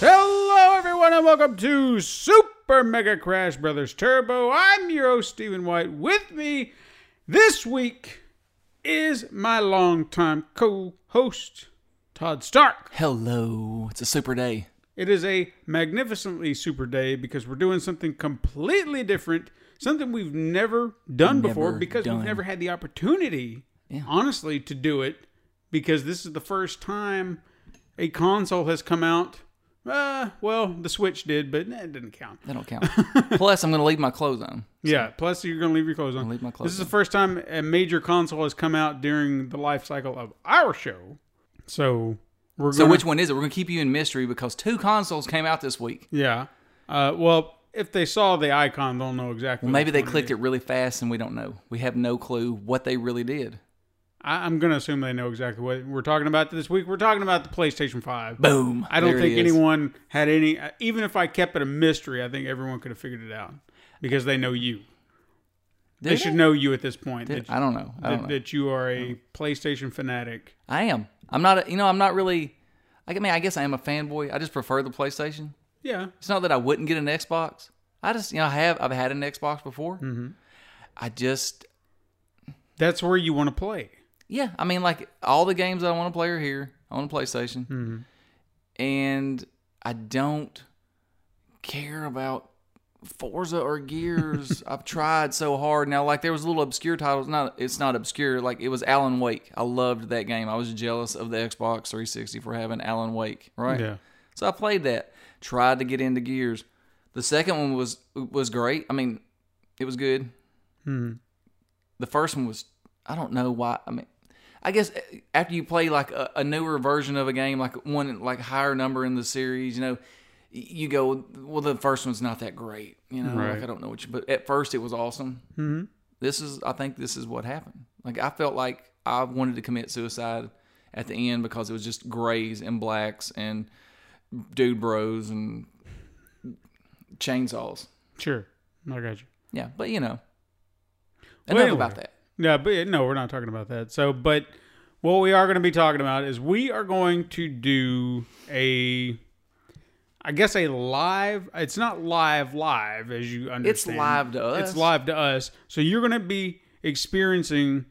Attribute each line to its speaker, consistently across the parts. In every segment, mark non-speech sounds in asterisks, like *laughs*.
Speaker 1: Hello, everyone, and welcome to Super Mega Crash Brothers Turbo. I'm your host, Stephen White. With me this week is my longtime co host, Todd Stark.
Speaker 2: Hello. It's a super day.
Speaker 1: It is a magnificently super day because we're doing something completely different, something we've never done before
Speaker 2: Never
Speaker 1: because
Speaker 2: done.
Speaker 1: we've never had the opportunity,
Speaker 2: Yeah.
Speaker 1: honestly, to do it because this is the first time a console has come out. Uh, well, the Switch did, but that didn't count.
Speaker 2: That don't count.
Speaker 1: *laughs*
Speaker 2: Plus, I'm going to leave my clothes on.
Speaker 1: Yeah. Plus, you're going to leave your clothes on.
Speaker 2: leave my
Speaker 1: this
Speaker 2: clothes
Speaker 1: is the
Speaker 2: on.
Speaker 1: first time a major console has come out during the life cycle of our show. So we're
Speaker 2: So,
Speaker 1: gonna,
Speaker 2: which one is it? We're going to keep you in mystery because two consoles came out this week.
Speaker 1: Yeah. Uh, well, if they saw the icon, they'll know exactly.
Speaker 2: Well, maybe they clicked it really fast and we don't know. We have no clue what they really did.
Speaker 1: I, I'm going to assume they know exactly what we're talking about this week. We're talking about the PlayStation Five.
Speaker 2: Boom.
Speaker 1: I don't
Speaker 2: There it
Speaker 1: think
Speaker 2: is.
Speaker 1: anyone had any. uh, Even if I kept it a mystery, I think everyone could have figured it out because they know you.
Speaker 2: Did
Speaker 1: they should know you at this point.
Speaker 2: Did-
Speaker 1: that,
Speaker 2: I don't know. I don't
Speaker 1: that,
Speaker 2: know.
Speaker 1: that you are a PlayStation fanatic.
Speaker 2: I am. I'm not, a, you know, I'm not really, I mean, I guess I am a fanboy. I just prefer the PlayStation.
Speaker 1: Yeah.
Speaker 2: It's not that I wouldn't get an Xbox. I just, you know, I have, I've had an Xbox before.
Speaker 1: Mm-hmm.
Speaker 2: I just,
Speaker 1: That's where you want to play.
Speaker 2: Yeah, I mean, like all the games I want to play are here on a PlayStation, and I don't care about Forza or Gears. I've tried so hard. Now, like there was a little obscure title. It's not. It's not obscure. Like it was Alan Wake. I loved that game. I was jealous of the Xbox 360 for having Alan Wake. Right.
Speaker 1: Yeah.
Speaker 2: So I played that. Tried to get into Gears. The second one was was great. I mean, it was good. The first one was I don't know why. I mean, I guess eh, after you play like a, a newer version of a game, like one like higher number in the series, you know, y- you go well. The first one's not that great, you know.
Speaker 1: Right.
Speaker 2: Like I don't know what you, but at first it was awesome. Mm-hmm. This is I think this is what happened. Like I felt like I wanted to commit suicide at the end because it was just grays and blacks and dude bros and chainsaws.
Speaker 1: Sure. I got you.
Speaker 2: Yeah, but you know, enough
Speaker 1: Well, anyway.
Speaker 2: about that.
Speaker 1: Yeah, but no, we're not talking about that. So, but what we are going to be talking about is we are going to do a, I guess a live. It's not live, live as you understand.
Speaker 2: live to us.
Speaker 1: It's live to us. So you're going to be experiencing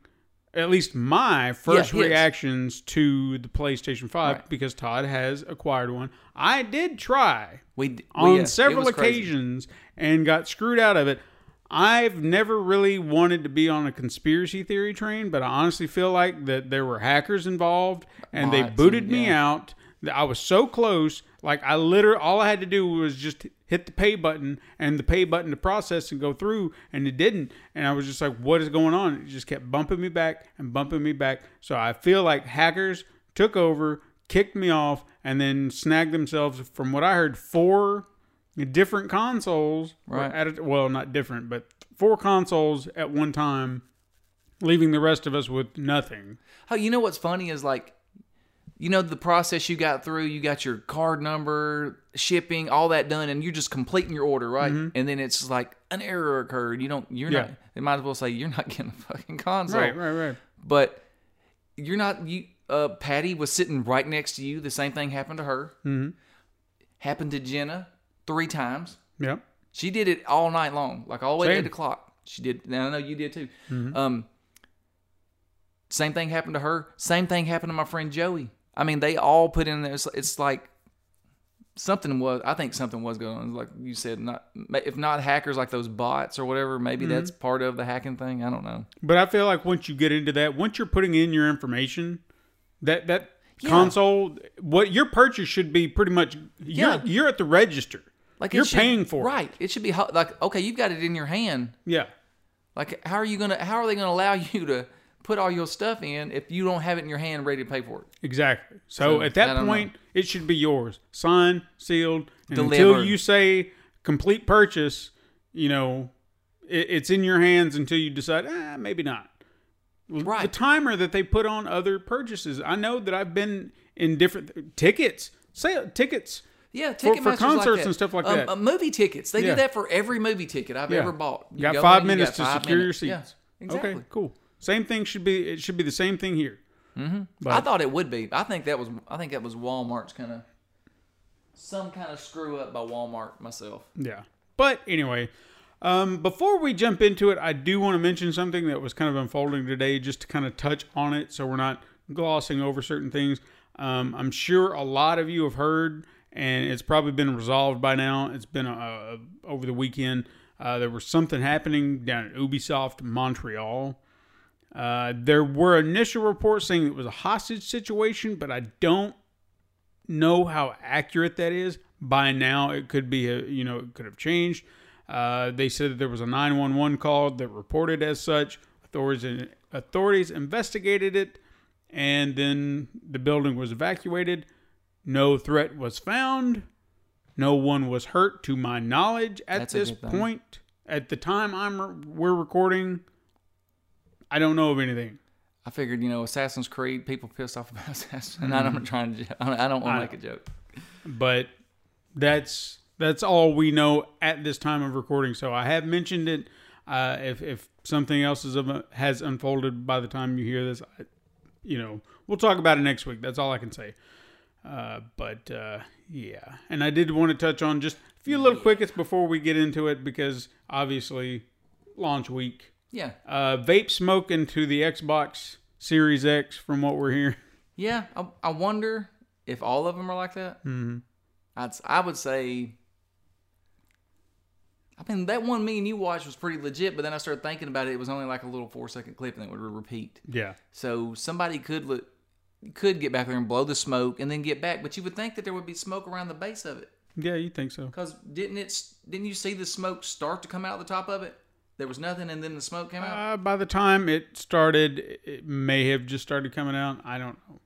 Speaker 1: at least my first
Speaker 2: his.
Speaker 1: reactions to the PlayStation Five
Speaker 2: Right.
Speaker 1: because Todd has acquired one. I did try
Speaker 2: We d-
Speaker 1: on
Speaker 2: yeah, it
Speaker 1: several
Speaker 2: was crazy.
Speaker 1: occasions and got screwed out of it. I've never really wanted to be on a conspiracy theory train, but I honestly feel like that there were hackers involved and they
Speaker 2: Bots
Speaker 1: booted
Speaker 2: and-
Speaker 1: me
Speaker 2: yeah.
Speaker 1: out. That I was so close, like I literally all I had to do was just hit the pay button and the pay button to process and go through, and it didn't. And I was just like, "What is going on?" It just kept bumping me back and bumping me back. So I feel like hackers took over, kicked me off, and then snagged themselves. From what I heard, four different consoles were
Speaker 2: Right.
Speaker 1: at a, well not different but four consoles at one time leaving the rest of us with nothing
Speaker 2: Oh, you know what's funny is like, you know, the process you got through, you got your card number, shipping, all that done, and you're just completing your order, right? And then it's just like an error occurred. You don't, you're
Speaker 1: Mm-hmm. Yeah.
Speaker 2: not, they might as well say, you're not *laughs* getting a fucking console.
Speaker 1: right right right
Speaker 2: But you're not, you, uh, Patty was sitting right next to you. The same thing happened to her, mm-hmm. happened to Jenna three times.
Speaker 1: yep
Speaker 2: She did it all night long, like all the way to
Speaker 1: Same. Mm-hmm.
Speaker 2: eight o'clock. She did. And I know you did too. Um, same thing happened to her. Same thing happened to my friend Joey. I mean, they all put in there. It's, it's like something was. I think something was going on. Like you said, not if not hackers like those bots or whatever. Maybe
Speaker 1: Mm-hmm.
Speaker 2: that's part of the hacking thing. I don't know.
Speaker 1: but i feel like once you get into that once you're putting in your information that that console. What your purchase should be pretty much you're
Speaker 2: Yeah.
Speaker 1: you're at the register.
Speaker 2: Like it
Speaker 1: you're
Speaker 2: should-
Speaker 1: paying for it.
Speaker 2: right. It should be ho- like okay, you've got it in your hand.
Speaker 1: Yeah.
Speaker 2: Like how are you gonna? How are they gonna allow *laughs* you to put all your stuff in if you don't have it in your hand ready to pay for it?
Speaker 1: Exactly. So,
Speaker 2: So,
Speaker 1: at
Speaker 2: I
Speaker 1: that
Speaker 2: don't know.
Speaker 1: point, it should be yours, signed, sealed, and until
Speaker 2: Delivered.
Speaker 1: you say complete purchase. You know, it, it's in your hands until you decide. Eh, maybe not. L- The
Speaker 2: Right.
Speaker 1: timer that they put on other purchases. I know that I've been in different tickets, sale tickets.
Speaker 2: Yeah,
Speaker 1: For-
Speaker 2: ticket
Speaker 1: for
Speaker 2: masters
Speaker 1: concerts
Speaker 2: like that.
Speaker 1: and stuff like
Speaker 2: um,
Speaker 1: that.
Speaker 2: uh, movie tickets. They
Speaker 1: Yeah.
Speaker 2: do that for every movie ticket I've
Speaker 1: Yeah.
Speaker 2: ever bought.
Speaker 1: You got
Speaker 2: go
Speaker 1: five
Speaker 2: in, you
Speaker 1: minutes
Speaker 2: got
Speaker 1: to
Speaker 2: five
Speaker 1: secure
Speaker 2: minutes.
Speaker 1: your
Speaker 2: Yeah,
Speaker 1: seats.
Speaker 2: exactly.
Speaker 1: Okay, cool. Same thing should be. It should be the same thing here.
Speaker 2: Mm-hmm. I thought it would be. I think that was. I think that was Walmart's kind of some kind of screw up by Walmart myself.
Speaker 1: Yeah. But anyway, um, before we jump into it, I do want to mention something that was kind of unfolding today, just to kind of touch on it, so we're not glossing over certain things. Um, I'm sure a lot of you have heard, and it's probably been resolved by now. It's been uh, over the weekend. Uh, there was something happening down at Ubisoft Montreal. Uh, there were initial reports saying it was a hostage situation, but I don't know how accurate that is. By now, it could be, a, you know, it could have changed. Uh, they said that there was a 911 call that reported as such. Authorities, authorities investigated it, and then the building was evacuated. No threat was found. No one was hurt, to my knowledge, at
Speaker 2: That's a
Speaker 1: this
Speaker 2: good thing.
Speaker 1: point. At the time I'm we're recording, I don't know of anything.
Speaker 2: I figured, you know, Assassin's Creed people pissed off about *laughs* Assassin's, and
Speaker 1: Mm-hmm.
Speaker 2: I'm not trying to. jo- I don't want to make a joke.
Speaker 1: but that's that's all we know at this time of recording. So I have mentioned it. Uh, if if something else is of- has unfolded by the time you hear this, I, you know we'll talk about it next week. That's all I can say. Uh, but uh, yeah, and I did want to touch on just a few little quickets before we get into it because obviously launch week.
Speaker 2: Yeah,
Speaker 1: Uh, vape smoke into the Xbox Series X, from what we're hearing.
Speaker 2: yeah. I, I wonder if all of them are like that. Mm-hmm. I'd, s- I would say. I mean, that one me and you watched was pretty legit, but then I started thinking about it. It was only like a little four second clip, and it would repeat.
Speaker 1: Yeah,
Speaker 2: So somebody could look, could get back there and blow the smoke, and then get back. But you would think that there would be smoke around the base of it,
Speaker 1: yeah, you think so?
Speaker 2: because didn't it? s- Didn't you see the smoke start to come out the top of it? There was nothing, and then the smoke came out.
Speaker 1: Uh, by the time it started, it may have just started coming out. I don't know.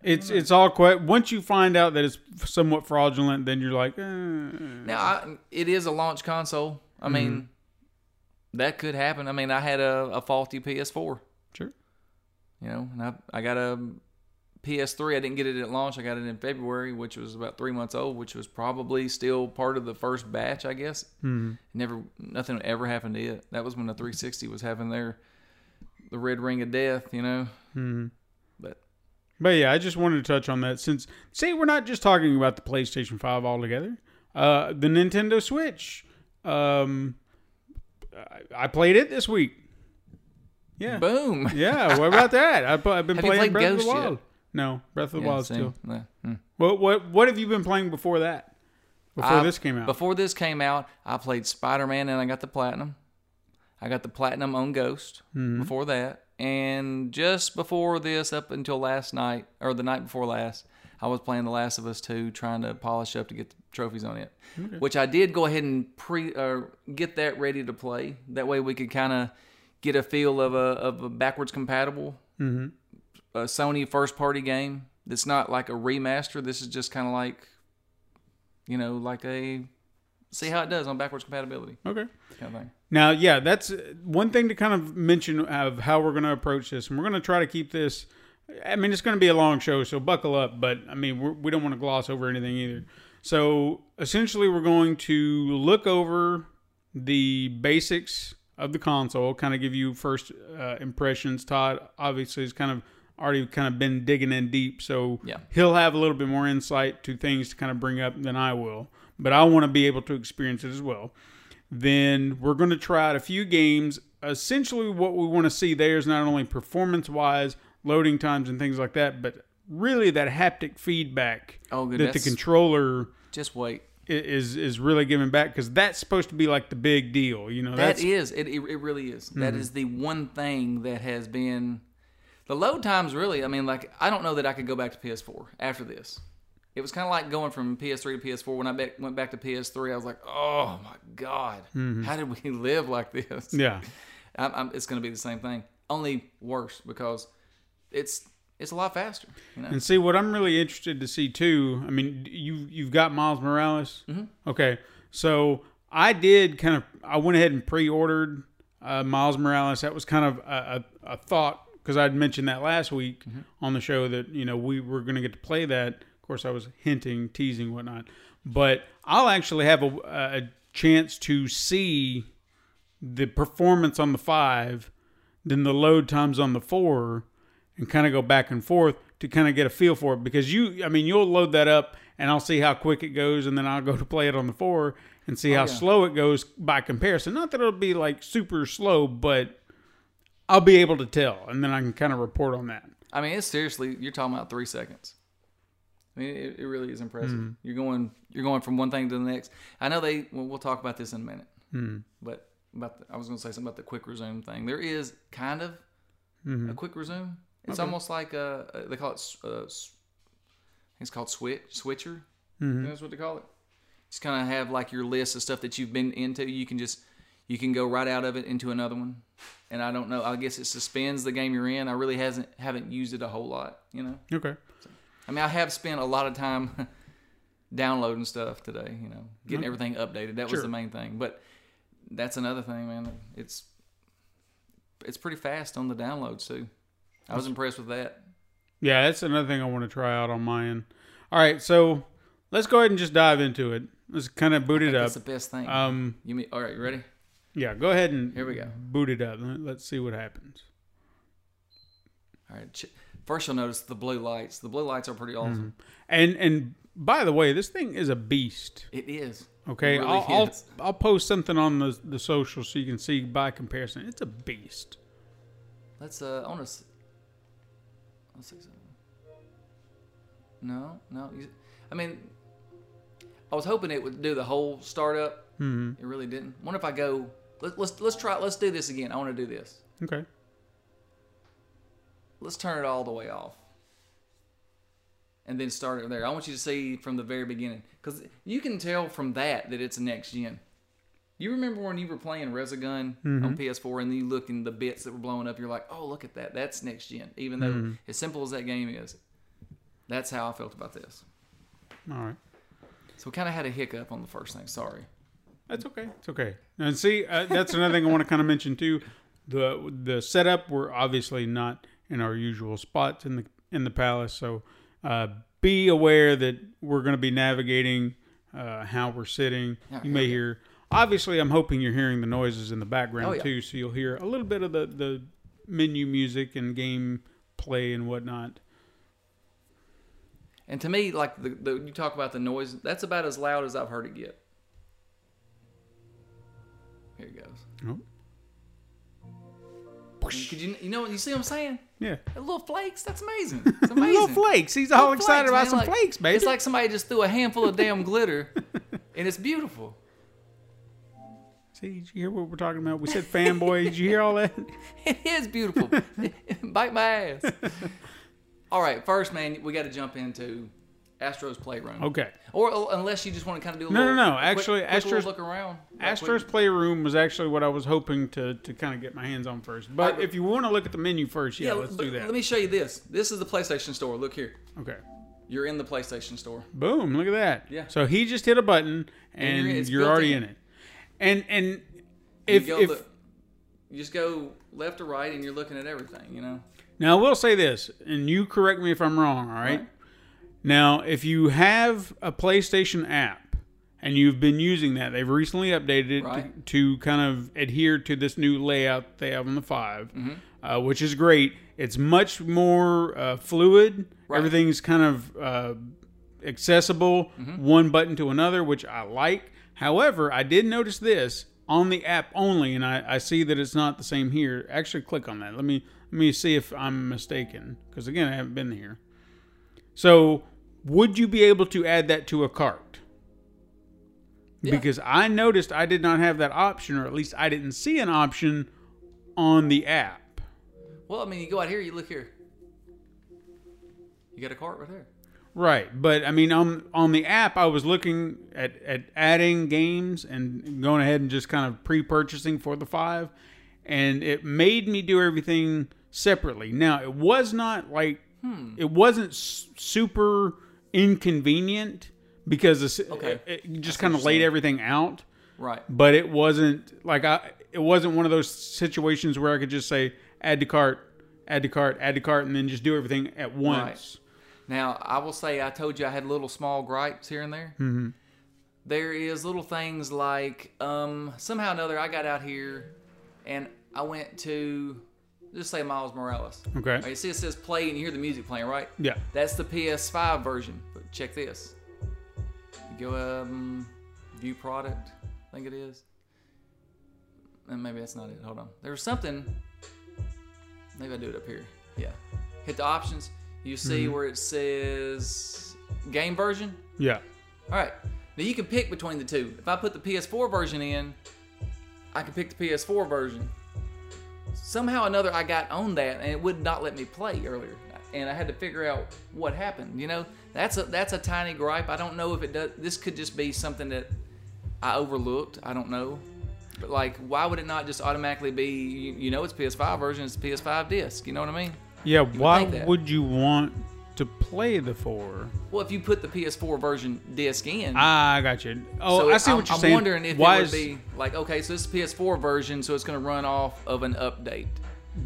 Speaker 1: It's
Speaker 2: Hmm.
Speaker 1: it's all quite. Once you find out that it's somewhat fraudulent, then you're like, eh.
Speaker 2: Now, I, it is a launch console. I mean, that could happen. I mean, I had a, a faulty PS4,
Speaker 1: sure,
Speaker 2: you know, and I, I got a PS3. I didn't get it at launch. I got it in February, which was about three months old, which was probably still part of the first batch, I guess. Mm-hmm. Never, nothing ever happened to it. That was when the 360 was having their the red ring of death, you know. Mm-hmm. But
Speaker 1: but yeah, I just wanted to touch on that since see we're not just talking about the PlayStation Five altogether. Uh, the Nintendo Switch. Um, I, I played it this week. Yeah,
Speaker 2: *laughs* boom.
Speaker 1: yeah. What about that? I, pl- I've been
Speaker 2: Have you
Speaker 1: playing
Speaker 2: played
Speaker 1: Breath of
Speaker 2: Ghost
Speaker 1: the
Speaker 2: yet?
Speaker 1: Wild. No, Breath of the
Speaker 2: Yeah,
Speaker 1: Wild
Speaker 2: same.
Speaker 1: still.
Speaker 2: Yeah. Mm.
Speaker 1: What what what have you been playing before that? Before
Speaker 2: I-
Speaker 1: this came out.
Speaker 2: Before this came out, I played Spider Man and I got the platinum. I got the platinum on Ghost
Speaker 1: Mm-hmm.
Speaker 2: before that. And just before this, up until last night, or the night before last, I was playing The Last of Us 2, trying to polish up to get the trophies on it, which I did go ahead and pre or get that ready to play. That way we could kind of get a feel of a, of a backwards compatible
Speaker 1: Mm-hmm.
Speaker 2: a Sony first party game that's not like a remaster. This is just kind of like, you know, like a see how it does on backwards compatibility
Speaker 1: Okay.
Speaker 2: kind of thing.
Speaker 1: Now, yeah, that's uh, one thing to kind of mention of how we're going to approach this, and we're going to try to keep this. I mean, it's going to be a long show, so buckle up. But I mean, we're, we don't want to gloss over anything either. So essentially, we're going to look over the basics of the console, kind of give you first uh, impressions. Todd obviously has kind of already kind of been digging in deep, so
Speaker 2: Yeah.
Speaker 1: he'll have a little bit more insight to things to kind of bring up than I will. But I want to be able to experience it as well then we're going to try out a few games. Essentially, what we want to see there is not only performance wise, loading times, and things like that, but really that haptic feedback
Speaker 2: Oh, good.
Speaker 1: that the
Speaker 2: That's-
Speaker 1: controller
Speaker 2: Just wait.
Speaker 1: i- is is really giving back because that's supposed to be like the big deal. You know,
Speaker 2: That
Speaker 1: that's Mm-hmm.
Speaker 2: is it. It, it really is. That is the one thing that has been The load times really, I mean, like I don't know that I could go back to PS4 after this. It was kind of like going from PS3 to PS4. When I be- went back to PS3, I was like, oh my god, how did we *laughs* live like this?
Speaker 1: Mm-hmm. Yeah.
Speaker 2: I'm, I'm, it's going to be the same thing, only worse because it's it's a lot faster. You know,
Speaker 1: And see what I'm really interested to see too. I mean, you you've got Miles Morales. Okay, so I did kind of I went ahead and pre-ordered uh, Miles Morales. That was kind of a, a, a thought because I'd mentioned that last week on the show that you know we were going to get to play that. Of course, I was hinting, teasing, whatnot. But I'll actually have a, a chance to see the performance on the five, then the load times on the four, and kind of go back and forth to kind of get a feel for it. Because you, I mean, you'll load that up and I'll see how quick it goes, and then I'll go to play it on the four and see
Speaker 2: Oh,
Speaker 1: how slow it goes by comparison. Not that it'll be like super slow, but I'll be able to tell, and then I can kind of report on that.
Speaker 2: I mean, it's seriously you're talking about three seconds. I mean, it, it really is impressive. You're going you're going from one thing to the next. I know they. Well, we'll talk about this in a minute. But about the, I was going to say something about the quick resume thing. There is kind of a quick resume. It's almost like uh uh, they call it. s- Uh, s- I think it's called switch switcher. You know, that's what they call it. Just kind of have like your list of stuff that you've been into. You can just you can go right out of it into another one. And I don't know. I guess it suspends the game you're in. I really hasn't haven't used it a whole lot. You know.
Speaker 1: Okay.
Speaker 2: I mean, I have spent a lot of time *laughs* downloading stuff today, you know,
Speaker 1: Mm-hmm.
Speaker 2: getting everything updated. That was the main thing. But that's another thing, man. It's it's pretty fast on the downloads too. I was impressed with that.
Speaker 1: Yeah, that's another thing I want to try out on my end. All right, so let's go ahead and just dive into it. Let's kind of boot it up.
Speaker 2: That's the best thing.
Speaker 1: Um,
Speaker 2: you mean all right, you ready?
Speaker 1: yeah, go ahead and
Speaker 2: Here we go.
Speaker 1: boot it up. Let- Let's see what happens.
Speaker 2: All right. ch- First you'll notice the blue lights. The blue lights are pretty
Speaker 1: Mm-hmm.
Speaker 2: awesome.
Speaker 1: And and by the way, this thing is a beast.
Speaker 2: It is.
Speaker 1: Okay,
Speaker 2: It really
Speaker 1: I'll, I'll
Speaker 2: is.
Speaker 1: I'll post something on the the social so you can see by comparison. It's a beast.
Speaker 2: Let's uh I wanna s- let's see something. No, no. you- I mean I was hoping it would do the whole startup. It really didn't. Wonder if I go let, let's let's try let's do this again. I want to do this.
Speaker 1: Okay.
Speaker 2: Let's turn it all the way off. And then start it there. I want you to see from the very beginning cuz you can tell from that that it's next gen. You remember when you were playing Resogun on PS4 and you looked in the bits that were blowing up, you're like, oh, look at that. That's next gen. Even though, as simple as that game is, that's how I felt about this.
Speaker 1: All right.
Speaker 2: So we kind of had a hiccup on the first thing. Sorry.
Speaker 1: That's okay. It's okay. And see, uh, that's another thing I want to kind of mention too. The the setup we're obviously not in our usual spots in the in the palace, so uh, be aware that we're going to be navigating uh, how we're sitting. You may hear. Obviously, I'm hoping you're hearing the noises in the background
Speaker 2: Oh, yeah.
Speaker 1: too, so you'll hear a little bit of the the menu music and game play and whatnot.
Speaker 2: And to me, like the, the you talk about the noise, that's about as loud as I've heard it get. Here it goes.
Speaker 1: Oh,
Speaker 2: Could you you know you see what I'm saying?
Speaker 1: yeah.
Speaker 2: The little flakes. That's
Speaker 1: *laughs*
Speaker 2: amazing. It's amazing.
Speaker 1: Little flakes. He's all
Speaker 2: Little
Speaker 1: excited about
Speaker 2: man,
Speaker 1: some
Speaker 2: like-
Speaker 1: flakes, baby.
Speaker 2: It's like somebody just threw a handful
Speaker 1: *laughs*
Speaker 2: of damn glitter, and it's beautiful. *laughs*
Speaker 1: See, did you hear what we're talking about? We said fanboy. did you hear all that?
Speaker 2: It is beautiful. *laughs* Bite my ass.
Speaker 1: *laughs*
Speaker 2: All right, first man, we got to jump into Astro's playroom.
Speaker 1: Okay.
Speaker 2: Or uh, unless you just want to kind of do a
Speaker 1: No,
Speaker 2: little,
Speaker 1: no, no.
Speaker 2: quick-
Speaker 1: Actually,
Speaker 2: quick little
Speaker 1: Astro's-
Speaker 2: look around. Right quick.
Speaker 1: Astro's Playroom was actually what I was hoping to, to kind of get my hands on first. But
Speaker 2: I-
Speaker 1: if you want to look at the menu first, yeah, let's
Speaker 2: but
Speaker 1: do that.
Speaker 2: Let me show you this. This is the PlayStation Store. Look here.
Speaker 1: okay.
Speaker 2: You're in the PlayStation Store.
Speaker 1: Boom, look at that.
Speaker 2: Yeah.
Speaker 1: So he just hit a button and,
Speaker 2: And you're-
Speaker 1: you're,
Speaker 2: it's built
Speaker 1: already
Speaker 2: in.
Speaker 1: in it. And and if,
Speaker 2: you, go
Speaker 1: if
Speaker 2: look- you just go left to right, and you're looking at everything. You know.
Speaker 1: now I will say this, and you correct me if I'm wrong, all right? Now, if you have a PlayStation app and you've been using that, they've recently updated it
Speaker 2: Right.
Speaker 1: to, to kind of adhere to this new layout they have on the 5, uh, which is great. It's much more uh, fluid. Everything's kind of uh, accessible, one button to another, which I like. However, I did notice this on the app only, and I, I see that it's not the same here. Actually, click on that. Let me let me see if I'm mistaken, because again, I haven't been here. So, would you be able to add that to a cart? Because I noticed I did not have that option, or at least I didn't see an option on the app.
Speaker 2: Well, I mean, you go out here. You look here. You got a cart right there.
Speaker 1: Right, but I mean, on on the app, I was looking at at adding games and going ahead and just kind of pre-purchasing for the five, and it made me do everything separately. Now, it was not like it wasn't s- super inconvenient because it's,
Speaker 2: Okay.
Speaker 1: it, it just kind of laid everything out,
Speaker 2: Right.
Speaker 1: but it wasn't like I it wasn't one of those situations where I could just say add to cart, add to cart, add to cart, and then just do everything at once.
Speaker 2: Now, I will say, I told you I had little small gripes here and there. Mm-hmm. is little things like um, somehow or another, I got out here and I went to just say Miles Morales.
Speaker 1: Okay.
Speaker 2: Right, you see, it says play and you hear the music playing, right?
Speaker 1: Yeah.
Speaker 2: That's the PS5 version. But check this. You go um, view product. I think it is. And maybe that's not it. Hold on. There was something. Maybe I do it up here. Yeah. Hit the options. You see where it says game version.
Speaker 1: Yeah.
Speaker 2: All right. Now you can pick between the two. If I put the PS4 version in, I can pick the PS4 version. Somehow or another, I got on that, and it would not let me play earlier, and I had to figure out what happened. You know, that's a that's a tiny gripe. I don't know if it does. This could just be something that I overlooked. I don't know. But like, why would it not just automatically be? You, you know, it's PS5 version. It's PS5 disc. You know what I mean?
Speaker 1: Yeah, why
Speaker 2: think that.
Speaker 1: would you want to play the four?
Speaker 2: Well, if you put the PS4 version disc in,
Speaker 1: Ah, I got you. Oh, I see
Speaker 2: I'm,
Speaker 1: what you're
Speaker 2: I'm
Speaker 1: saying.
Speaker 2: wondering if
Speaker 1: why
Speaker 2: it would
Speaker 1: is,
Speaker 2: be like, okay, so this is PS4 version, so it's going to run off of an update.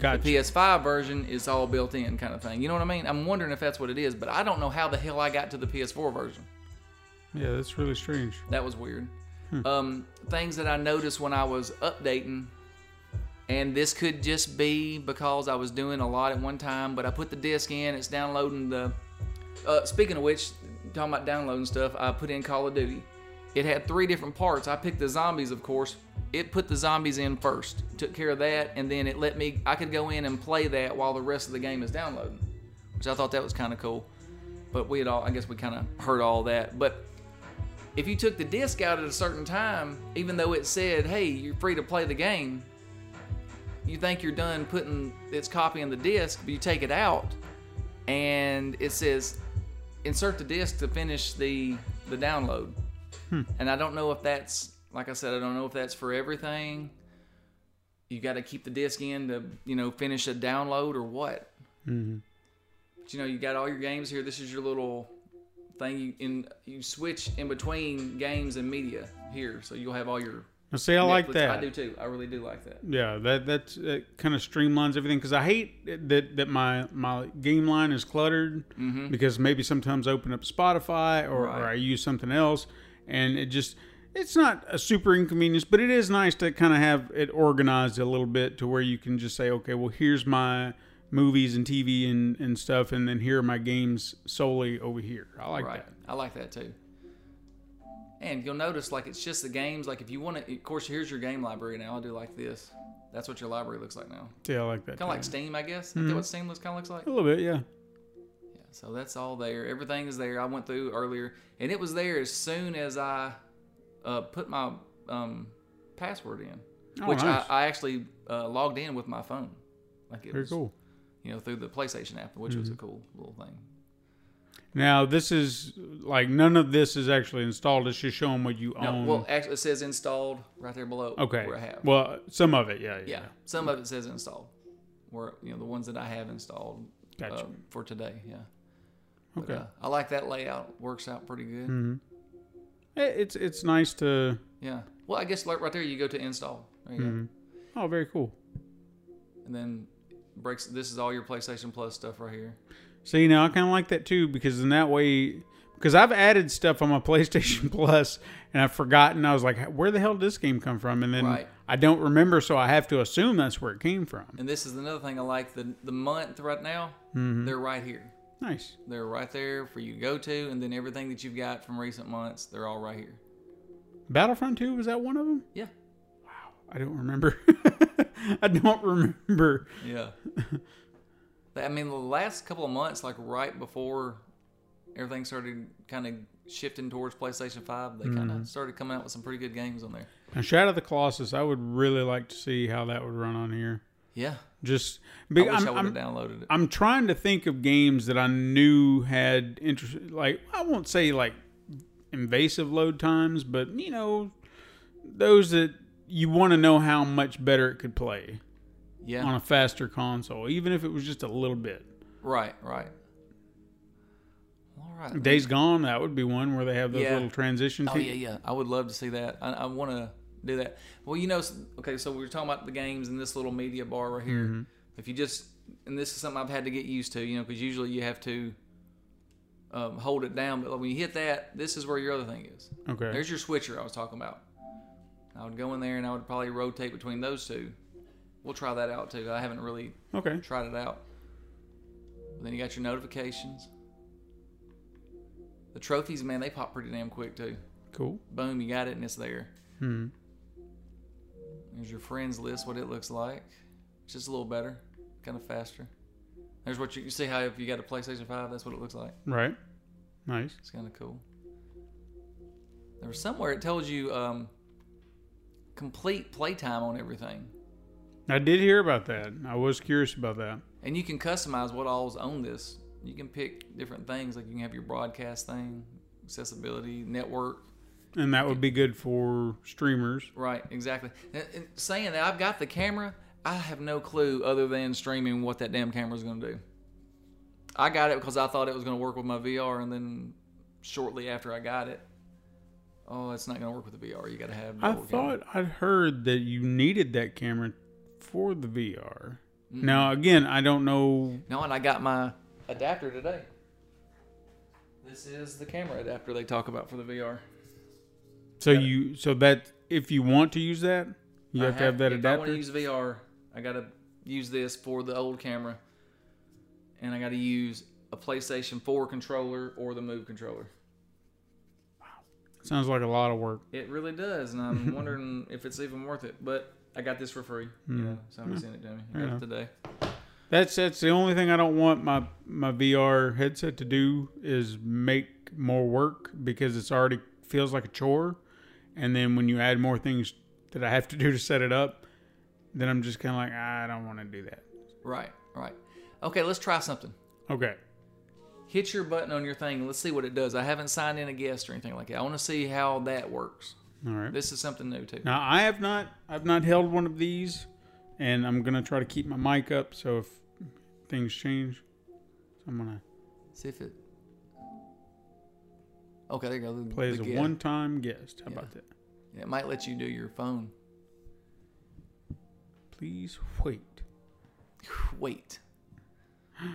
Speaker 1: Gotcha.
Speaker 2: PS5 version is all built in, kind of thing. You know what I mean? I'm wondering if that's what it is, but I don't know how the hell I got to the PS4 version.
Speaker 1: yeah, that's really strange.
Speaker 2: That was weird. Um, things that I noticed when I was updating, and this could just be because I was doing a lot at one time, but I put the disc in, it's downloading the. Uh, speaking of which, talking about downloading stuff, I put in Call of Duty. It had three different parts. I picked the zombies, of course. It put the zombies in first, took care of that, and then it let me. I could go in and play that while the rest of the game is downloading, which I thought that was kind of cool. But we had all, I guess, we kind of heard all that. But if you took the disc out at a certain time, even though it said, "Hey, you're free to play the game," you think you're done putting its copy in the disc, but you take it out, and it says, "Insert the disc to finish the the download." And I don't know if that's like I said, I don't know if that's for everything. You got to keep the disc in to you know finish a download or what. But you know, you got all your games here. This is your little thing you in you switch in between games and media here, so you'll have all your.
Speaker 1: Now, see, I like
Speaker 2: Netflix.
Speaker 1: that.
Speaker 2: I do too. I really do like that.
Speaker 1: Yeah, that that's that kind of streamlines everything because I hate that that my my game line is cluttered because maybe sometimes I open up Spotify or, or
Speaker 2: Mm-hmm. Right.
Speaker 1: I use something else and it just it's not a super inconvenience, but it is nice to kind of have it organized a little bit to where you can just say, okay, well here's my movies and TV and and stuff, and then here are my games solely over here. I like
Speaker 2: right.
Speaker 1: that.
Speaker 2: I like that too. And you'll notice, like, it's just the games. Like, if you want to, of course, here's your game library now. I do like this. That's what your library looks like now.
Speaker 1: Yeah, I like that.
Speaker 2: Kind of like
Speaker 1: too.
Speaker 2: Steam, I guess. Isn't
Speaker 1: Mm-hmm.
Speaker 2: that what Steam looks kind of looks like?
Speaker 1: a little bit, yeah.
Speaker 2: Yeah, so that's all there. Everything is there. I went through earlier, and it was there as soon as I uh, put my um, password in,
Speaker 1: Oh,
Speaker 2: which
Speaker 1: nice.
Speaker 2: I, I actually uh, logged in with my phone. Like it
Speaker 1: Very
Speaker 2: was,
Speaker 1: cool.
Speaker 2: you know, through the PlayStation app, which was a
Speaker 1: Mm-hmm.
Speaker 2: cool little thing.
Speaker 1: Now this is like none of this is actually installed. It's just showing what you
Speaker 2: No,
Speaker 1: own.
Speaker 2: well, actually, it says installed right there below.
Speaker 1: Um, okay.
Speaker 2: where I have.
Speaker 1: Well, some of it, yeah, yeah.
Speaker 2: yeah, some of it says installed. Where you know the ones that I have installed uh,
Speaker 1: Gotcha.
Speaker 2: for today. Yeah. But,
Speaker 1: Okay. Hmm.
Speaker 2: uh, I like that layout. Works out pretty good.
Speaker 1: It- Eh, It's it's nice to.
Speaker 2: Yeah. Well, I guess like right there you go to install. There you go.
Speaker 1: Oh, very cool.
Speaker 2: and then breaks this is all your PlayStation Plus stuff right here.
Speaker 1: See, now I kind of like that too because in that way, because I've added stuff on my *laughs* PlayStation Plus and I've forgotten. I was like, where the hell did this game come from? And then
Speaker 2: Right.
Speaker 1: I don't remember, so I have to assume that's where it came from.
Speaker 2: And this is another thing I like the the month right now.
Speaker 1: Mm-hmm.
Speaker 2: They're right here.
Speaker 1: Nice.
Speaker 2: They're right there for you to go to, and then everything that you've got from recent months, they're all right here.
Speaker 1: Battlefront Two was that one of them?
Speaker 2: Yeah,
Speaker 1: I don't remember. *laughs* I don't remember.
Speaker 2: *laughs* yeah. I mean, the last couple of months, like right before everything started kind of shifting towards PlayStation Five, they kind
Speaker 1: Mm-hmm.
Speaker 2: of started coming out with some pretty good games on there.
Speaker 1: Now, Shadow of the Colossus, I would really like to see how that would run on here.
Speaker 2: Yeah.
Speaker 1: Just
Speaker 2: I
Speaker 1: because I'm,
Speaker 2: wish I would have
Speaker 1: I'm,
Speaker 2: downloaded it.
Speaker 1: I'm trying to think of games that I knew had interest. Like I won't say like invasive load times, but you know those that you want to know how much better it could play
Speaker 2: yeah.
Speaker 1: on a faster console, even if it was just a little bit.
Speaker 2: Right, right. All right.
Speaker 1: Days Gone, that would be one where they have those
Speaker 2: Yeah.
Speaker 1: little transition.
Speaker 2: Oh
Speaker 1: pe-
Speaker 2: yeah, yeah. I would love to see that. I, I want to do that. Well, you know, s- okay. So we were talking about the games in this little media bar right here. If you just, and this is something I've had to get used to, you know, because usually you have to um, hold it down. But like, when you hit that, this is where your other thing is.
Speaker 1: Okay.
Speaker 2: There's your switcher I was talking about. I would go in there and I would probably rotate between those two. We'll try that out too. I haven't really
Speaker 1: okay.
Speaker 2: tried it out. But then you got your notifications. The trophies, man, they pop pretty damn quick too
Speaker 1: Cool.
Speaker 2: boom, you got it, and it's there.
Speaker 1: Hmm.
Speaker 2: There's your friends list, what it looks like. It's just a little better, kind of faster. There's what you, you see how if you got a PlayStation 5, that's what it looks like.
Speaker 1: Right. Nice.
Speaker 2: It's kind of cool. There was somewhere it tells you um, complete playtime on everything.
Speaker 1: I did hear about that. I was curious about that.
Speaker 2: And you can customize what all's on this. You can pick different things, like you can have your broadcast thing, accessibility, network.
Speaker 1: And that would be good for streamers.
Speaker 2: Right, exactly. And- and saying that I've got the camera, I have no clue other than streaming what that damn camera's going to do. I got it because I thought it was going to work with my VR, and then shortly after I got it, oh, it's not going to work with the VR. You got to have. the
Speaker 1: I
Speaker 2: old camera.
Speaker 1: thought I'd heard that you needed that camera for the VR.
Speaker 2: Mm-hmm.
Speaker 1: Now, again, I don't know.
Speaker 2: No, and I got my adapter today. This is the camera adapter they talk about for the VR.
Speaker 1: So you, so that if you want to use that, you
Speaker 2: I
Speaker 1: have, to have that
Speaker 2: if I want
Speaker 1: adapter.
Speaker 2: to use VR, I got to use this for the old camera, and I got to use a PlayStation 4 controller or the Move controller.
Speaker 1: Sounds like a lot of work.
Speaker 2: It really does, and
Speaker 1: *laughs*
Speaker 2: I'm wondering if it's even worth it. But I got this for free. You
Speaker 1: Hmm.
Speaker 2: know, somebody sent it to me. I got it today.
Speaker 1: That's that's the only thing I don't want my my VR headset to do is make more work because it's already feels like a chore, and then when you add more things that I have to do to set it up, then I'm just kind of like "Ah, I don't want to do that.
Speaker 2: Right, right. Okay, let's try something.
Speaker 1: Okay,
Speaker 2: Hit your button on your thing. and Let's see what it does. I haven't signed in a guest or anything like that. I want to see how that works.
Speaker 1: all right.
Speaker 2: This is something new too.
Speaker 1: Now I have not I've not held one of these, and I'm gonna try to keep my mic up. So if things change, I'm gonna
Speaker 2: See if it. Okay, there you go. the-
Speaker 1: play as
Speaker 2: the
Speaker 1: a
Speaker 2: guest.
Speaker 1: one-time guest. How about that?
Speaker 2: It might let you do your phone.
Speaker 1: Please wait.
Speaker 2: Wait. *gasps*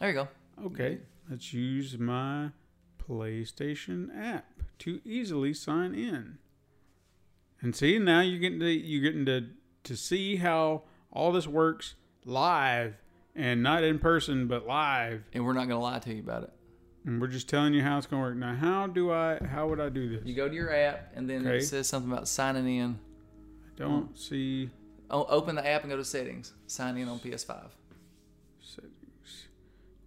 Speaker 2: There you go.
Speaker 1: Okay, let's use my PlayStation app to easily sign in. And see now you're getting to you're getting to to see how all this works live and not in person but live.
Speaker 2: And we're not going to lie to you about it.
Speaker 1: And we're just telling you how it's gonna work. Now how do I how would I do this?
Speaker 2: You go to your app, and then
Speaker 1: Okay.
Speaker 2: it says something about signing in.
Speaker 1: Don't see
Speaker 2: O- open the app and go to settings. Sign in on PS5.
Speaker 1: settings.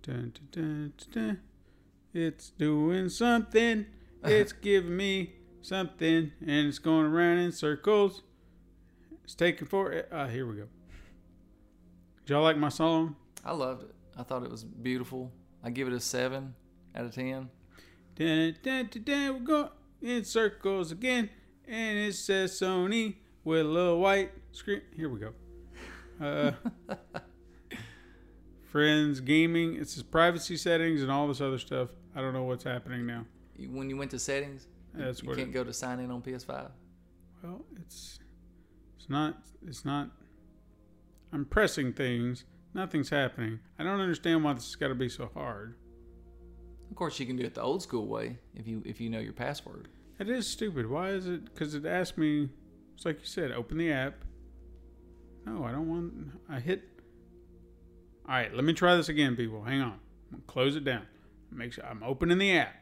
Speaker 1: Dun, dun, dun, dun, dun. It's doing something. It's giving me something, and it's going around in circles. It's taking for. Uh, here we go. Did y'all like my song?
Speaker 2: I loved it. I thought it was beautiful. I give it a 7 out of 10.
Speaker 1: Dun, dun, dun, dun, we're going in circles again, and it says Sony with a little white screen. Here we go.
Speaker 2: *laughs*
Speaker 1: Uh, friends, gaming. It says privacy settings and all this other stuff. I don't know what's happening now.
Speaker 2: You- When you went to settings,
Speaker 1: That's
Speaker 2: you
Speaker 1: what.
Speaker 2: can't
Speaker 1: It,
Speaker 2: go to sign in on PS5.
Speaker 1: well, it's it's not it's not. I'm pressing things. Nothing's happening. I don't understand why this has got to be so hard.
Speaker 2: Of course, you can do it the old school way if you if you know your password.
Speaker 1: That is stupid. Why is it? Because it asked me. It's like you said, open the app. No, I don't want. I hit. All right, let me try this again, people. Hang on. I'm gonna close it down. Make sure I'm opening the app.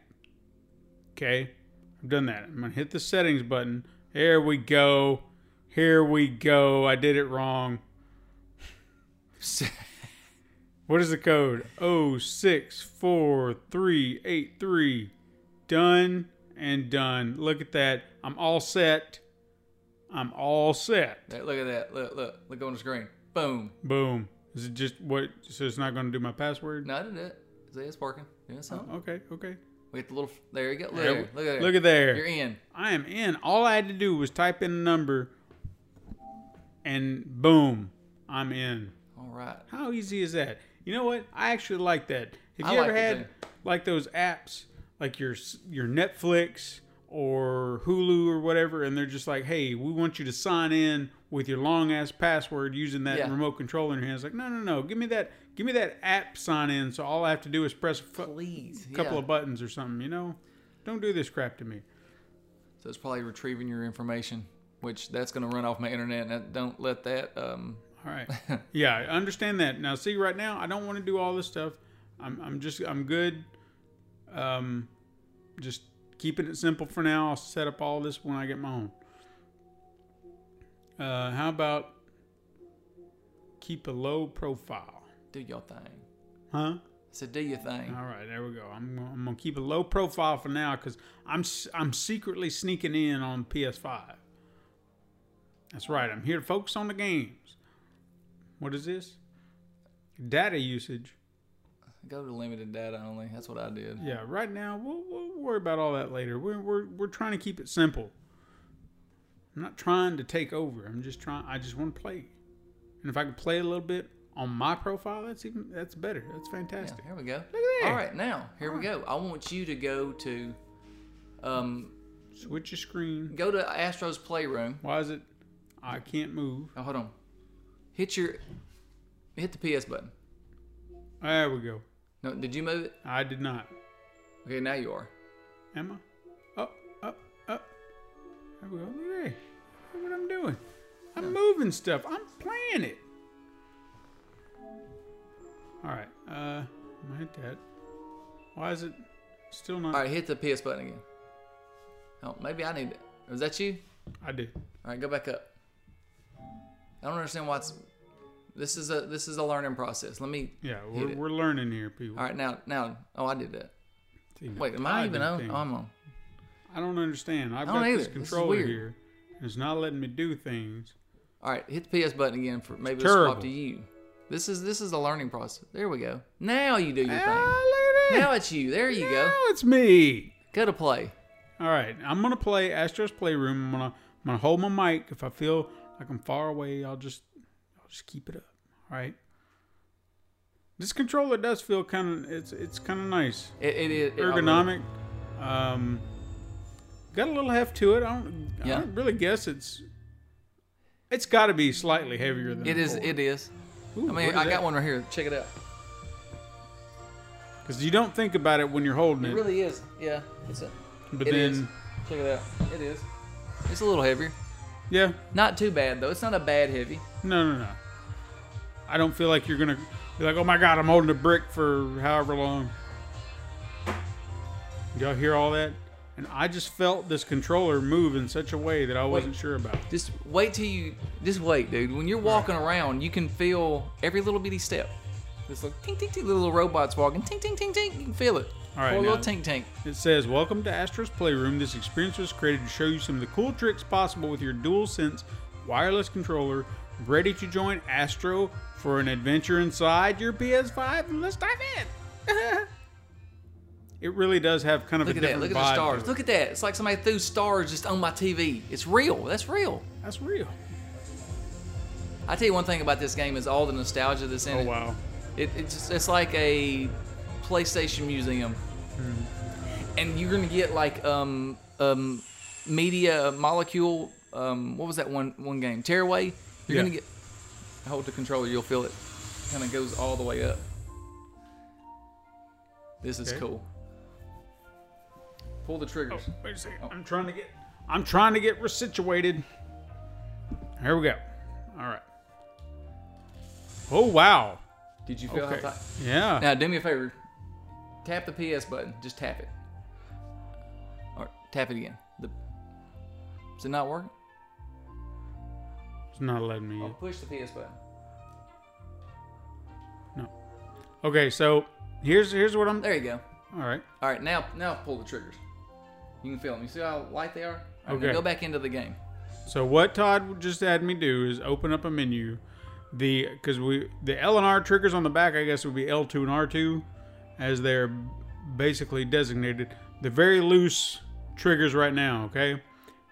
Speaker 1: Okay, I've done that. I'm gonna hit the settings button. Here we go. Here we go. I did it wrong. What is the code? Oh six four three eight three. Done and done. Look at that. I'm all set. I'm all set.
Speaker 2: Hey, Look at that. Look, look, look on the screen. Boom.
Speaker 1: Boom. Is it just what? So it's not going to do my password?
Speaker 2: No, I did it. See, it's working. Doing something.
Speaker 1: Okay, okay.
Speaker 2: We get the little. There you go. Look,
Speaker 1: Yeah,
Speaker 2: there. look at there.
Speaker 1: Look at there.
Speaker 2: You're in.
Speaker 1: I am in. All I had to do was type in a number, and boom, I'm in.
Speaker 2: All right.
Speaker 1: How easy is that? You know what? I actually like that. Have
Speaker 2: I
Speaker 1: you ever
Speaker 2: like it
Speaker 1: had like those apps, like your your Netflix or Hulu or whatever, and they're just like, "Hey, we want you to sign in with your long ass password using that
Speaker 2: Yeah.
Speaker 1: remote control in your hands." Like, no, no, no, give me that, give me that app sign in. So all I have to do is press a fu-
Speaker 2: Please.
Speaker 1: couple
Speaker 2: yeah.
Speaker 1: of buttons or something. You know, don't do this crap to me.
Speaker 2: So it's probably retrieving your information, which that's going to run off my internet. And I don't let that. Um,
Speaker 1: All right. yeah, I understand that. Now, see, right now, I don't want to do all this stuff. I'm, I'm just, I'm good. Um, just keeping it simple for now. I'll set up all this when I get my own. Uh, how about keep a low profile?
Speaker 2: do your thing.
Speaker 1: Huh?
Speaker 2: So do your thing.
Speaker 1: All right, there we go. I'm, gonna- I'm gonna keep a low profile for now because I'm s- I'm secretly sneaking in on PS5. That's right. I'm here to focus on the games. What is this? Data usage.
Speaker 2: Go to limited data only. That's what I did.
Speaker 1: Yeah, right now we'll, we'll worry about all that later. We're, we're we're trying to keep it simple. I'm not trying to take over. I'm just trying. I just want to play, and if I can play a little bit on my profile, that's even that's better. That's
Speaker 2: Yeah,
Speaker 1: fantastic.
Speaker 2: here we go.
Speaker 1: there.
Speaker 2: All right, now here we go. I want you to go to, um,
Speaker 1: Switch your screen.
Speaker 2: go to Astros Playroom.
Speaker 1: Why is it? I can't move.
Speaker 2: Oh, hold on. Hit your, hit the PS button.
Speaker 1: There we go.
Speaker 2: No, did you move it?
Speaker 1: I did not.
Speaker 2: Okay, now you are.
Speaker 1: Emma, up, up, up. There we go. Look at there. Look what I'm doing. I'm moving stuff. I'm playing it. All right. Uh, I'm gonna hit that. Why is it still not?
Speaker 2: All right, hit the PS button again. Oh, maybe I need it. Was that you?
Speaker 1: I did.
Speaker 2: All right, go back up. I don't understand why it's. This is a this is a learning process. Let me.
Speaker 1: Yeah,
Speaker 2: Hit
Speaker 1: we're,
Speaker 2: it.
Speaker 1: we're learning here, people.
Speaker 2: All right, now now. Oh, I did that.
Speaker 1: See, now
Speaker 2: Wait, am I even
Speaker 1: did
Speaker 2: on?
Speaker 1: things.
Speaker 2: Oh, I'm on.
Speaker 1: I don't understand. I've
Speaker 2: I don't
Speaker 1: got
Speaker 2: either.
Speaker 1: this
Speaker 2: This is
Speaker 1: controller
Speaker 2: weird.
Speaker 1: here, and it's not letting me do things.
Speaker 2: All right, hit the PS button again for maybe it'll
Speaker 1: terrible.
Speaker 2: swap to you. This is this is a learning process. There we go. Now you do your thing.
Speaker 1: Oh, look at that.
Speaker 2: Now it's you. There you go.
Speaker 1: Now it's me.
Speaker 2: Go to play.
Speaker 1: All right, I'm gonna play Astros Playroom. I'm gonna I'm gonna hold my mic. If I feel like I'm far away, I'll just I'll just keep it up. All right. This controller does feel kind of it's it's kind of nice,
Speaker 2: It, it is it-
Speaker 1: ergonomic. Um, got a little heft to it. I don't I
Speaker 2: Yeah.
Speaker 1: don't really guess it's it's got to be slightly heavier than
Speaker 2: It is. It is. I mean, I got one right here. Check it out.
Speaker 1: because you don't think about it when you're holding it,
Speaker 2: It really is. Yeah. It's a.
Speaker 1: but
Speaker 2: It
Speaker 1: then
Speaker 2: is. Check it out. It is. It's a little heavier.
Speaker 1: yeah,
Speaker 2: Not too bad though. It's not a bad heavy.
Speaker 1: No, no, no. I don't feel like you're gonna be like, oh my god, I'm holding a brick for however long. Y'all hear all that? And I just felt this controller move in such a way that I wasn't sure about.
Speaker 2: Just wait till you. Just wait, dude. When you're walking around, you can feel every little bitty step. This little tink tink tink. Little robots walking. Tink tink tink tink. You can feel it.
Speaker 1: All right,
Speaker 2: Or a little
Speaker 1: now-
Speaker 2: tink tink.
Speaker 1: It says, Welcome to Astro's Playroom. This experience was created to show you some of the cool tricks possible with your DualSense wireless controller. Ready to join Astro for an adventure inside your PS5? Let's dive in! *laughs* it really does have kind of
Speaker 2: Look
Speaker 1: a
Speaker 2: at that.
Speaker 1: different
Speaker 2: Look at
Speaker 1: vibe
Speaker 2: the
Speaker 1: to
Speaker 2: stars.
Speaker 1: it.
Speaker 2: Look at that. It's like somebody threw stars just on my TV. It's real. That's real.
Speaker 1: That's real.
Speaker 2: I tell you one thing about this game is all the nostalgia that's in
Speaker 1: Oh
Speaker 2: it.
Speaker 1: wow.
Speaker 2: It, it's just, it's like a PlayStation museum,
Speaker 1: Hmm.
Speaker 2: and you're gonna get like um um media molecule. Um, what was that one one game? Tearaway. You're
Speaker 1: Yeah.
Speaker 2: gonna get hold the controller. You'll feel it. Kind of goes all the way up. This is
Speaker 1: Okay.
Speaker 2: cool. Pull the triggers.
Speaker 1: Oh, Wait a second. I'm trying to get. I'm trying to get resituated. Here we go. All right. Oh wow.
Speaker 2: Did you feel
Speaker 1: Okay.
Speaker 2: how tight?
Speaker 1: Yeah.
Speaker 2: Now do me a favor. Tap the PS button. Just tap it. Or tap it again. The Does it not work?
Speaker 1: it's not letting me.
Speaker 2: push the PS button.
Speaker 1: No. Okay, so here's here's what I'm.
Speaker 2: There you go.
Speaker 1: All right.
Speaker 2: All right, now now pull the triggers. You can feel them. You see how light they are? All right, now
Speaker 1: Okay.
Speaker 2: Go back into the game.
Speaker 1: So what Todd just had me do is open up a menu, the because we the L and R triggers on the back, I guess would be L two and R two, as they're basically designated. The very loose triggers right now. Okay,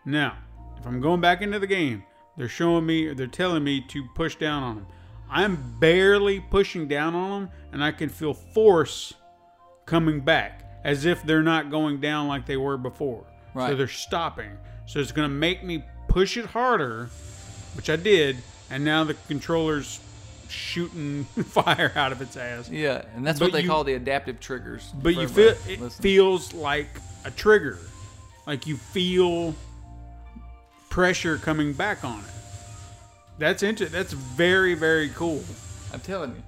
Speaker 1: now if I'm going back into the game, they're showing me, they're telling me to push down on them. I'm barely pushing down on them, and I can feel force coming back as if they're not going down like they were before. So
Speaker 2: Right.
Speaker 1: they're stopping. So it's going to make me push it harder, which I did, and now the controller's shooting *laughs* fire out of its ass.
Speaker 2: Yeah, and that's
Speaker 1: But
Speaker 2: what they
Speaker 1: you-
Speaker 2: call the adaptive triggers.
Speaker 1: But
Speaker 2: for
Speaker 1: you feel
Speaker 2: everybody
Speaker 1: it
Speaker 2: listening.
Speaker 1: feels like a trigger. Like you feel pressure coming back on it. That's inter- that's very very cool.
Speaker 2: I'm telling you.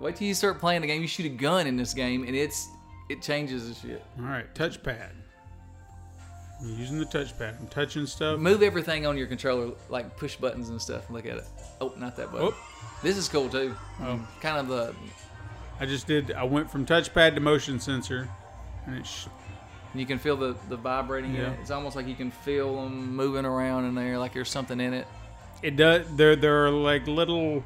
Speaker 2: Wait till you start playing the game. You shoot a gun in this game, and it's it changes the shit.
Speaker 1: All right, touchpad. I'm using the touchpad. I'm touching stuff.
Speaker 2: Move everything on your controller, like push buttons and stuff. Look at it. Oh, not that button.
Speaker 1: Whoop.
Speaker 2: This is cool too.
Speaker 1: Oh.
Speaker 2: Kind of the
Speaker 1: I just did. I went from touchpad to motion sensor, and it sh-
Speaker 2: you can feel the the vibrating. in
Speaker 1: Yeah.
Speaker 2: it. It's almost like you can feel them moving around in there, like there's something in it.
Speaker 1: it does. There there are like little,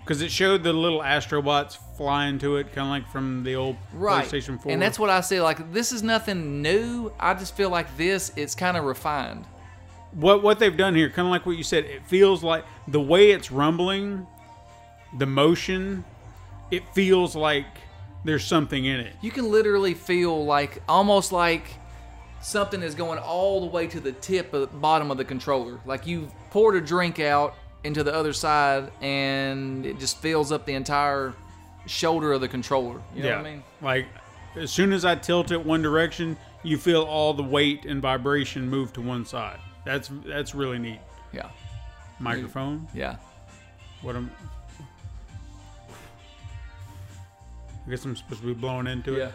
Speaker 1: because it showed the little astrobots flying to it, kind of like from the old
Speaker 2: Right.
Speaker 1: PlayStation Four.
Speaker 2: And that's what I say. Like this is nothing new. I just feel like this. It's kind of refined.
Speaker 1: what what they've done here, kind of like what you said, it feels like the way it's rumbling, the motion, it feels like there's something in it.
Speaker 2: You can literally feel like almost like something is going all the way to the tip of bottom of the controller. Like you've poured a drink out into the other side and it just fills up the entire shoulder of the controller. You know
Speaker 1: yeah,
Speaker 2: what I mean?
Speaker 1: like as soon as I tilt it one direction, you feel all the weight and vibration move to one side. That's that's really neat.
Speaker 2: Yeah.
Speaker 1: Microphone.
Speaker 2: Yeah.
Speaker 1: What I'm. I guess I'm supposed to be blowing into it.
Speaker 2: Yeah.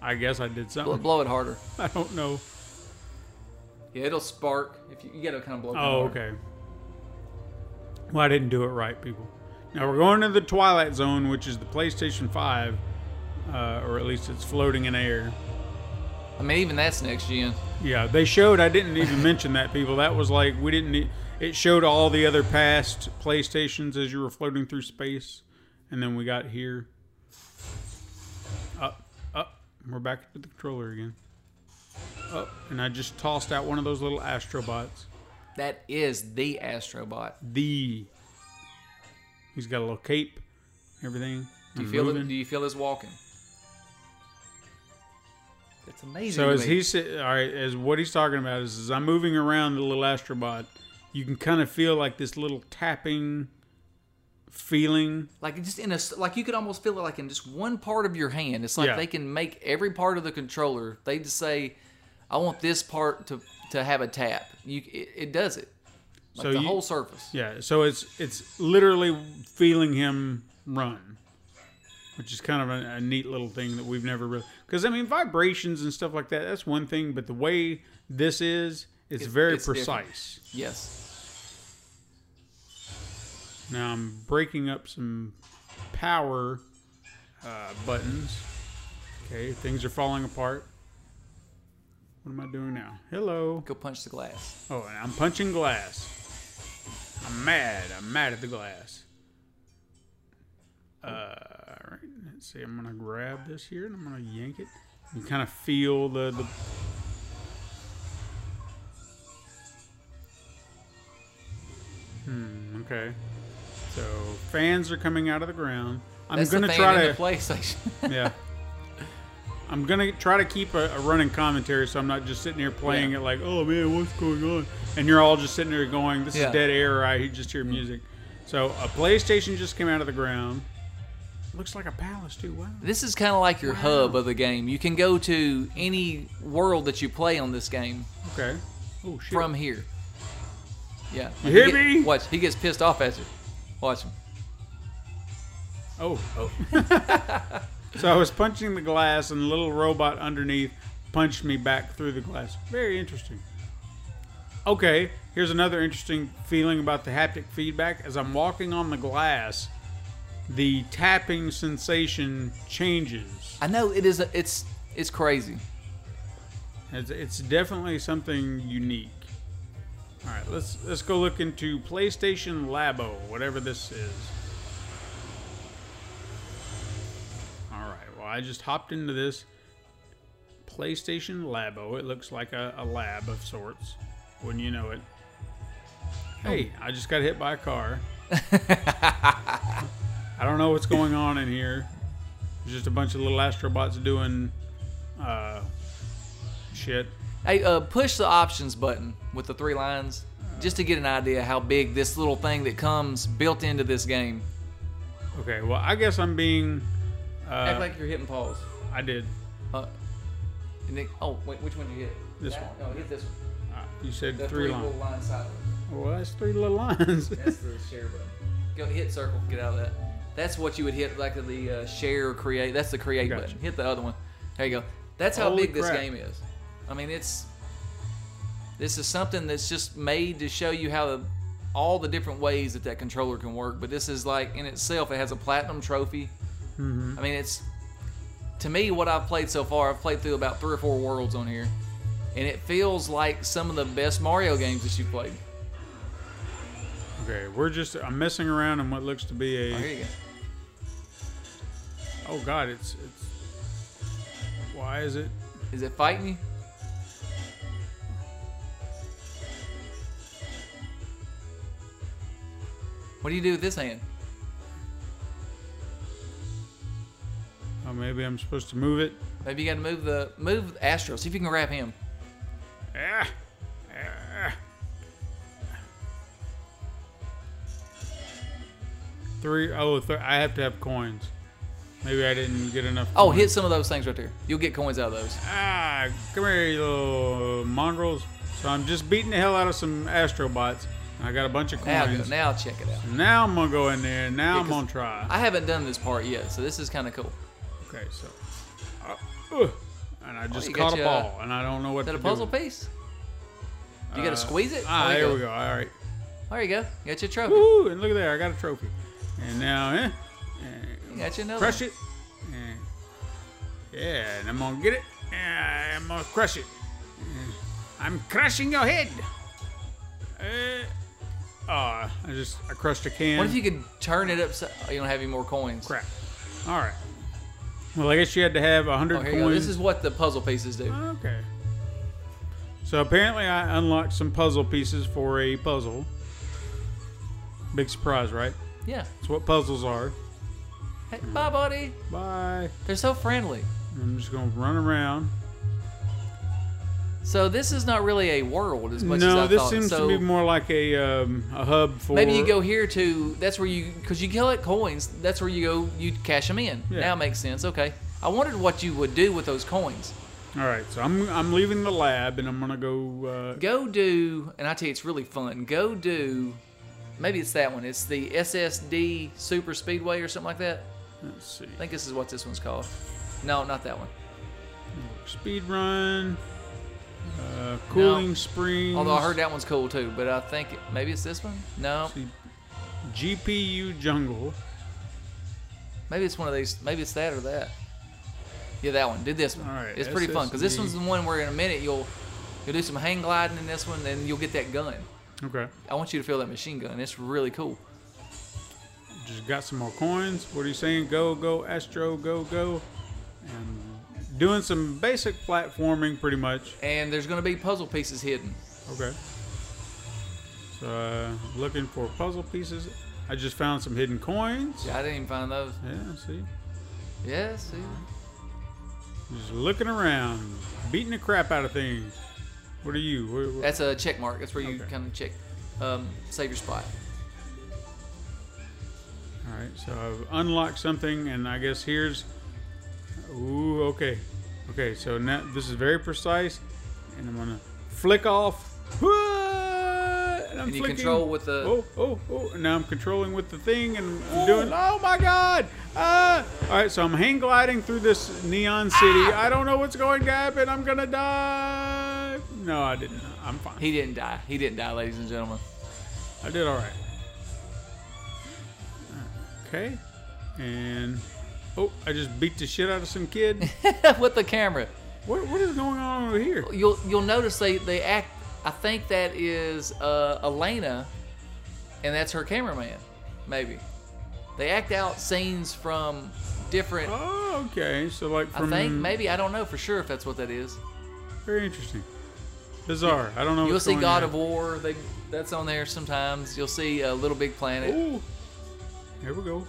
Speaker 1: I guess I did
Speaker 2: Blow,
Speaker 1: something.
Speaker 2: blow it harder.
Speaker 1: *laughs* I don't know.
Speaker 2: Yeah, it'll spark if you, you gotta kind of blow. it
Speaker 1: Oh,
Speaker 2: harder.
Speaker 1: okay. Well, I didn't do it right, people. Now we're going to the Twilight Zone, which is the PlayStation 5, uh, or at least it's floating in air.
Speaker 2: I mean, even that's next gen.
Speaker 1: Yeah, they showed. I didn't even mention that, people. That was like we didn't. e- It showed all the other past PlayStations as you were floating through space, and then we got here. Up, up. We're back to the controller again. Up, and I just tossed out one of those little Astrobots.
Speaker 2: That is the Astrobot.
Speaker 1: the. He's got a little cape, everything.
Speaker 2: Do you
Speaker 1: I'm
Speaker 2: feel it?
Speaker 1: moving.
Speaker 2: Do you feel this walking? That's amazing.
Speaker 1: so
Speaker 2: to
Speaker 1: as
Speaker 2: me.
Speaker 1: he's all right, as what he's talking about is, as I'm moving around the little astrobot, you can kind of feel like this little tapping feeling.
Speaker 2: like just in a s- like you could almost feel it like in just one part of your hand it's like
Speaker 1: Yeah.
Speaker 2: they can make every part of the controller they just say i want this part to to have a tap you it, it does it like
Speaker 1: So
Speaker 2: the
Speaker 1: you-
Speaker 2: whole surface
Speaker 1: Yeah, so it's it's literally feeling him run, which is kind of a, a neat little thing that we've never really because I mean vibrations and stuff like that. That's one thing, but the way this is, it's,
Speaker 2: It's-
Speaker 1: very
Speaker 2: it's different.
Speaker 1: precise.
Speaker 2: yes
Speaker 1: Now I'm breaking up some power uh, buttons. Okay, things are falling apart. What am I doing now? Hello.
Speaker 2: go punch the glass
Speaker 1: Oh, and I'm punching glass. I'm mad. I'm mad at the glass. Uh, all right. Let's see. I'm gonna grab this here and I'm gonna yank it. You kind of feel the, the. Hmm. Okay. So fans are coming out of the ground. I'm
Speaker 2: that's
Speaker 1: gonna
Speaker 2: the fan
Speaker 1: try
Speaker 2: in
Speaker 1: to
Speaker 2: the playstation *laughs*
Speaker 1: yeah. *laughs* I'm gonna try to keep a, a running commentary, so I'm not just sitting here playing
Speaker 2: Yeah.
Speaker 1: it like, "Oh man, what's going on?" And you're all just sitting there going, "This
Speaker 2: Yeah.
Speaker 1: is dead air." I just hear music. So a PlayStation just came out of the ground. Looks like a palace too. Wow.
Speaker 2: this is kind of like your hub of the game you can go to any world that you play on this game
Speaker 1: Okay. Oh shit.
Speaker 2: from here yeah
Speaker 1: You
Speaker 2: He
Speaker 1: hear
Speaker 2: get-
Speaker 1: me?
Speaker 2: watch he gets pissed off at you watch him
Speaker 1: oh. Oh. *laughs* so I was punching the glass, and the little robot underneath punched me back through the glass. Very interesting. Okay, here's another interesting feeling about the haptic feedback. As I'm walking on the glass, the tapping sensation changes.
Speaker 2: i know it is a, it's it's crazy
Speaker 1: It's, it's definitely something unique. All right, let's let's go look into PlayStation Labo, whatever this is. All right, well I just hopped into this PlayStation Labo. It looks like a, a lab of sorts, wouldn't you know it? Hey, I just got hit by a car. I don't know what's going on in here. There's just a bunch of little astrobots doing uh, shit.
Speaker 2: Hey, uh, push the options button with the three lines just to get an idea how big this little thing that comes built into this game.
Speaker 1: Okay, well I guess I'm being.
Speaker 2: Act
Speaker 1: Uh,
Speaker 2: like you're hitting pause.
Speaker 1: I did.
Speaker 2: Uh, and then, oh, wait, which one did you hit?
Speaker 1: This
Speaker 2: That
Speaker 1: one.
Speaker 2: No, hit this one.
Speaker 1: Uh, you said
Speaker 2: The
Speaker 1: three,
Speaker 2: three,
Speaker 1: lines.
Speaker 2: little line sideways.
Speaker 1: Well, that's three little
Speaker 2: *laughs*
Speaker 1: lines.
Speaker 2: That's the share button. Go hit circle. Get out of that. That's what you would hit like the uh, share or create. That's the create
Speaker 1: Gotcha.
Speaker 2: button. Hit the other one. There you go. That's how
Speaker 1: Holy
Speaker 2: big this
Speaker 1: crap.
Speaker 2: game is. I mean, it's this is something that's just made to show you how the, all the different ways that that controller can work. But this is like in itself, it has a platinum trophy. I mean, it's to me what I've played so far. I've played through about three or four worlds on here, and it feels like some of the best Mario games that you've played.
Speaker 1: okay, we're just I'm messing around in what looks to be
Speaker 2: Oh,
Speaker 1: a.
Speaker 2: here you go.
Speaker 1: Oh God, it's it's. Why is it?
Speaker 2: Is it fighting you? What do you do with this hand?
Speaker 1: Oh, maybe I'm supposed to move it.
Speaker 2: Maybe you got to move the move Astro. See if you can grab him.
Speaker 1: Ah, ah. Three oh, th- I have to have coins. Maybe I didn't get enough.
Speaker 2: Oh,
Speaker 1: coins.
Speaker 2: hit some of those things right there. You'll get coins out of those.
Speaker 1: Ah, come here, you little mongrels. So I'm just beating the hell out of some Astrobots. I got a bunch of
Speaker 2: Now, go,
Speaker 1: coins.
Speaker 2: now check it out.
Speaker 1: Now I'm gonna go in there. and Now
Speaker 2: Yeah,
Speaker 1: I'm
Speaker 2: 'cause
Speaker 1: gonna try.
Speaker 2: I haven't done this part yet, so this is kind of cool.
Speaker 1: okay, so, uh, ugh. and I just
Speaker 2: you got
Speaker 1: caught a
Speaker 2: your-
Speaker 1: ball, and I don't know what
Speaker 2: Is that
Speaker 1: to
Speaker 2: a puzzle
Speaker 1: do.
Speaker 2: piece? You got to
Speaker 1: Uh,
Speaker 2: squeeze it.
Speaker 1: Ah,
Speaker 2: There
Speaker 1: there
Speaker 2: you
Speaker 1: we go. All right.
Speaker 2: There you go. You got your trophy.
Speaker 1: Woo! And look at there, I got a trophy. And now, eh,
Speaker 2: You got your another.
Speaker 1: crush
Speaker 2: one.
Speaker 1: it. And, yeah, and I'm gonna get it. And I'm gonna crush it. And I'm crushing your head. Uh, ah, I just I crushed a can.
Speaker 2: What if you could turn it upside? Oh, you don't have any more coins.
Speaker 1: crap? All right. Well, I guess you had to have a hundred
Speaker 2: Oh, here
Speaker 1: coins.
Speaker 2: you go. This is what the puzzle pieces do.
Speaker 1: Okay. So apparently, I unlocked some puzzle pieces for a puzzle. Big surprise, right?
Speaker 2: Yeah.
Speaker 1: That's what puzzles are.
Speaker 2: Hey, bye, buddy.
Speaker 1: Bye.
Speaker 2: They're so friendly.
Speaker 1: I'm just gonna run around.
Speaker 2: So this is not really a world as much as
Speaker 1: no,
Speaker 2: I
Speaker 1: this
Speaker 2: thought.
Speaker 1: seems
Speaker 2: so
Speaker 1: to be more like a um, a hub for.
Speaker 2: maybe you go here to that's where you because you collect coins. That's where you go you cash them in.
Speaker 1: Yeah.
Speaker 2: Now it makes sense. Okay, I wondered what you would do with those coins.
Speaker 1: All right, so I'm I'm leaving the lab and I'm gonna go. Uh,
Speaker 2: Go do and I tell you it's really fun. Go do maybe it's that one. It's the SSD Super Speedway or something like that.
Speaker 1: let's see.
Speaker 2: I think this is what this one's called. No, not that one.
Speaker 1: Speed run. Uh, cooling springs.
Speaker 2: Although I heard that one's cool too, but I think it, maybe it's this one. No,
Speaker 1: See, GPU jungle.
Speaker 2: Maybe it's one of these. Maybe it's that or that. Yeah, that one. Do this one.
Speaker 1: All right,
Speaker 2: it's pretty fun because this
Speaker 1: SSD.
Speaker 2: one's the one where in a minute you'll you'll do some hang gliding in this one, and you'll get that gun.
Speaker 1: Okay.
Speaker 2: I want you to feel that machine gun. It's really cool.
Speaker 1: Just got some more coins. What are you saying? Go, go, Astro, go, go. And doing some basic platforming, pretty much.
Speaker 2: And there's going to be puzzle pieces hidden.
Speaker 1: Okay. So, uh, looking for puzzle pieces. I just found some hidden coins.
Speaker 2: Yeah, I didn't even find those.
Speaker 1: Yeah, see?
Speaker 2: Yes. Yeah,
Speaker 1: Just looking around, beating the crap out of things. What are you? What, what-
Speaker 2: that's a check mark. That's where you
Speaker 1: Okay.
Speaker 2: kind of check, um, save your spot.
Speaker 1: All right, so I've unlocked something, and I guess here's. Ooh, okay. Okay, so now this is very precise, and I'm gonna flick off. And, I'm
Speaker 2: And you
Speaker 1: flicking.
Speaker 2: control with the-
Speaker 1: Oh, oh, oh! And now I'm controlling with the thing, and I'm doing. Oh my God! Ah! All right, so I'm hang gliding through this neon city.
Speaker 2: Ah!
Speaker 1: I don't know what's going to happen. I'm gonna die. No, I didn't. I'm fine.
Speaker 2: He didn't die. He didn't die, ladies and gentlemen. *laughs*
Speaker 1: I did all right. Okay. And oh, I just beat the shit out of some kid.
Speaker 2: *laughs* With the camera,
Speaker 1: what, what is going on over here?
Speaker 2: you'll you'll notice they they act. I think that is uh, Elena, and that's her cameraman. Maybe they act out scenes from different.
Speaker 1: Oh, okay. So like
Speaker 2: I
Speaker 1: from
Speaker 2: think maybe I don't know for sure if that's what that is.
Speaker 1: very interesting, bizarre. I don't know.
Speaker 2: You'll
Speaker 1: what's
Speaker 2: see
Speaker 1: going
Speaker 2: God
Speaker 1: Oh, on.
Speaker 2: of War. They that's on there sometimes. You'll see uh, Little Big Planet.
Speaker 1: Ooh. Here we go.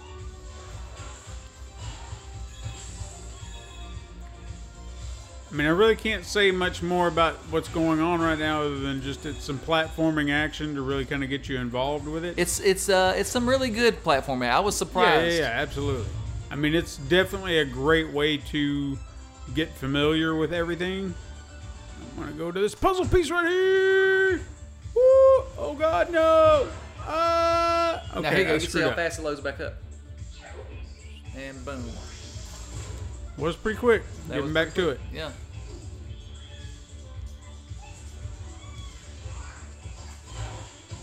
Speaker 1: I mean, I really can't say much more about what's going on right now other than just it's some platforming action to really kind of get you involved with it.
Speaker 2: It's it's uh it's some really good platforming. I was
Speaker 1: yeah,
Speaker 2: surprised.
Speaker 1: yeah, yeah, absolutely. I mean, it's definitely a great way to get familiar with everything. I'm gonna go to this puzzle piece right here. Woo! Oh God, no! Uh, okay,
Speaker 2: Now here you go.
Speaker 1: I
Speaker 2: You can see
Speaker 1: screwed
Speaker 2: how
Speaker 1: up.
Speaker 2: fast it loads back up. And boom.
Speaker 1: Was pretty quick.
Speaker 2: That
Speaker 1: Getting
Speaker 2: was
Speaker 1: back to it.
Speaker 2: Yeah.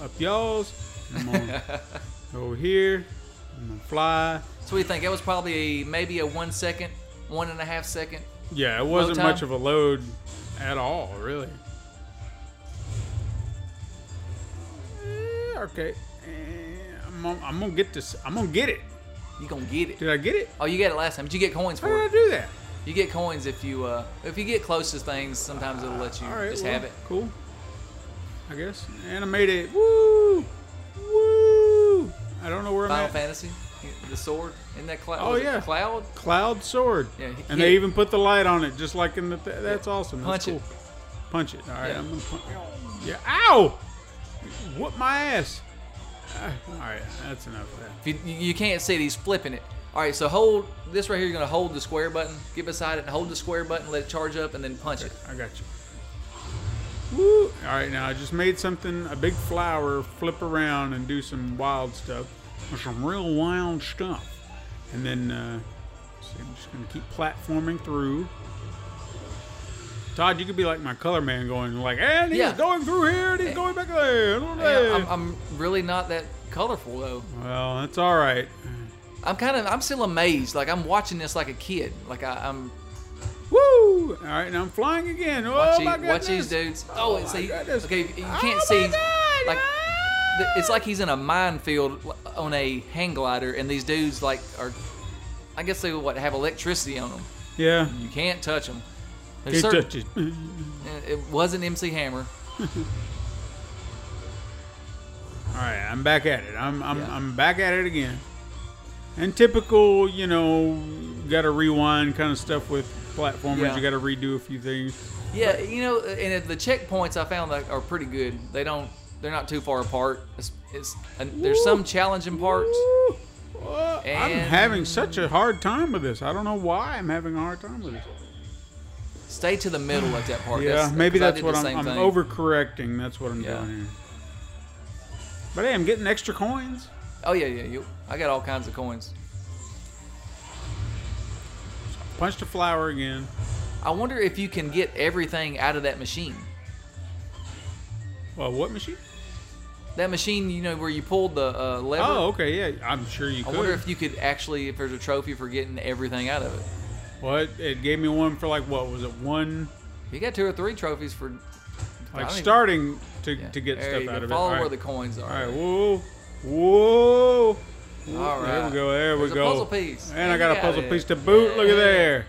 Speaker 1: Up y'all's.
Speaker 2: *laughs*
Speaker 1: I'm on over here. I'm gonna fly.
Speaker 2: So what do you think? That was probably maybe a one second, one and a half second.
Speaker 1: Yeah, it wasn't
Speaker 2: time?
Speaker 1: much of a load at all, really. Eh, Okay, Eh, I'm gonna, I'm gonna get this. I'm gonna get it.
Speaker 2: You gonna get it?
Speaker 1: Did I get it?
Speaker 2: Oh, you got it last time. Did you get coins
Speaker 1: How
Speaker 2: for
Speaker 1: did I
Speaker 2: it?
Speaker 1: do that?
Speaker 2: You get coins if you uh if you get close to things. Sometimes it'll let you
Speaker 1: All right,
Speaker 2: just
Speaker 1: well,
Speaker 2: have it.
Speaker 1: Cool. I guess. And I made it. Woo! Woo! I don't know where I'm
Speaker 2: Final
Speaker 1: at.
Speaker 2: Fantasy, the sword, isn't that cloud?
Speaker 1: Oh,
Speaker 2: was it
Speaker 1: yeah.
Speaker 2: cloud.
Speaker 1: Cloud sword.
Speaker 2: Yeah, he-
Speaker 1: and
Speaker 2: he-
Speaker 1: they even put the light on it, just like in the. Th- that's awesome. That's
Speaker 2: Punch it.
Speaker 1: cool. Punch it. All right,
Speaker 2: Yeah.
Speaker 1: I'm gonna punch. Yeah. Ow! Whoop my ass! Ah, all right, that's enough of that.
Speaker 2: If you, you can't see it, he's flipping it. All right, so hold this right here. You're gonna hold the square button. Get beside it and hold the square button. Let it charge up and then punch it.
Speaker 1: I got you. Woo! All right, now I just made something a big flower flip around and do some wild stuff, or some real wild stuff, and then uh, so I'm just gonna keep platforming through. Todd, you could be like my color man, going like, and he's
Speaker 2: Yeah.
Speaker 1: going through here, and he's going back there. and all
Speaker 2: Yeah,
Speaker 1: that."
Speaker 2: I'm, I'm really not that colorful though.
Speaker 1: well, that's all right.
Speaker 2: I'm kind of I'm still amazed. Like I'm watching this like a kid. Like I, I'm
Speaker 1: Woo! All right, now I'm flying again. Oh
Speaker 2: watch,
Speaker 1: my
Speaker 2: these, watch
Speaker 1: goodness!
Speaker 2: these dudes. Oh,
Speaker 1: my
Speaker 2: it's a,
Speaker 1: goodness.
Speaker 2: okay. You
Speaker 1: Oh,
Speaker 2: can't
Speaker 1: my
Speaker 2: see.
Speaker 1: God!
Speaker 2: Like
Speaker 1: Ah!
Speaker 2: th- it's like he's in a minefield l- on a hang glider, and these dudes like are. I guess they what have electricity on them.
Speaker 1: Yeah.
Speaker 2: You can't touch them.
Speaker 1: He touches.
Speaker 2: It wasn't MC Hammer.
Speaker 1: All right, I'm back at it. I'm I'm,
Speaker 2: Yeah.
Speaker 1: I'm back at it again. And typical, you know, got to rewind kind of stuff with platformers.
Speaker 2: Yeah.
Speaker 1: You got to redo a few things.
Speaker 2: Yeah, you know, uh, and at the checkpoints I found like are pretty good. They don't, they're not too far apart. It's, it's and there's some challenging parts.
Speaker 1: Woo! Whoa, I'm
Speaker 2: And-
Speaker 1: having such a hard time with this. I don't know why I'm having a hard time with this.
Speaker 2: Stay to the middle at that part.
Speaker 1: Yeah,
Speaker 2: That's-
Speaker 1: maybe
Speaker 2: 'cause I
Speaker 1: that's
Speaker 2: did
Speaker 1: what
Speaker 2: the
Speaker 1: I'm,
Speaker 2: same
Speaker 1: I'm
Speaker 2: thing.
Speaker 1: overcorrecting. That's what I'm
Speaker 2: Yeah.
Speaker 1: doing here. But hey, I'm getting extra coins.
Speaker 2: Oh yeah, yeah. You, I got all kinds of coins.
Speaker 1: Punched a flower again.
Speaker 2: I wonder if you can get everything out of that machine.
Speaker 1: Well, what machine?
Speaker 2: That machine, you know, where you pulled the uh, lever.
Speaker 1: Oh, okay, yeah. I'm sure you
Speaker 2: I
Speaker 1: could.
Speaker 2: wonder if you could actually, if there's a trophy for getting everything out of it.
Speaker 1: well, it, it gave me one for like what was it? One
Speaker 2: You got two or three trophies for I
Speaker 1: like
Speaker 2: don't even-
Speaker 1: starting to,
Speaker 2: yeah.
Speaker 1: to get
Speaker 2: There
Speaker 1: stuff
Speaker 2: you go.
Speaker 1: out of it.
Speaker 2: Follow
Speaker 1: All
Speaker 2: where
Speaker 1: right.
Speaker 2: the coins
Speaker 1: All
Speaker 2: are.
Speaker 1: right, whoa, whoa. Whoa.
Speaker 2: All
Speaker 1: There we
Speaker 2: right.
Speaker 1: go. There we
Speaker 2: There's a
Speaker 1: go.
Speaker 2: puzzle piece.
Speaker 1: And I
Speaker 2: You
Speaker 1: got a
Speaker 2: got
Speaker 1: puzzle
Speaker 2: it.
Speaker 1: piece to boot. Look at
Speaker 2: Yeah.
Speaker 1: there.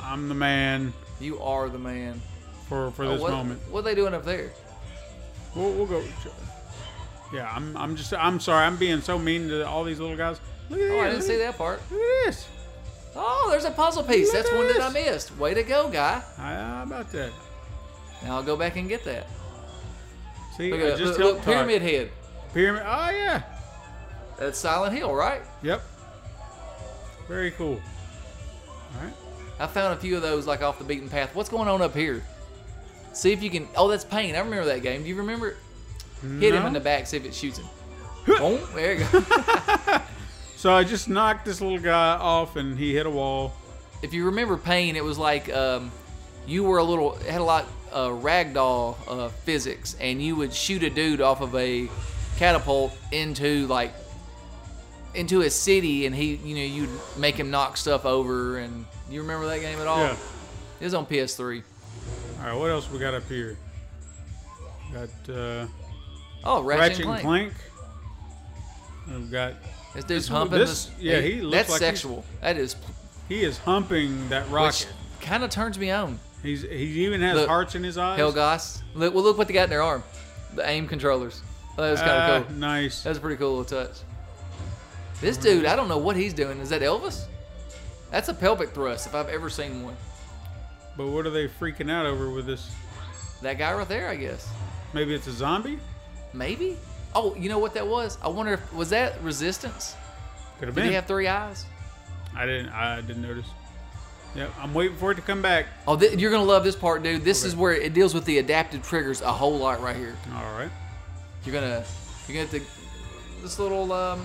Speaker 1: I'm the man
Speaker 2: You are the man.
Speaker 1: for for
Speaker 2: Oh,
Speaker 1: this
Speaker 2: what,
Speaker 1: moment.
Speaker 2: What are they doing up there?
Speaker 1: We'll, we'll go. Yeah, I'm I'm just I'm sorry. I'm being so mean to all these little guys. Look at
Speaker 2: Oh,
Speaker 1: this.
Speaker 2: I didn't see that part.
Speaker 1: Look at this.
Speaker 2: Oh, there's a puzzle piece.
Speaker 1: Look
Speaker 2: That's
Speaker 1: at
Speaker 2: one that I
Speaker 1: this.
Speaker 2: missed. Way to go, guy.
Speaker 1: How about that?
Speaker 2: Now I'll go back and get that.
Speaker 1: See,
Speaker 2: Look
Speaker 1: I
Speaker 2: at
Speaker 1: just
Speaker 2: look,
Speaker 1: helped
Speaker 2: look,
Speaker 1: Todd.
Speaker 2: Pyramid Head.
Speaker 1: Pyramid. Oh yeah.
Speaker 2: That's Silent Hill, right?
Speaker 1: Yep. Very cool. All right.
Speaker 2: I found a few of those like off the beaten path. What's going on up here? See if you can. Oh, that's pain. I remember that game. Do you remember? it? Hit him
Speaker 1: No.
Speaker 2: in the back. See if it shoots him. Boom. There you go.
Speaker 1: So I just knocked this little guy off, and he hit a wall.
Speaker 2: if you remember pain, it was like um, you were a little it had a lot uh, ragdoll uh, physics, and you would shoot a dude off of a catapult into like into a city, and he you know you'd make him knock stuff over, and you Oh. remember that game at all?
Speaker 1: Yeah.
Speaker 2: It was on PS3.
Speaker 1: All right. What else we got up here? Got uh,
Speaker 2: Oh, Ratchet,
Speaker 1: Ratchet
Speaker 2: and Clank.
Speaker 1: Clank. We've got
Speaker 2: This dude's
Speaker 1: This-
Speaker 2: humping
Speaker 1: this-
Speaker 2: this.
Speaker 1: yeah, he looks
Speaker 2: that's
Speaker 1: like he's-
Speaker 2: sexual. That is,
Speaker 1: he is humping that
Speaker 2: which
Speaker 1: rocket.
Speaker 2: kind of turns me on.
Speaker 1: He's he even has
Speaker 2: Look,
Speaker 1: hearts in his eyes.
Speaker 2: Helgas. Look, well, look what they got in their arm. The aim controllers. Oh, that was kind
Speaker 1: Ah,
Speaker 2: of cool.
Speaker 1: Nice.
Speaker 2: That was a pretty cool little touch. This dude, I don't know what he's doing. Is that Elvis? That's a pelvic thrust if I've ever seen one.
Speaker 1: But what are they freaking out over with this?
Speaker 2: That guy right there, I guess.
Speaker 1: Maybe it's a zombie.
Speaker 2: Maybe. Oh, you know what that was? I wonder if was that Resistance?
Speaker 1: Could have
Speaker 2: Did
Speaker 1: been.
Speaker 2: he have three eyes?
Speaker 1: I didn't. I didn't notice. Yep. I'm waiting for it to come back.
Speaker 2: Oh, thi- you're gonna love this part, dude. This is where it deals with the adaptive triggers a whole lot right here.
Speaker 1: All right.
Speaker 2: You're gonna you're gonna have to this little um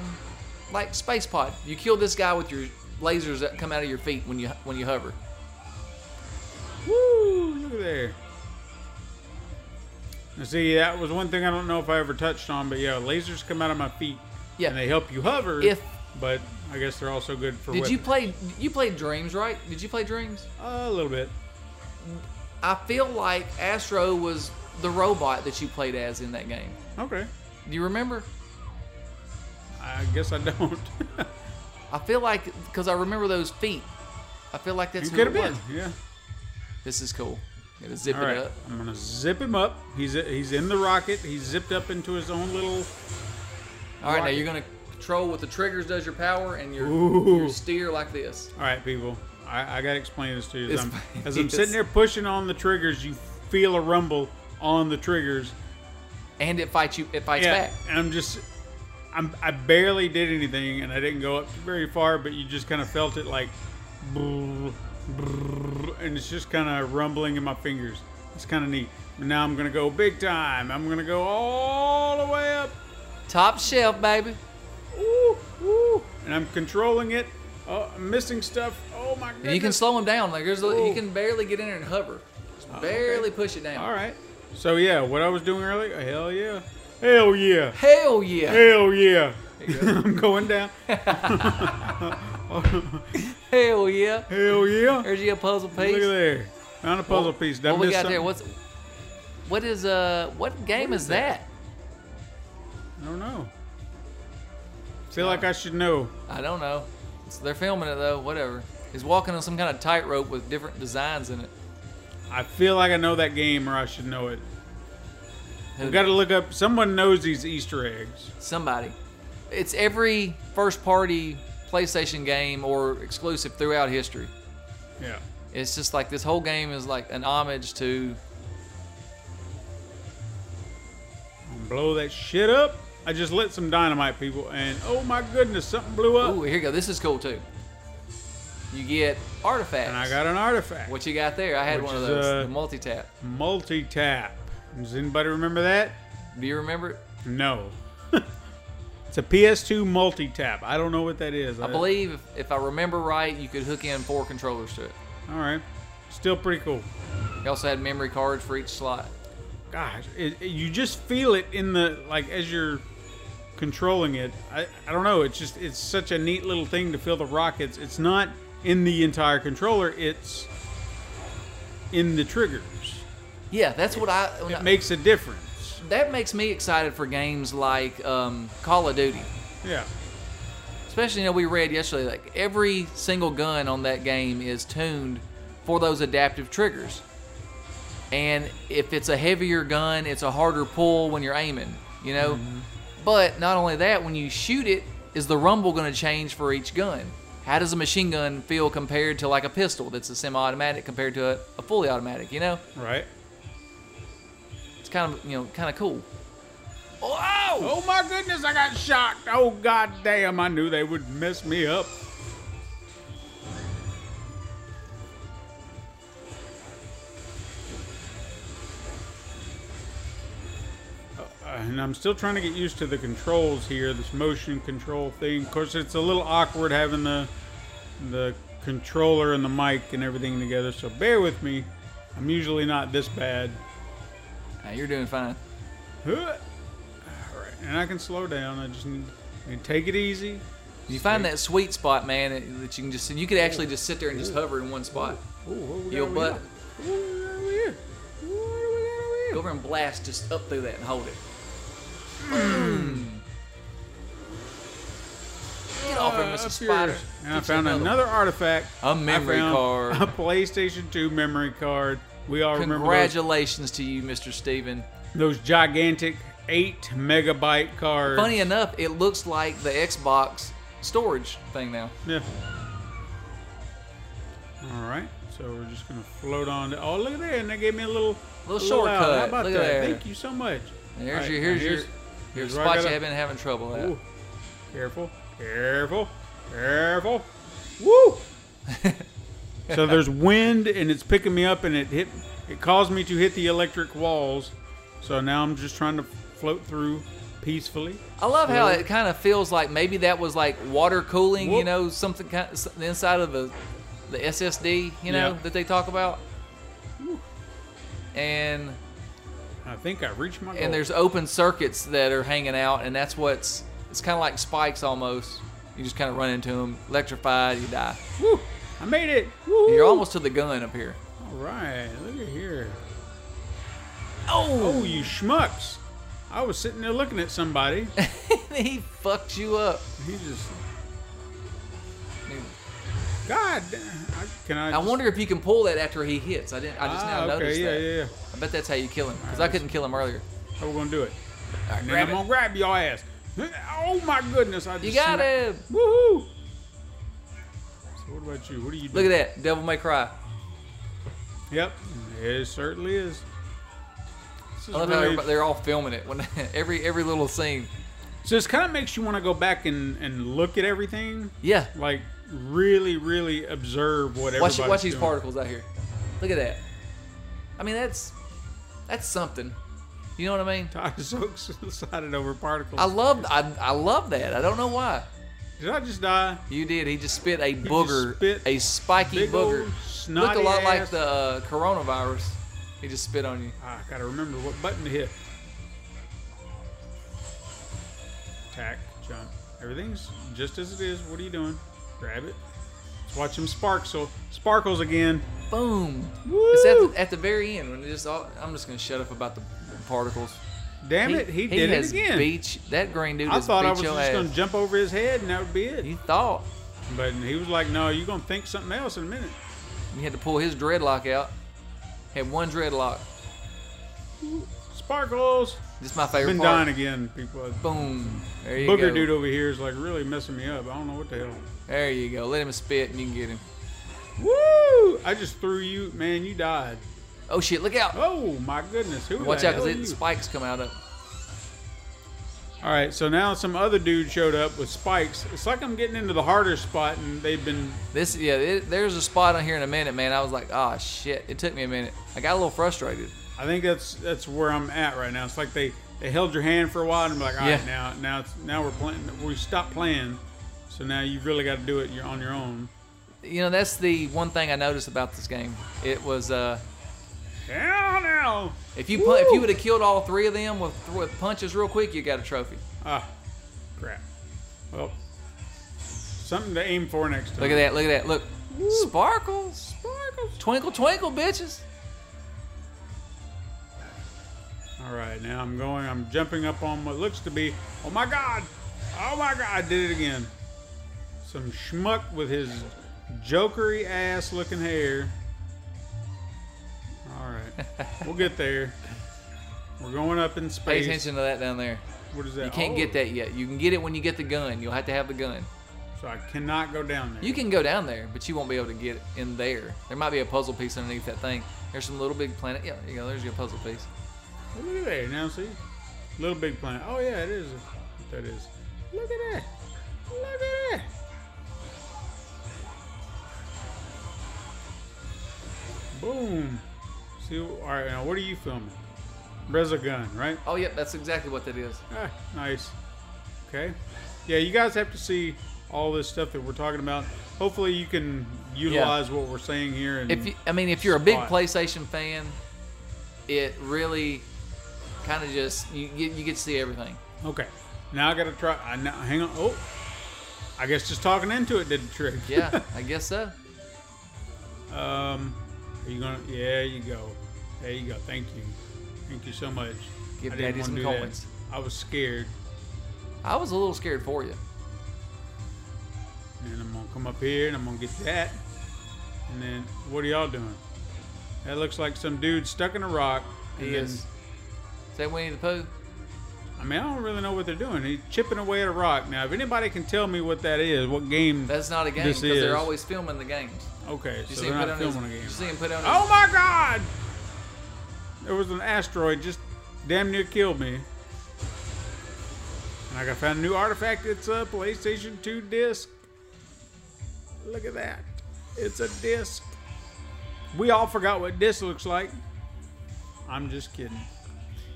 Speaker 2: like space pod. You kill this guy with your lasers that come out of your feet when you when you hover.
Speaker 1: Woo! Look at there. Now, see, that was one thing I don't know if I ever touched on, but yeah, lasers come out of my feet.
Speaker 2: Yeah.
Speaker 1: And they help you hover.
Speaker 2: If-
Speaker 1: But I guess they're also good for.
Speaker 2: Did you
Speaker 1: weapons.
Speaker 2: play you played Dreams, right? Did you play Dreams?
Speaker 1: a little bit.
Speaker 2: I feel like Astro was the robot that you played as in that game.
Speaker 1: Okay.
Speaker 2: Do you remember?
Speaker 1: I guess I don't. *laughs*
Speaker 2: I feel like because I remember those feet. I feel like that's
Speaker 1: you
Speaker 2: who
Speaker 1: could have
Speaker 2: it
Speaker 1: been.
Speaker 2: was.
Speaker 1: Yeah.
Speaker 2: This is cool. Gotta zip
Speaker 1: All
Speaker 2: it
Speaker 1: right.
Speaker 2: up.
Speaker 1: I'm gonna zip him up. He's he's in the rocket. He's zipped up into his own little.
Speaker 2: All right, now
Speaker 1: Rocket.
Speaker 2: you're gonna control what the triggers does your power and your,
Speaker 1: Ooh.
Speaker 2: your steer like this.
Speaker 1: All right, people. I, I gotta explain this to you. As I'm,
Speaker 2: Explain *laughs*
Speaker 1: as I'm
Speaker 2: this.
Speaker 1: sitting there pushing on the triggers, you feel a rumble on the triggers.
Speaker 2: And it fights you. It fights
Speaker 1: yeah,
Speaker 2: back.
Speaker 1: and I'm just, I'm, I barely did anything, and I didn't go up very far, but you just kind of felt it like, brrr, brrr, and it's just kind of rumbling in my fingers. It's kind of neat. But now I'm gonna go big time. I'm gonna go all the way up.
Speaker 2: Top shelf, baby.
Speaker 1: Ooh, ooh, and I'm controlling it. Oh, I'm missing stuff. Oh my goodness. Oh,
Speaker 2: And you can slow him down. Like there's, a,
Speaker 1: Whoa.
Speaker 2: you can barely get in there and hover. Just barely push it down.
Speaker 1: All right. So yeah, what I was doing earlier. Hell yeah. Hell yeah.
Speaker 2: Hell yeah.
Speaker 1: Hell yeah.
Speaker 2: you
Speaker 1: *laughs*
Speaker 2: go.
Speaker 1: I'm going down.
Speaker 2: Hell yeah.
Speaker 1: Hell yeah.
Speaker 2: There's your puzzle piece.
Speaker 1: Look at there. Found a puzzle piece. Did I
Speaker 2: What we
Speaker 1: miss
Speaker 2: got there?
Speaker 1: something?
Speaker 2: What's what is uh what game is that?
Speaker 1: I don't know. Feel like I should know.
Speaker 2: I don't know. It's, they're filming it though. Whatever. He's walking on some kind of tightrope with different designs in it.
Speaker 1: I feel like I know that game, or I should know it.
Speaker 2: Who-
Speaker 1: We got to look up. Someone knows these Easter eggs.
Speaker 2: somebody. It's every first party PlayStation game or exclusive throughout history.
Speaker 1: Yeah.
Speaker 2: It's just like this whole game is like an homage to
Speaker 1: I'm gonna blow that shit up. I just lit some dynamite, people, and oh my goodness, something blew up,
Speaker 2: Ooh, here you go. This is cool too. You get artifacts.
Speaker 1: and I got an artifact.
Speaker 2: what you got there? I had
Speaker 1: Which
Speaker 2: one of
Speaker 1: is,
Speaker 2: those.
Speaker 1: uh,
Speaker 2: the multi tap.
Speaker 1: Multi tap. Does anybody remember that?
Speaker 2: Do you remember? it?
Speaker 1: No. *laughs* it's a PS2 multi tap. I don't know what that is.
Speaker 2: I believe if, if I remember right, you could hook in four controllers to it.
Speaker 1: All right. Still pretty cool.
Speaker 2: You also had memory cards for each slot.
Speaker 1: gosh, it, it- you just feel it in the like as you're controlling it. I, I don't know. It's just it's such a neat little thing to feel the rockets. It's not in the entire controller. It's in the triggers.
Speaker 2: Yeah, that's what I. when I-
Speaker 1: It makes a difference.
Speaker 2: that makes me excited for games like um, Call of Duty.
Speaker 1: Yeah.
Speaker 2: especially you know we read yesterday like every single gun on that game is tuned for those adaptive triggers and if it's a heavier gun it's a harder pull when you're aiming you know but not only that when you shoot it is the rumble going to change for each gun how does a machine gun feel compared to like a pistol that's a semi-automatic compared to a, a fully automatic you know
Speaker 1: Right.
Speaker 2: it's kind of you know kind of cool
Speaker 1: Oh my goodness! I got shocked. Oh god damn! I knew they would mess me up. Uh, And I'm still trying to get used to the controls here, this motion control thing. Of course, it's a little awkward having the the controller and the mic and everything together. So bear with me. I'm usually not this bad.
Speaker 2: Now, you're doing fine
Speaker 1: Alright, and I can slow down. I just need and take it easy.
Speaker 2: you find that sweet spot man that that you can just you could actually just sit there and just hover in one spot
Speaker 1: Ooh, what we got
Speaker 2: Your
Speaker 1: over
Speaker 2: butt.
Speaker 1: here? Ooh, what do we got over here? Ooh, what do we got over here?
Speaker 2: Go over and blast just up through that and hold it. Boom. Get off
Speaker 1: Uh,
Speaker 2: him, Mr. Spider.
Speaker 1: And I
Speaker 2: Get you
Speaker 1: found another artifact.
Speaker 2: A memory
Speaker 1: I found
Speaker 2: card.
Speaker 1: A PlayStation 2 memory card. We all remember those,
Speaker 2: Congratulations to you, Mr. Steven.
Speaker 1: those gigantic 8 megabyte cards.
Speaker 2: Funny enough, it looks like the Xbox storage thing now.
Speaker 1: Yeah. All right. So we're just gonna float on. To, oh, look at there, and they gave me a little
Speaker 2: Little
Speaker 1: a out. How
Speaker 2: shortcut.
Speaker 1: about
Speaker 2: Look at
Speaker 1: that?
Speaker 2: there.
Speaker 1: Thank you so much.
Speaker 2: There's
Speaker 1: All
Speaker 2: your
Speaker 1: right,
Speaker 2: here's,
Speaker 1: now
Speaker 2: your your
Speaker 1: here's where I
Speaker 2: spot you
Speaker 1: gotta-
Speaker 2: have been having trouble at.
Speaker 1: Ooh. Careful, careful, careful. Woo!
Speaker 2: *laughs*
Speaker 1: so there's wind, and it's picking me up, and it hit. It caused me to hit the electric walls. So now I'm just trying to float through peacefully.
Speaker 2: I love how it kind of feels like maybe that was like water cooling, you
Speaker 1: Whoop.
Speaker 2: know, something kind of, the inside of the the SSD, you know,
Speaker 1: Yeah.
Speaker 2: that they talk about. And
Speaker 1: I think I reached my goal.
Speaker 2: and there's open circuits that are hanging out, and that's what's it's kind of like spikes almost. You just kind of run into them, electrified, you die.
Speaker 1: Woo! I made it. Woo!
Speaker 2: You're almost to the gun up here. *laughs*
Speaker 1: All right, look at here. Oh, oh, you schmucks! I was sitting there looking at
Speaker 2: *laughs*
Speaker 1: somebody.
Speaker 2: he fucked you up.
Speaker 1: He just God. damn, I, can I?
Speaker 2: I
Speaker 1: just-
Speaker 2: wonder if you can pull that after he hits. I didn't. I just
Speaker 1: Ah,
Speaker 2: now noticed
Speaker 1: okay, yeah,
Speaker 2: that.
Speaker 1: yeah, yeah.
Speaker 2: I bet that's how you kill him because I
Speaker 1: Alright,
Speaker 2: couldn't kill him earlier.
Speaker 1: How we gonna do it?
Speaker 2: All right,
Speaker 1: And
Speaker 2: grab
Speaker 1: then I'm
Speaker 2: it.
Speaker 1: gonna grab your ass. Oh my goodness! I just
Speaker 2: You got
Speaker 1: sma-
Speaker 2: him.
Speaker 1: Woohoo! So what about you? What are you
Speaker 2: Look
Speaker 1: doing?
Speaker 2: at that. Devil May Cry.
Speaker 1: that. Yep, it certainly is. This is
Speaker 2: I love how
Speaker 1: really-
Speaker 2: everybody, they're all filming it when *laughs* every every little scene.
Speaker 1: so this kind of makes you want to go back and, and look at everything,
Speaker 2: Yeah.
Speaker 1: like really, really observe what everybody's
Speaker 2: Watch watch these
Speaker 1: doing. *laughs*
Speaker 2: particles out here. Look at that. I mean that's that's something. You know what I mean?
Speaker 1: I was so excited over particles.
Speaker 2: I love I, I love that. I don't know why.
Speaker 1: Did I just die?
Speaker 2: You did. He just spit a
Speaker 1: just
Speaker 2: booger,
Speaker 1: spit
Speaker 2: a spiky
Speaker 1: big old
Speaker 2: booger. Looked
Speaker 1: snotty
Speaker 2: a lot like
Speaker 1: ass-
Speaker 2: the uh, coronavirus. He just spit on you.
Speaker 1: Ah, I gotta remember what button to hit. Attack, jump. Everything's just as it is. What are you doing? Grab it. Let's watch him sparkle. Sparkles again.
Speaker 2: Boom.
Speaker 1: Woo!
Speaker 2: It's at the, at the very end when it just all, I'm just gonna shut up about the particles.
Speaker 1: Damn it, he, did it
Speaker 2: has
Speaker 1: again.
Speaker 2: Beach that green dude.
Speaker 1: I
Speaker 2: has
Speaker 1: thought
Speaker 2: beat
Speaker 1: I was
Speaker 2: your
Speaker 1: just
Speaker 2: ass.
Speaker 1: gonna jump over his head and that would be it.
Speaker 2: You thought
Speaker 1: But he was like, no, you're gonna think something else in a minute.
Speaker 2: you had to pull his dreadlock out. Had one dreadlock.
Speaker 1: Sparkles!
Speaker 2: This is my favorite
Speaker 1: Been
Speaker 2: part.
Speaker 1: dying again, people.
Speaker 2: Boom. There you
Speaker 1: Booger
Speaker 2: go.
Speaker 1: dude over here is like really messing me up. I don't know what the hell.
Speaker 2: There you go. Let him spit and you can get him.
Speaker 1: Woo! I just threw you, man. You died.
Speaker 2: Oh shit! Look out!
Speaker 1: Oh my goodness! Who
Speaker 2: Watch
Speaker 1: the
Speaker 2: out
Speaker 1: hell
Speaker 2: because
Speaker 1: are you?
Speaker 2: it spikes come out of.
Speaker 1: All right, so now some other dude showed up with spikes. It's like I'm getting into the harder spot, and they've been
Speaker 2: This yeah. It, there's a spot on here in a minute, man. I was like, ah shit. It took me a minute. I got a little frustrated.
Speaker 1: I think that's that's where I'm at right now. It's like they they held your hand for a while, and I'm like, all right,
Speaker 2: Yeah.
Speaker 1: now now it's now we're playing. We stopped playing, so now you've really got to do it. You're on your own.
Speaker 2: You know that's the one thing I noticed about this game. It was uh.
Speaker 1: Hell no!
Speaker 2: If you pu- if you would have killed all three of them with, with punches real quick, you got a trophy.
Speaker 1: Ah, crap. Well, something to aim for next time.
Speaker 2: Look at that! Look at that! Look, sparkles, sparkles, twinkle, twinkle, bitches.
Speaker 1: All right, now I'm going. I'm jumping up on what looks to be. Oh my God! Oh my God! I did it again. Some schmuck with his jokery ass looking hair. All
Speaker 2: *laughs*
Speaker 1: right, we'll get there. We're going up in
Speaker 2: Pay
Speaker 1: space.
Speaker 2: attention to that down there.
Speaker 1: What is that?
Speaker 2: You can't
Speaker 1: Oh,
Speaker 2: get that yet. You can get it when you get the gun. You'll have to have the gun.
Speaker 1: So I cannot go down there.
Speaker 2: You can go down there, but you won't be able to get it in there. There might be a puzzle piece underneath that thing. There's some little big planet. Yeah, there you go. There's your puzzle piece.
Speaker 1: Oh, Look at there now. See, little big planet. Oh yeah, it is. That is. Look at that. Look at that. Boom. See, all right. Now, what are you filming? Reza gun, right?
Speaker 2: Oh, yep, that's exactly what that is.
Speaker 1: Ah, nice. Okay. Yeah, you guys have to see all this stuff that we're talking about. Hopefully, you can utilize what we're saying here. And
Speaker 2: If you, I mean, if you're a big
Speaker 1: Spot.
Speaker 2: PlayStation fan, it really kind of just you get you get to see everything.
Speaker 1: okay, now I gotta try. I now, hang on. Oh, I guess just talking into it did the trick. *laughs*
Speaker 2: Yeah, I guess so.
Speaker 1: Um, are you gonna? Yeah, you go. There you go. Thank you. Thank you so much.
Speaker 2: Give
Speaker 1: I didn't
Speaker 2: daddy
Speaker 1: wanna
Speaker 2: some
Speaker 1: do that.
Speaker 2: coins.
Speaker 1: I was scared,
Speaker 2: I was a little scared for you.
Speaker 1: and I'm gonna come up here and I'm gonna get that. And then what are y'all doing? That looks like some dude stuck in a rock. And
Speaker 2: He
Speaker 1: then-
Speaker 2: is. Is that Winnie the Pooh?
Speaker 1: I mean, I don't really know what they're doing. He's chipping away at a rock. Now, if anybody can tell me what that is, what game?
Speaker 2: That's not a game
Speaker 1: This
Speaker 2: because they're
Speaker 1: is.
Speaker 2: always filming the games.
Speaker 1: okay,
Speaker 2: You
Speaker 1: so
Speaker 2: see
Speaker 1: they're
Speaker 2: him put
Speaker 1: not
Speaker 2: on his,
Speaker 1: filming a game.
Speaker 2: You see him put on his.
Speaker 1: Oh my God! There was an asteroid just damn near killed me. And I got found a new artifact. It's a PlayStation 2 disc. Look at that. It's a disc. We all forgot what disc looks like. I'm just kidding.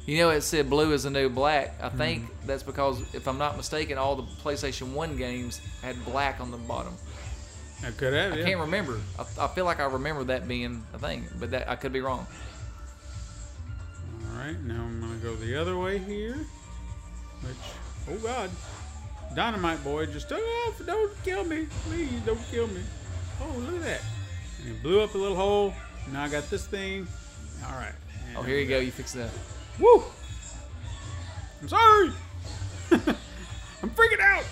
Speaker 2: You know, it said blue is the new black. I think that's because, if I'm not mistaken, all the PlayStation 1 games had black on the bottom.
Speaker 1: I could have.
Speaker 2: I
Speaker 1: yeah.
Speaker 2: can't remember. I, I feel like I remember that being a thing, but that I could be wrong.
Speaker 1: All right, now I'm gonna go the other way here. Which, oh God, Dynamite Boy just took off. Don't kill me, please. Don't kill me. Oh, look at that! And he blew up a little hole. Now I got this thing. All right. and-
Speaker 2: Oh, here you go. You fix that.
Speaker 1: Woo! I'm sorry. *laughs* I'm freaking out.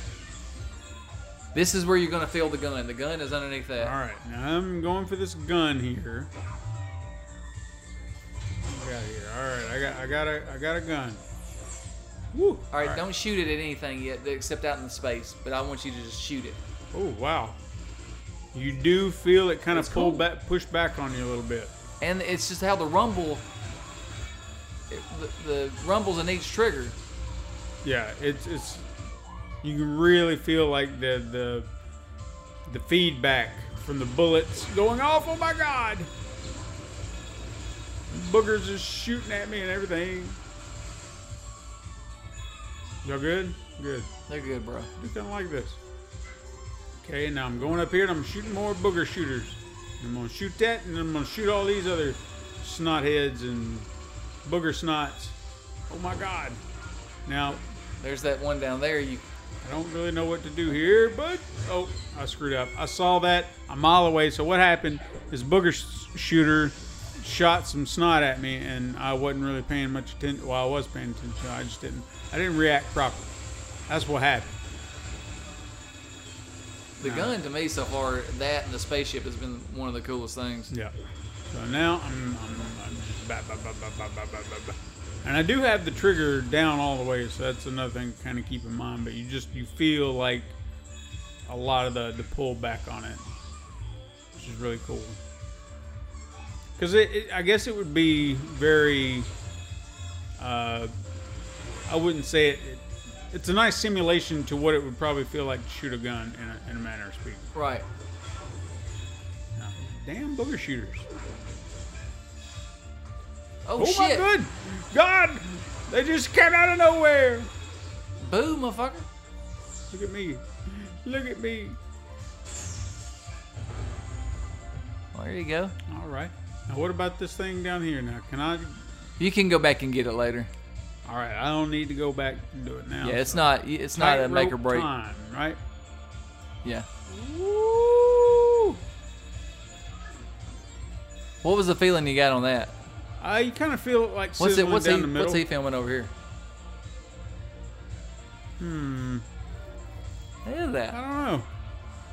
Speaker 2: This is where you're gonna feel the gun. The gun is underneath that.
Speaker 1: All right, now I'm going for this gun here. What we Got here. All right, I got, I got a, I got a gun. Woo!
Speaker 2: All right, don't shoot it at anything yet, except out in the space. But I want you to just shoot it.
Speaker 1: Oh wow! You do feel it kind
Speaker 2: It's
Speaker 1: of pull
Speaker 2: cool.
Speaker 1: back, push back on you a little bit.
Speaker 2: And it's just how the rumble, it, the, the rumbles in each trigger.
Speaker 1: Yeah, it's it's. You can really feel like the the the feedback from the bullets going off. Oh my god! Boogers is shooting at me and everything. Y'all good? Good.
Speaker 2: They're good, bro.
Speaker 1: Do something like this. Okay, now I'm going up here and I'm shooting more booger shooters. I'm gonna shoot that and I'm gonna shoot all these other snot heads and booger snots. Oh my god. Now,
Speaker 2: There's that one down there. You
Speaker 1: I don't really know what to do here, but oh, I screwed up. I saw that a mile away. So what happened is booger sh- shooter shot some snot at me, and I wasn't really paying much attention. Well, I was paying attention. I just didn't. I didn't react properly. That's what happened.
Speaker 2: The gun to me so far, that and the spaceship has been one of the coolest things.
Speaker 1: Yeah. So now I'm, I'm, I'm just ba- ba- ba- ba- ba- ba- ba- ba- ba. and I do have the trigger down all the way, so that's another thing to kind of keep in mind. But you just you feel like a lot of the the pullback on it, which is really cool. Because it, it, I guess it would be very. Uh, I wouldn't say it, it. It's a nice simulation to what it would probably feel like to shoot a gun in a, in a manner of speaking.
Speaker 2: Right.
Speaker 1: Now, Damn booger shooters.
Speaker 2: Oh,
Speaker 1: Oh my
Speaker 2: shit.
Speaker 1: good God! They just came out of nowhere.
Speaker 2: Boo, motherfucker.
Speaker 1: Look at me. Look at me.
Speaker 2: Well, there you go.
Speaker 1: All right. Now what about this thing down here? Now can I?
Speaker 2: You can go back and get it later.
Speaker 1: All right. I don't need to go back and do it now.
Speaker 2: Yeah, it's
Speaker 1: So,
Speaker 2: not. It's not a make or
Speaker 1: tightrope
Speaker 2: break.
Speaker 1: Time, right?
Speaker 2: Yeah.
Speaker 1: Woo!
Speaker 2: What was the feeling you got on that?
Speaker 1: Uh, you kind of feel it like
Speaker 2: What's it?
Speaker 1: sizzling
Speaker 2: What's
Speaker 1: down
Speaker 2: he?
Speaker 1: the middle.
Speaker 2: What's he filming over here? Hmm. Look at
Speaker 1: I
Speaker 2: that.
Speaker 1: don't know. Oh.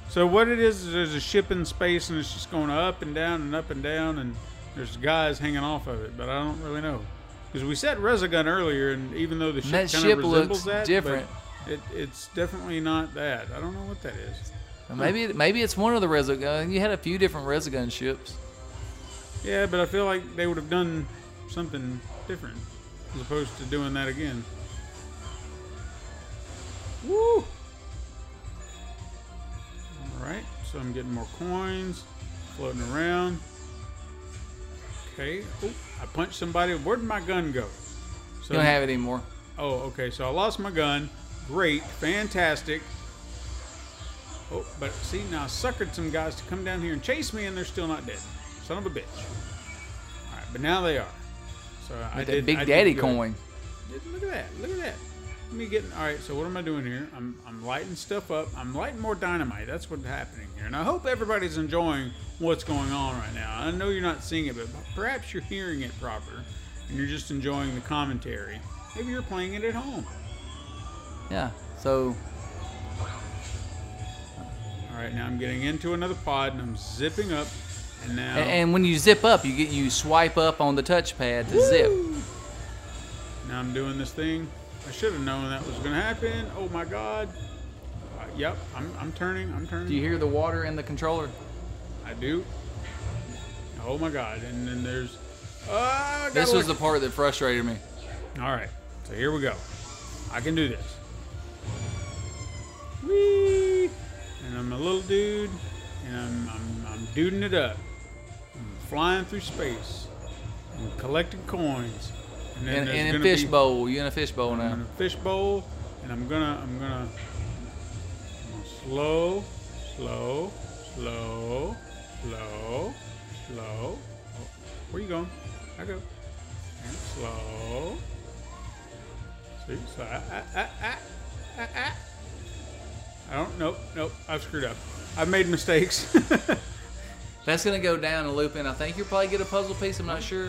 Speaker 1: So what it is is there's a ship in space and it's just going up and down and up and down and there's guys hanging off of it, but I don't really know. Because we said Resogun earlier, and even though the ship
Speaker 2: That
Speaker 1: kind
Speaker 2: ship
Speaker 1: of
Speaker 2: looks
Speaker 1: resembles that, but
Speaker 2: different.
Speaker 1: It, it's definitely not that. I don't know what that is.
Speaker 2: Maybe it- maybe it's one of the Resogun. You had a few different Resogun ships.
Speaker 1: Yeah, but I feel like they would have done something different as opposed to doing that again. Woo! Alright, so I'm getting more coins floating around. Okay. Oh, I punched somebody. Where'd my gun go? So
Speaker 2: You don't have it anymore.
Speaker 1: Oh, okay. So I lost my gun. Great. Fantastic. Oh, but see, now I suckered some guys to come down here and chase me, and they're still not dead. Son of a bitch. All right, but now they are. So I
Speaker 2: With
Speaker 1: did.
Speaker 2: that Big
Speaker 1: I did
Speaker 2: Daddy
Speaker 1: good.
Speaker 2: coin.
Speaker 1: Did- Look at that. Look at that. Let me get. All right. So what am I doing here? I'm I'm lighting stuff up. I'm lighting more dynamite. That's what's happening here. And I hope everybody's enjoying what's going on right now. I know you're not seeing it, but perhaps you're hearing it proper. and you're just enjoying the commentary. Maybe you're playing it at home.
Speaker 2: Yeah. So
Speaker 1: All right, now I'm getting into another pod and I'm zipping up, and now
Speaker 2: a- and when you zip up, you get you swipe up on the touchpad to zip.
Speaker 1: now I'm doing this thing. I should have known that was gonna happen. Oh my god. Uh, yep, I'm, I'm turning. I'm turning.
Speaker 2: Do you hear the water in the controller?
Speaker 1: I do. Oh my god! And then there's. Uh,
Speaker 2: This was the part that frustrated me.
Speaker 1: All right, so here we go. I can do this. Whee! And I'm a little dude, and I'm, I'm, I'm duding it up. I'm flying through space. I'm collecting coins. And
Speaker 2: In,
Speaker 1: there's
Speaker 2: in
Speaker 1: gonna
Speaker 2: a
Speaker 1: be- Mm-hmm.
Speaker 2: fishbowl. You in a fishbowl
Speaker 1: I'm
Speaker 2: now.
Speaker 1: in a fishbowl, and I'm gonna, I'm gonna, I'm gonna slow, slow, slow, slow, slow. Oh, where you going? I go. And slow. See, so I, I, I, I, I, I. I don't. Nope, nope. I've screwed up. I've made mistakes. *laughs*
Speaker 2: That's gonna go down and loop in. I think you'll probably get a puzzle piece. I'm not sure.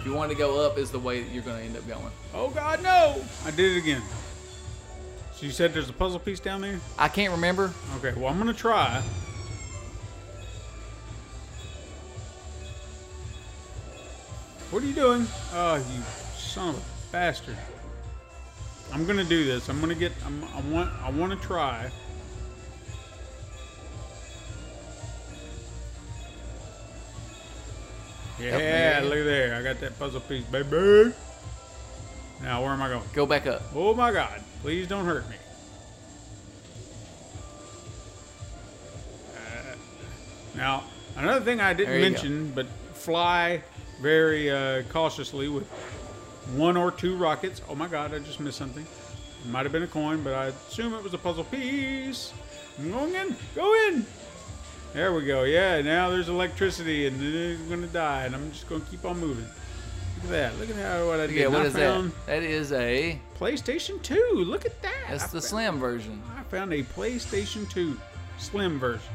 Speaker 2: If you want to go up, is the way that you're gonna end up going.
Speaker 1: oh God, no! I did it again. So you said there's a puzzle piece down there?
Speaker 2: I can't remember.
Speaker 1: Okay, well, I'm gonna try. What are you doing? Oh, you son of a bastard! I'm gonna do this. I'm gonna get. I'm, I want. I want to try. Yeah,
Speaker 2: man.
Speaker 1: look at there. I got that puzzle piece, baby. Now, where am I going?
Speaker 2: Go back up.
Speaker 1: Oh my god, please don't hurt me. Uh, Now, another thing I
Speaker 2: There
Speaker 1: didn't
Speaker 2: you go.
Speaker 1: mention, but fly very uh, cautiously with one or two rockets. Oh my god, I just missed something. It might have been a coin, but I assume it was a puzzle piece. I'm going in. Go in. There we go. Yeah, now there's electricity, and I'm going to die, and I'm just going to keep on moving. Look at that. Look at how what I did.
Speaker 2: Yeah, what
Speaker 1: I
Speaker 2: is
Speaker 1: found-
Speaker 2: that? That is a.
Speaker 1: PlayStation 2. Look at that.
Speaker 2: That's
Speaker 1: I
Speaker 2: the
Speaker 1: found-
Speaker 2: slim version.
Speaker 1: I found a PlayStation 2 Slim version.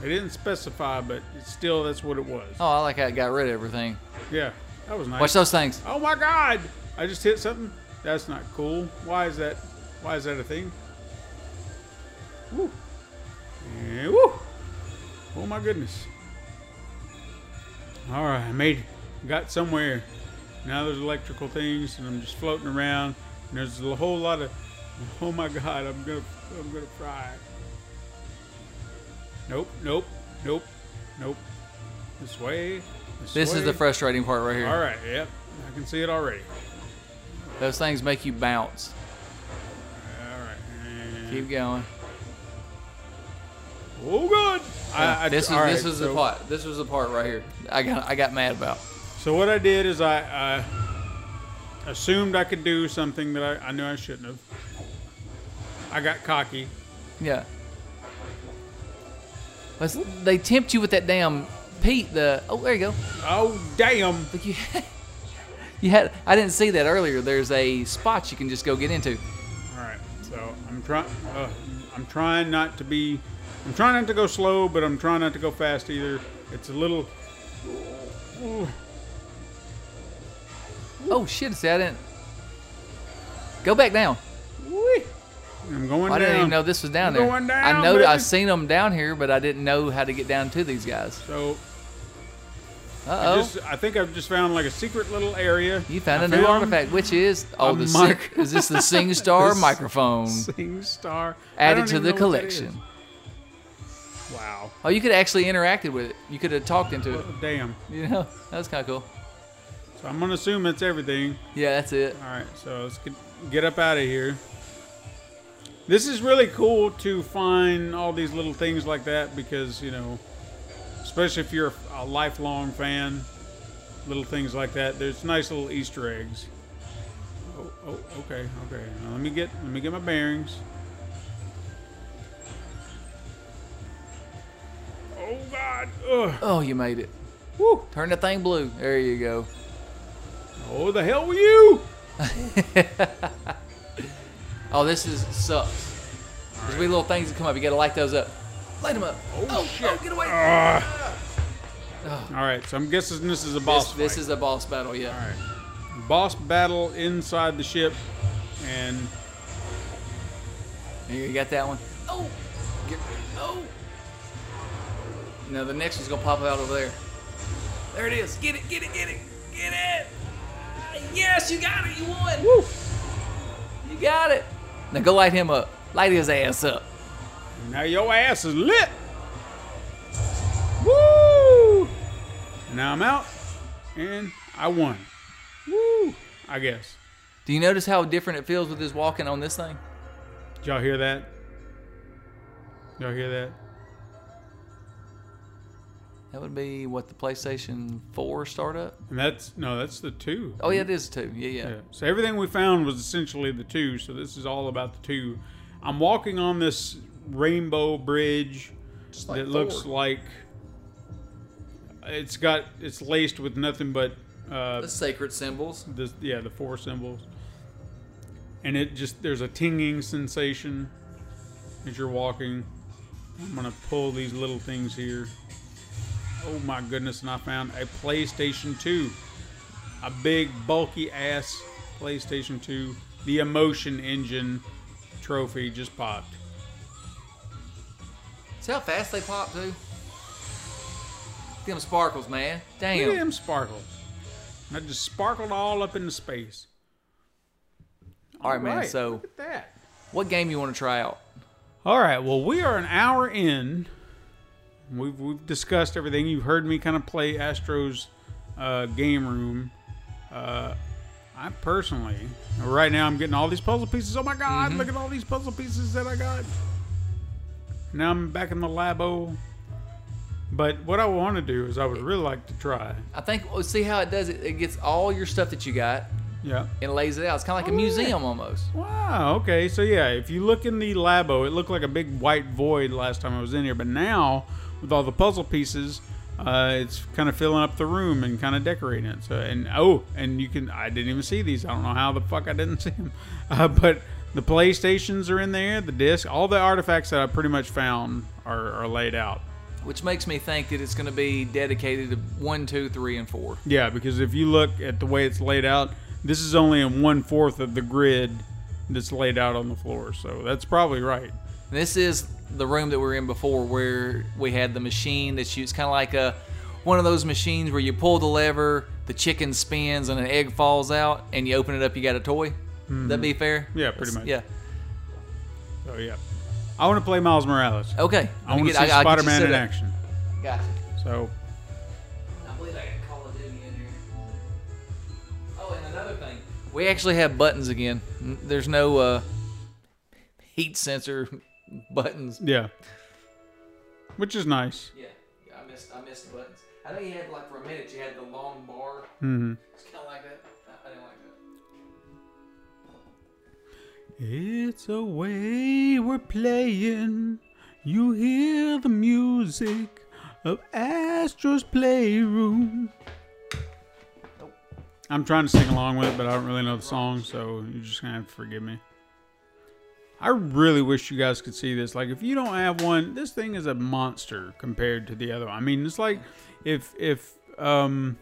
Speaker 1: They didn't specify, but it's still that's what it was.
Speaker 2: Oh, I like how it got rid of everything.
Speaker 1: Yeah, that was nice.
Speaker 2: Watch those things.
Speaker 1: Oh my God! I just hit something. That's not cool. Why is that? Why is that a thing? Woo! And woo! Oh my goodness! All right, I made, got somewhere. Now there's electrical things, and I'm just floating around. And there's a whole lot of. Oh my God! I'm gonna, I'm gonna fry. Nope, nope, nope, nope. This way. This,
Speaker 2: This is the
Speaker 1: way.
Speaker 2: frustrating part right here.
Speaker 1: All right, yep. I can see it already.
Speaker 2: Those things make you bounce.
Speaker 1: All right. and-
Speaker 2: Keep going.
Speaker 1: Oh, God. I, I,
Speaker 2: this is
Speaker 1: all
Speaker 2: this
Speaker 1: right,
Speaker 2: is
Speaker 1: so,
Speaker 2: the part. This was the part right here. I got I got mad about.
Speaker 1: So what I did is I, I assumed I could do something that I, I knew I shouldn't have. I got cocky.
Speaker 2: Yeah. But they tempt you with that damn Pete. The oh there you go.
Speaker 1: Oh, damn.
Speaker 2: Look you. *laughs* You had, I didn't see that earlier. There's a spot you can just go get into.
Speaker 1: All right. So I'm trying. Uh, I'm trying not to be. I'm trying not to go slow, but I'm trying not to go fast either. It's a little.
Speaker 2: Oh shit! See, I didn't. Go back down.
Speaker 1: Whee, I'm going
Speaker 2: I
Speaker 1: down.
Speaker 2: didn't even know this was down
Speaker 1: You're
Speaker 2: there.
Speaker 1: going
Speaker 2: I
Speaker 1: down,
Speaker 2: know
Speaker 1: baby.
Speaker 2: I've seen them down here, but I didn't know how to get down to these guys.
Speaker 1: So I,
Speaker 2: Uh oh.
Speaker 1: just, I think I've just found like a secret little area.
Speaker 2: You found
Speaker 1: I
Speaker 2: a new artifact, which is
Speaker 1: a *laughs*
Speaker 2: oh the
Speaker 1: mic-
Speaker 2: sick, is this the
Speaker 1: *laughs*
Speaker 2: SingStar
Speaker 1: This-
Speaker 2: microphone
Speaker 1: Sing Star. I
Speaker 2: added
Speaker 1: don't
Speaker 2: to
Speaker 1: even
Speaker 2: the
Speaker 1: know what that is.
Speaker 2: collection?
Speaker 1: Wow.
Speaker 2: Oh, you could have actually interacted with it. You could have talked into it.
Speaker 1: Oh, damn.
Speaker 2: You know, that was kind of cool.
Speaker 1: So I'm gonna assume that's everything.
Speaker 2: Yeah, that's it.
Speaker 1: All right. So let's get, get up out of here. This is really cool to find all these little things like that because you know, especially if you're a lifelong fan, little things like that. There's nice little Easter eggs. Oh, oh okay, okay. Now let me get let me get my bearings. Oh God! Ugh.
Speaker 2: Oh, you made it.
Speaker 1: Woo!
Speaker 2: Turn the thing blue. There you go. *laughs*
Speaker 1: Oh, the hell were you?
Speaker 2: Oh, this is sucks. There's Oh, wee little things that come up. You gotta light those up. Light them up.
Speaker 1: Oh, shit.
Speaker 2: get away.
Speaker 1: Ah. All right, so I'm guessing this is a
Speaker 2: This,
Speaker 1: boss.
Speaker 2: this
Speaker 1: fight.
Speaker 2: is a boss battle, yeah.
Speaker 1: boss battle inside the ship, and
Speaker 2: Here, you got that one. Oh, get, oh. Now the next one's gonna pop out over there. There it is. Get it. Get it. Get it. Get it. Ah, Yes, you got it. You won. Woo. You got it. Now go light him up. Light his ass up.
Speaker 1: now your ass is lit. Woo! Now I'm out, and I won. Woo! I guess.
Speaker 2: Do you notice how different it feels with his walking on this thing?
Speaker 1: Did y'all hear that? Y'all hear that?
Speaker 2: That would be what the PlayStation 4 startup.
Speaker 1: And that's no, that's the two.
Speaker 2: Oh yeah, it is too. Yeah, yeah.
Speaker 1: Yeah. So everything we found was essentially the two. So this is all about the two. I'm walking on this rainbow bridge
Speaker 2: like
Speaker 1: that looks
Speaker 2: Thor.
Speaker 1: like it's got it's laced with nothing but uh,
Speaker 2: The sacred symbols.
Speaker 1: the yeah the four symbols, and it just there's a tinging sensation as you're walking. I'm gonna pull these little things here. Oh my goodness! And I found a PlayStation 2, a big bulky ass PlayStation 2. The Emotion Engine trophy just popped.
Speaker 2: See how fast they pop too. Them sparkles, man.
Speaker 1: Look at
Speaker 2: Damn.
Speaker 1: them sparkles. And I just sparkled all up into space.
Speaker 2: All right, man.
Speaker 1: Right,
Speaker 2: So,
Speaker 1: look at that.
Speaker 2: what game you want to try out?
Speaker 1: All right. Well, we are an hour in. We've we've discussed everything. You've heard me kind of play Astro's uh, game room. Uh, I personally, right now, I'm getting all these puzzle pieces. Oh my God! Look at all these puzzle pieces that I got. Now I'm back in the labo. But what I want to do is, I would really like to try.
Speaker 2: I think well, see how it does it. It gets all your stuff that you got
Speaker 1: Yeah.
Speaker 2: and lays it out. It's kind of like
Speaker 1: Oh,
Speaker 2: a
Speaker 1: yeah.
Speaker 2: museum almost.
Speaker 1: Wow. Okay. So yeah, if you look in the labo, it looked like a big white void last time I was in here, but now with all the puzzle pieces, uh, it's kind of filling up the room and kind of decorating it. So and oh, and you can I didn't even see these. I don't know how the fuck I didn't *laughs* see them, uh, but the playstations are in there, the disc, all the artifacts that I pretty much found are, are laid out.
Speaker 2: Which makes me think that it's going to be dedicated to one, two, three, and four.
Speaker 1: Yeah, because if you look at the way it's laid out, this is only in one fourth of the grid that's laid out on the floor. So that's probably right.
Speaker 2: And this is the room that we were in before, where we had the machine that shoots, kind of like a one of those machines where you pull the lever, the chicken spins, and an egg falls out, and you open it up, you got a toy. That'd be fair.
Speaker 1: Mm-hmm. Yeah, pretty much.
Speaker 2: Yeah.
Speaker 1: Oh yeah, I want to play Miles Morales.
Speaker 2: Okay.
Speaker 1: Oh, I
Speaker 2: Let me
Speaker 1: want to
Speaker 2: get-
Speaker 1: see
Speaker 2: I'll get you
Speaker 1: Spider-Man
Speaker 2: set
Speaker 1: in
Speaker 2: up.
Speaker 1: action.
Speaker 2: Gotcha.
Speaker 1: So
Speaker 2: I believe I got Call of Duty in here. Oh, and another thing. We actually have buttons again. N- There's no uh, heat sensor *laughs* buttons.
Speaker 1: yeah, which is nice.
Speaker 2: Yeah, I missed I missed buttons. I think you had like for a minute you had the long bar.
Speaker 1: Mhm.
Speaker 2: It's kind of like that. I, I didn't like that.
Speaker 1: It's a way we're playing. You hear the music of Astro's playroom. I'm trying to sing along with it, but I don't really know the song, so you're just gonna have to forgive me. I really wish you guys could see this. Like, if you don't have one, this thing is a monster compared to the other. one. I mean, it's like if if um,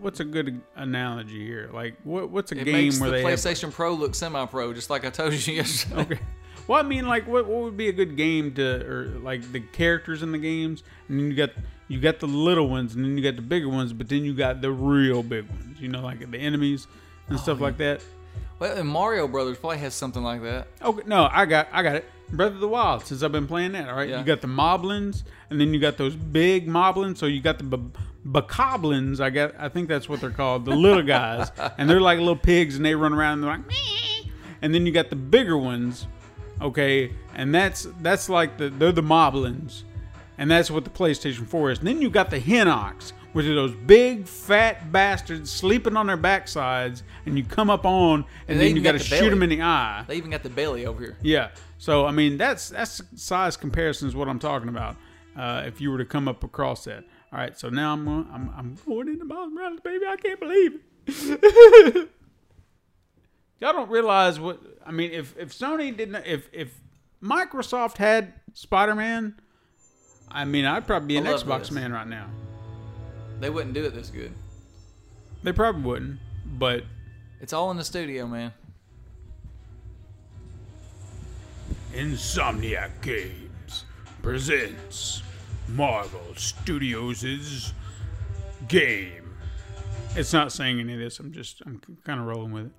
Speaker 1: what's a good analogy here? Like, what what's a
Speaker 2: It
Speaker 1: game
Speaker 2: makes
Speaker 1: where
Speaker 2: the
Speaker 1: they have
Speaker 2: PlayStation Pro look semi-pro, just like I told you *laughs* yesterday.
Speaker 1: *laughs* Okay. Well, I mean, like, what, what would be a good game to, or like the characters in the games, and then you got you got the little ones, and then you got the bigger ones, but then you got the real big ones, you know, like the enemies and stuff like that.
Speaker 2: Well, and Mario Brothers probably has something like that.
Speaker 1: Okay, no, I got I got it. Breath of the Wild. Since I've been playing that, all right,
Speaker 2: Yeah.
Speaker 1: you got the moblins, and then you got those big moblins. So you got the b- bacoblins. I got I think that's what they're called, the little
Speaker 2: *laughs*
Speaker 1: guys, and they're like little pigs, and they run around and they're like, Meh. and then you got the bigger ones, okay, and that's that's like the they're the moblins, and that's what the PlayStation 4 is. And then you got the hinox. Which are those big fat bastards sleeping on their backsides, and you come up on, and, then
Speaker 2: they even
Speaker 1: you got to
Speaker 2: got the
Speaker 1: shoot them in
Speaker 2: belly.
Speaker 1: the eye.
Speaker 2: They even got the belly over here.
Speaker 1: Yeah. So I mean, that's that's size comparison is what I'm talking about. Uh, if you were to come up across that. All right. So now I'm gonna- I'm I'm going into Miles Morales, baby. I can't believe it. *laughs* Y'all don't realize what I mean. If if Sony didn't, if if Microsoft had Spider Man, I mean, I'd probably be an
Speaker 2: love
Speaker 1: Xbox
Speaker 2: this.
Speaker 1: man right now.
Speaker 2: They wouldn't do it this good.
Speaker 1: They probably wouldn't, but
Speaker 2: It's all in the studio, man.
Speaker 1: Insomniac Games presents Marvel Studios' game. It's not saying any of this. I'm just I'm kind of rolling with it.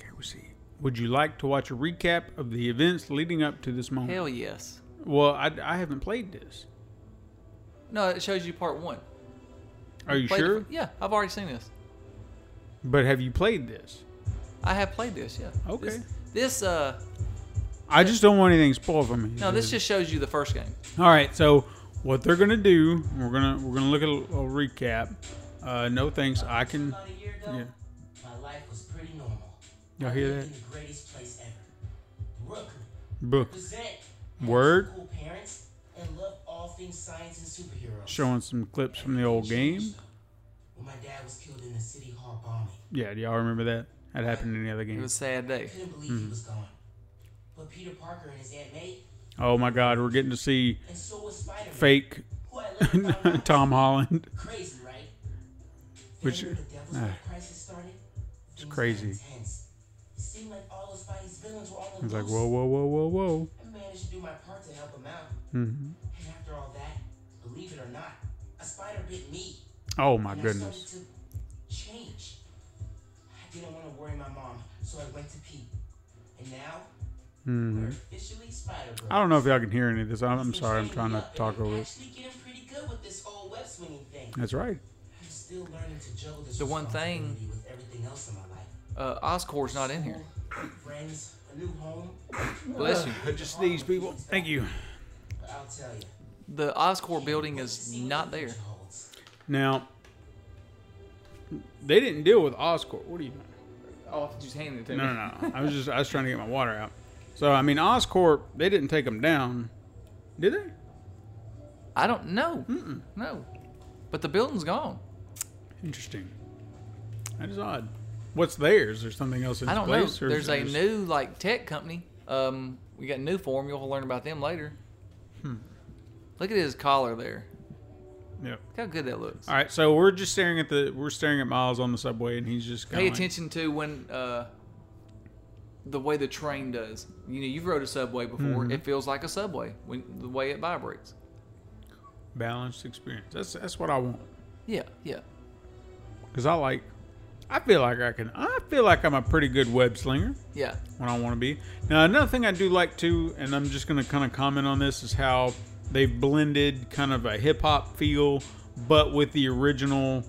Speaker 1: Okay, we see. Would you like to watch a recap of the events leading up to this moment?
Speaker 2: Hell yes.
Speaker 1: Well, I, I haven't played this.
Speaker 2: No, it shows you part one.
Speaker 1: Are you
Speaker 2: Played the
Speaker 1: sure?
Speaker 2: fir- yeah, I've already seen this.
Speaker 1: But have you played this?
Speaker 2: I have played this. Yeah.
Speaker 1: Okay.
Speaker 2: This, this uh,
Speaker 1: I just don't want anything spoiled for me.
Speaker 2: no, this just shows you the first game.
Speaker 1: All right, so what they're gonna do? We're gonna we're gonna look at a, a recap. Uh, no thanks, I can.
Speaker 3: About a year ago,
Speaker 1: Yeah,
Speaker 3: my life was pretty normal.
Speaker 1: Y'all
Speaker 3: I
Speaker 1: hear
Speaker 3: lived
Speaker 1: that?
Speaker 3: In the greatest place ever. Brooklyn.
Speaker 1: Buh.
Speaker 3: Present.
Speaker 1: Word.
Speaker 3: Cool parents and love all things science and superheroes.
Speaker 1: showing some clips from the old game.
Speaker 3: When my dad was killed in the city hall bombing,
Speaker 1: Yeah, do y'all remember that? That happened in the other
Speaker 2: It
Speaker 1: game.
Speaker 2: was a sad day.
Speaker 3: I couldn't believe
Speaker 1: Mm-hmm.
Speaker 3: he was gone. But Peter Parker and his aunt May,
Speaker 1: Oh my God, we're getting to see
Speaker 3: and so was Spider-Man.
Speaker 1: fake *laughs*
Speaker 3: Who I later found out
Speaker 1: Tom Holland.
Speaker 3: crazy, right?
Speaker 1: Which-
Speaker 3: Remember the Devil's
Speaker 1: ah.
Speaker 3: Night crisis started? It's
Speaker 1: crazy.
Speaker 3: Intense. It seemed like all of Spidey's villains were all on
Speaker 1: It's like
Speaker 3: loose.
Speaker 1: whoa, whoa, whoa, whoa, whoa.
Speaker 3: I managed to do my part to help him out.
Speaker 1: Mhm.
Speaker 3: And after all that, believe it or not, a spider bit me.
Speaker 1: Oh my
Speaker 3: and I
Speaker 1: goodness.
Speaker 3: started to change. I didn't want to worry my mom, so I went to Pete. And now, we're officially spider
Speaker 1: Mm-hmm. I don't know if y'all can hear any of this. I'm, I'm sorry, I'm trying not to talk over it.
Speaker 3: Actually, getting pretty good with this whole web swinging thing.
Speaker 1: That's right.
Speaker 3: I'm still learning to juggle this
Speaker 2: The one thing-
Speaker 3: responsibility with everything else in my life.
Speaker 2: Uh, Oscorp's not in here.
Speaker 3: Friends, a new home.
Speaker 2: Bless you.
Speaker 1: Just these people. Thank you.
Speaker 3: But I'll tell you.
Speaker 2: The Oscorp building is not there.
Speaker 1: Now, they didn't deal with Oscorp. What are you doing?
Speaker 2: Oh, I just handed it to
Speaker 1: No, no, no. I was just I was trying to get my water out. So I mean, Oscorp, they didn't take them down, did they?
Speaker 2: I don't know. No. But the building's gone.
Speaker 1: Interesting. That is odd. What's theirs? There's something else in
Speaker 2: I don't know.
Speaker 1: place. or is
Speaker 2: There's
Speaker 1: it
Speaker 2: a
Speaker 1: just-
Speaker 2: new like tech company. Um, we got a new form. You'll learn about them later.
Speaker 1: Hmm.
Speaker 2: Look at his collar there.
Speaker 1: Yep.
Speaker 2: Look how good that looks.
Speaker 1: All right, so we're just staring at the we're staring at Miles on the subway, and he's just kind
Speaker 2: Pay attention to when uh, the way the train does. You know, you've rode a subway before.
Speaker 1: Mm-hmm.
Speaker 2: It feels like a subway when the way it vibrates.
Speaker 1: balanced experience. That's that's what I want
Speaker 2: Yeah, yeah.
Speaker 1: because I like. I feel like I can. I feel like I'm a pretty good web slinger.
Speaker 2: Yeah.
Speaker 1: when I want to be. Now, another thing I do like too, and I'm just going to kind of comment on this, is how they've blended kind of a hip hop feel, but with the original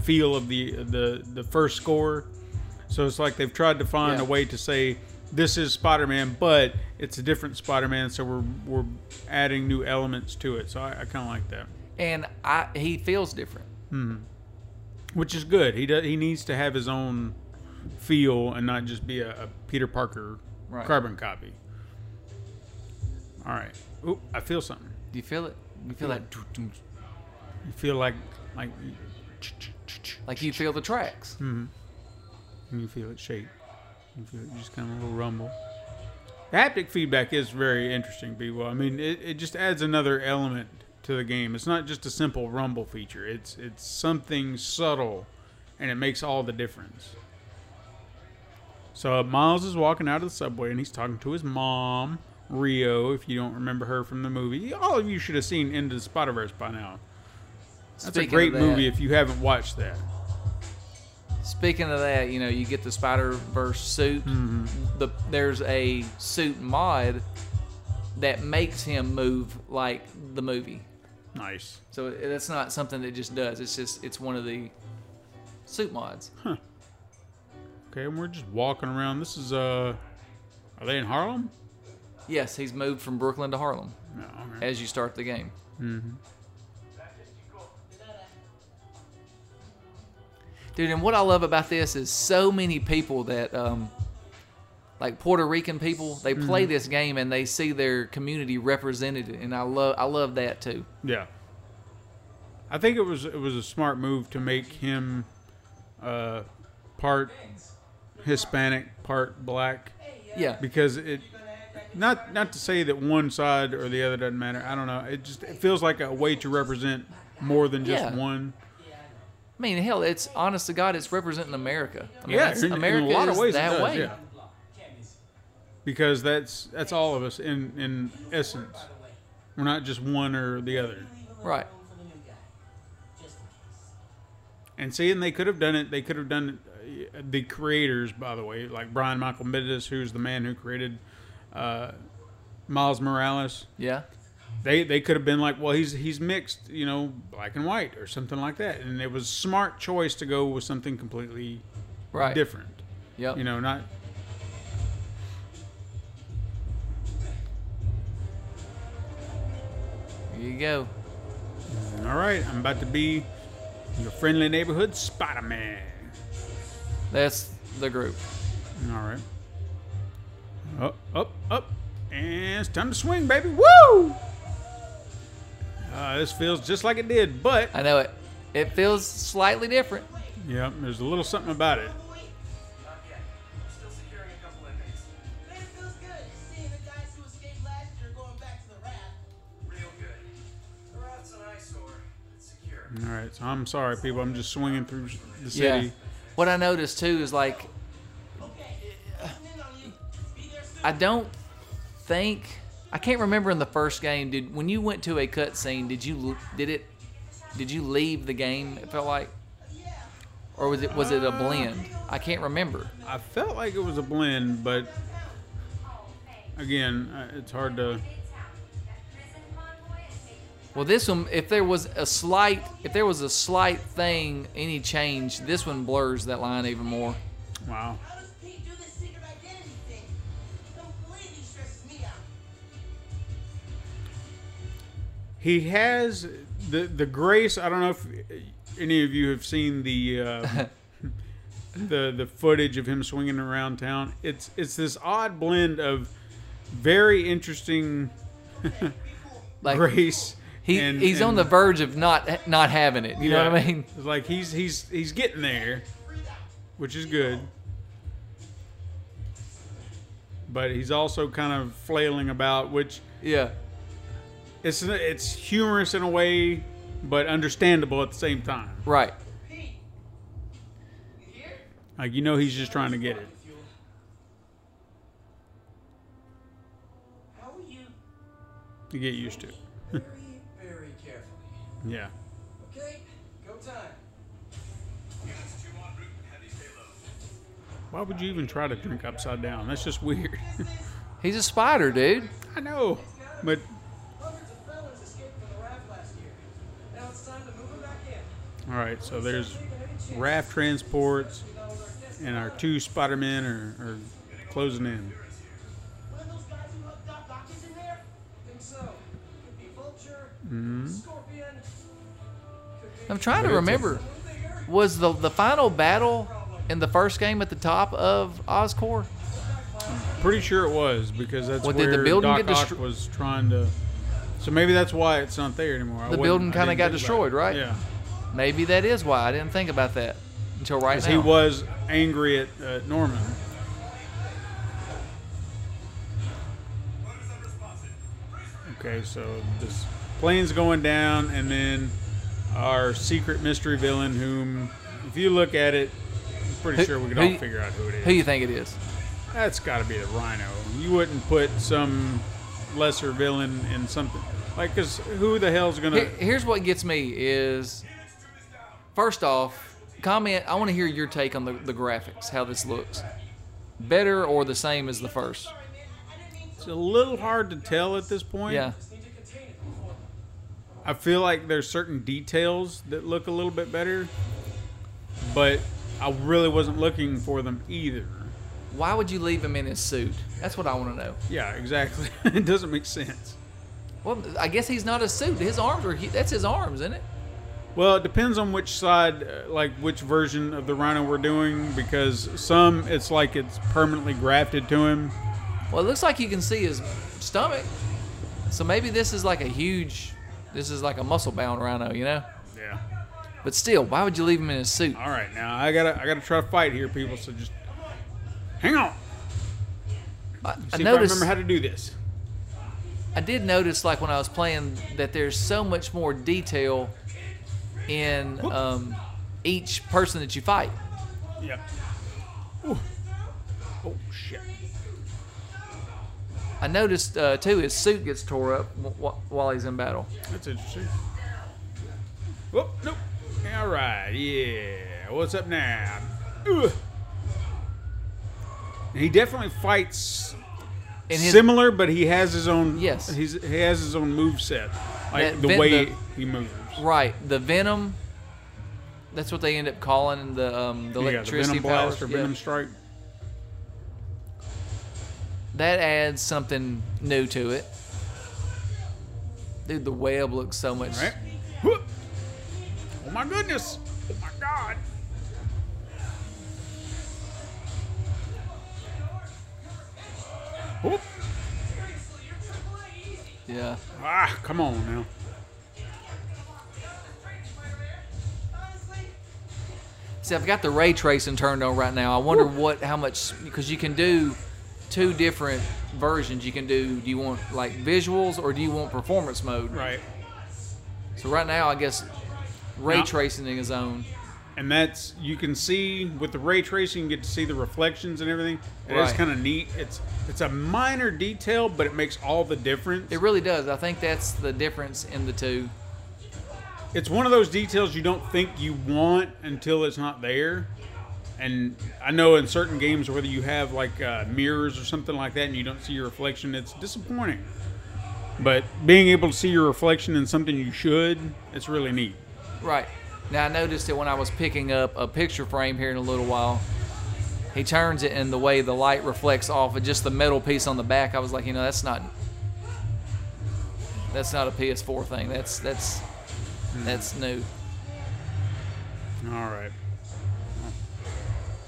Speaker 1: feel of the the the first score. So it's like they've tried to find a
Speaker 2: Yeah.
Speaker 1: way to say this is Spider-Man, but it's a different Spider-Man. So we're we're adding new elements to it. So I, I kind of like that,
Speaker 2: And I he feels different.
Speaker 1: which is good. He does, he needs to have his own feel and not just be a, a Peter Parker
Speaker 2: Right.
Speaker 1: carbon copy. All right. Ooh, I feel something.
Speaker 2: Do you feel it? You feel that?
Speaker 1: You feel like like
Speaker 2: Like you feel the tracks.
Speaker 1: Hmm. you feel it shake. You feel it just kind of a little rumble. The haptic feedback is very interesting, people. I mean, it, it just adds another element to the game. It's not just a simple rumble feature. It's it's something subtle, and it makes all the difference. So uh, Miles is walking out of the subway, and he's talking to his mom, Rio. If you don't remember her from the movie, all of you should have seen Into the Spider Verse by now. That's
Speaker 2: Speaking
Speaker 1: a
Speaker 2: of
Speaker 1: great
Speaker 2: that-
Speaker 1: movie if you haven't watched that.
Speaker 2: Speaking of that, you know, you get the Spider Verse suit.
Speaker 1: Mm-hmm.
Speaker 2: The there's a suit mod that makes him move like the movie.
Speaker 1: Nice.
Speaker 2: So it- it's not something that just does. It's just it's one of the suit mods.
Speaker 1: Okay, and we're just walking around. This is uh, are they in Harlem?
Speaker 2: Yes, he's moved from Brooklyn to Harlem
Speaker 1: No. Okay.
Speaker 2: as you start the game.
Speaker 1: Mm-hmm.
Speaker 2: Dude, and what I love about this is so many people that, um, like Puerto Rican people, they play
Speaker 1: Mm-hmm.
Speaker 2: this game and they see their community represented, and I love, I love that too.
Speaker 1: Yeah. I think it was it was a smart move to make him uh, part Hispanic, part black
Speaker 2: Yeah,
Speaker 1: because it not not to say that one side or the other doesn't matter. I don't know. It just it feels like a way to represent more than just
Speaker 2: Yeah.
Speaker 1: one.
Speaker 2: I mean, hell, it's honest to God, it's representing America. I mean,
Speaker 1: Yeah,
Speaker 2: that's-
Speaker 1: in- in a
Speaker 2: America
Speaker 1: lot of
Speaker 2: is
Speaker 1: ways it
Speaker 2: that
Speaker 1: does,
Speaker 2: way.
Speaker 1: yeah. Because that's that's all of us in in essence. We're not just one or the other.
Speaker 2: Right.
Speaker 3: For the new guy. Just in case.
Speaker 1: And see, and they could have done it. They could have done it. uh, The creators, by the way, like Brian Michael Bendis, who's the man who created uh, Miles Morales.
Speaker 2: Yeah.
Speaker 1: They they could have been like, well, he's he's mixed, you know, black and white or something like that. And it was a smart choice to go with something completely
Speaker 2: Right.
Speaker 1: different.
Speaker 2: Yep.
Speaker 1: You know, not.
Speaker 2: Here you go.
Speaker 1: All right, I'm about to be your friendly neighborhood Spider Man.
Speaker 2: That's the group.
Speaker 1: All right. Up, up, up. And it's time to swing, baby. Woo! Uh, this feels just like it did, but.
Speaker 2: I know it. It feels slightly different.
Speaker 1: Yeah, there's a little something about it.
Speaker 3: Not yet. I'm still securing a couple inmates. Man, it feels good seeing the guys who escaped last year going back to the raft. Real good. The raft's an eyesore. It's secure.
Speaker 1: All right, so I'm sorry, people. I'm just swinging through the
Speaker 2: Yeah.
Speaker 1: city.
Speaker 2: What I noticed too is like
Speaker 3: Okay. I'm in on you. Be there soon.
Speaker 2: I don't think I can't remember in the first game. Did when you went to a cutscene, did you did it? Did you leave the game? It felt like, or was it was it a blend? I can't remember.
Speaker 1: I felt like it was a blend, but again, uh, it's hard to.
Speaker 2: Well, this one, if there was a slight, if there was a slight thing, any change, this one blurs that line even more.
Speaker 1: Wow.
Speaker 3: How does Pete do this secret identity thing? Completely stresses me out.
Speaker 1: He has the the grace. I don't know if any of you have seen the uh,
Speaker 2: *laughs*
Speaker 1: the the footage of him swinging around town. It's it's this odd blend of very interesting
Speaker 2: Like
Speaker 1: grace.
Speaker 2: he
Speaker 1: and-
Speaker 2: he's on
Speaker 1: and-
Speaker 2: the verge of not not having it. You know what I
Speaker 1: Yeah.
Speaker 2: mean?
Speaker 1: It's like he's he's he's getting there, which is good. But he's also kind of flailing about, which
Speaker 2: Yeah.
Speaker 1: it's it's humorous in a way, but understandable at the same time.
Speaker 2: Right.
Speaker 1: Like you know, he's just trying to get it.
Speaker 3: How are you?
Speaker 1: You get used to it.
Speaker 3: Very, very carefully.
Speaker 1: Yeah.
Speaker 3: Okay? Go time.
Speaker 1: Why would you even try to drink upside down? That's just weird. *laughs*
Speaker 2: He's a spider, dude.
Speaker 1: I know, but
Speaker 3: Hundreds of fellas escaped from the raft last year. Now it's time to move them back in.
Speaker 1: all right. So there's raft transports, and our two Spider Men are, are closing in.
Speaker 3: One of those guys who hooked up doctors in there? Think so. Could be Vulture, Scorpion. Could be
Speaker 2: I'm trying to
Speaker 1: But it's a-
Speaker 2: remember.
Speaker 3: one bigger.
Speaker 2: Was the the final battle in the first game at the top of Oscorp?
Speaker 1: Pretty sure it was because that's
Speaker 2: Well, did
Speaker 1: where
Speaker 2: the building
Speaker 1: Doc
Speaker 2: get destro-
Speaker 1: Ock was trying to. So maybe that's why it's not there anymore. I
Speaker 2: The
Speaker 1: wasn't-
Speaker 2: building
Speaker 1: I
Speaker 2: kinda
Speaker 1: didn't think
Speaker 2: got
Speaker 1: about it.
Speaker 2: destroyed, right?
Speaker 1: Yeah,
Speaker 2: Maybe that is why I didn't think about that until right
Speaker 1: because
Speaker 2: now.
Speaker 1: he was angry at uh, Norman. Okay, so this plane's going down, and then our secret mystery villain, whom, if you look at it, I'm pretty
Speaker 2: Who-
Speaker 1: sure we can
Speaker 2: who
Speaker 1: all
Speaker 2: you-
Speaker 1: figure out who it is.
Speaker 2: Who you think it is?
Speaker 1: That's got to be the Rhino. You wouldn't put some lesser villain in something like because who the hell's gonna?
Speaker 2: Here- here's what gets me is first off, comment. I want to hear your take on the, the graphics, how this looks. Better or the same as the first?
Speaker 1: It's a little hard to tell at this point.
Speaker 2: Yeah,
Speaker 1: I feel like there's certain details that look a little bit better, but I really wasn't looking for them either.
Speaker 2: why would you leave him in his suit? That's what I want to know.
Speaker 1: Yeah, exactly. *laughs* it doesn't make sense.
Speaker 2: Well, I guess he's not a suit. His arms are. hu- That's his arms, isn't it?
Speaker 1: Well, it depends on which side, uh, like which version of the Rhino we're doing, because some it's like it's permanently grafted to him.
Speaker 2: Well, it looks like you can see his stomach. So maybe this is like a huge. This is like a muscle bound rhino, you know.
Speaker 1: Yeah.
Speaker 2: But still, why would you leave him in his suit?
Speaker 1: All right, now I gotta I gotta try to fight here, people. So just hang on.
Speaker 2: I, I
Speaker 1: See
Speaker 2: noticed.
Speaker 1: if I remember how to do this.
Speaker 2: I did notice, like when I was playing, that there's so much more detail in um, each person that you fight.
Speaker 1: Yep. Oh shit.
Speaker 2: I noticed uh, too his suit gets tore up w- w- while he's in battle.
Speaker 1: That's interesting. Whoop, nope. All right, yeah. What's up now? Ugh. And he definitely fights
Speaker 2: And his,
Speaker 1: similar, but he has his own.
Speaker 2: Yes.
Speaker 1: he's, he has his own move set, like
Speaker 2: That
Speaker 1: the
Speaker 2: Vin-
Speaker 1: way
Speaker 2: the-
Speaker 1: he moves.
Speaker 2: right, the venom. That's what they end up calling the um, the
Speaker 1: You got the
Speaker 2: electricity
Speaker 1: venom blast
Speaker 2: powers.
Speaker 1: or
Speaker 2: Yeah.
Speaker 1: venom strike.
Speaker 2: That adds something new to it. Dude, the web looks so much.
Speaker 1: All right. Whoop. Oh my goodness. Oh my god. Whoop.
Speaker 2: Yeah.
Speaker 1: Ah, come on now.
Speaker 2: See, I've got the ray tracing turned on right now. I wonder what, how much, because you can do two different versions. You can do, do you want like visuals or do you want performance mode?
Speaker 1: Right.
Speaker 2: So right now, I guess ray
Speaker 1: Yeah.
Speaker 2: tracing is on.
Speaker 1: and that's you can see with the ray tracing you get to see the reflections and everything It is
Speaker 2: Right.
Speaker 1: kind of neat it's it's a minor detail but it makes all the difference
Speaker 2: It really does. I think that's the difference in the two.
Speaker 1: it's one of those details you don't think you want until it's not there and i know in certain games whether you have like uh, mirrors or something like that and you don't see your reflection it's disappointing but being able to see your reflection in something you should it's really neat
Speaker 2: Right. Now I noticed that when I was picking up a picture frame here in a little while, he turns it and the way the light reflects off of just the metal piece on the back, I was like, you know, that's not that's not a PS4 thing. That's that's that's new.
Speaker 1: All right.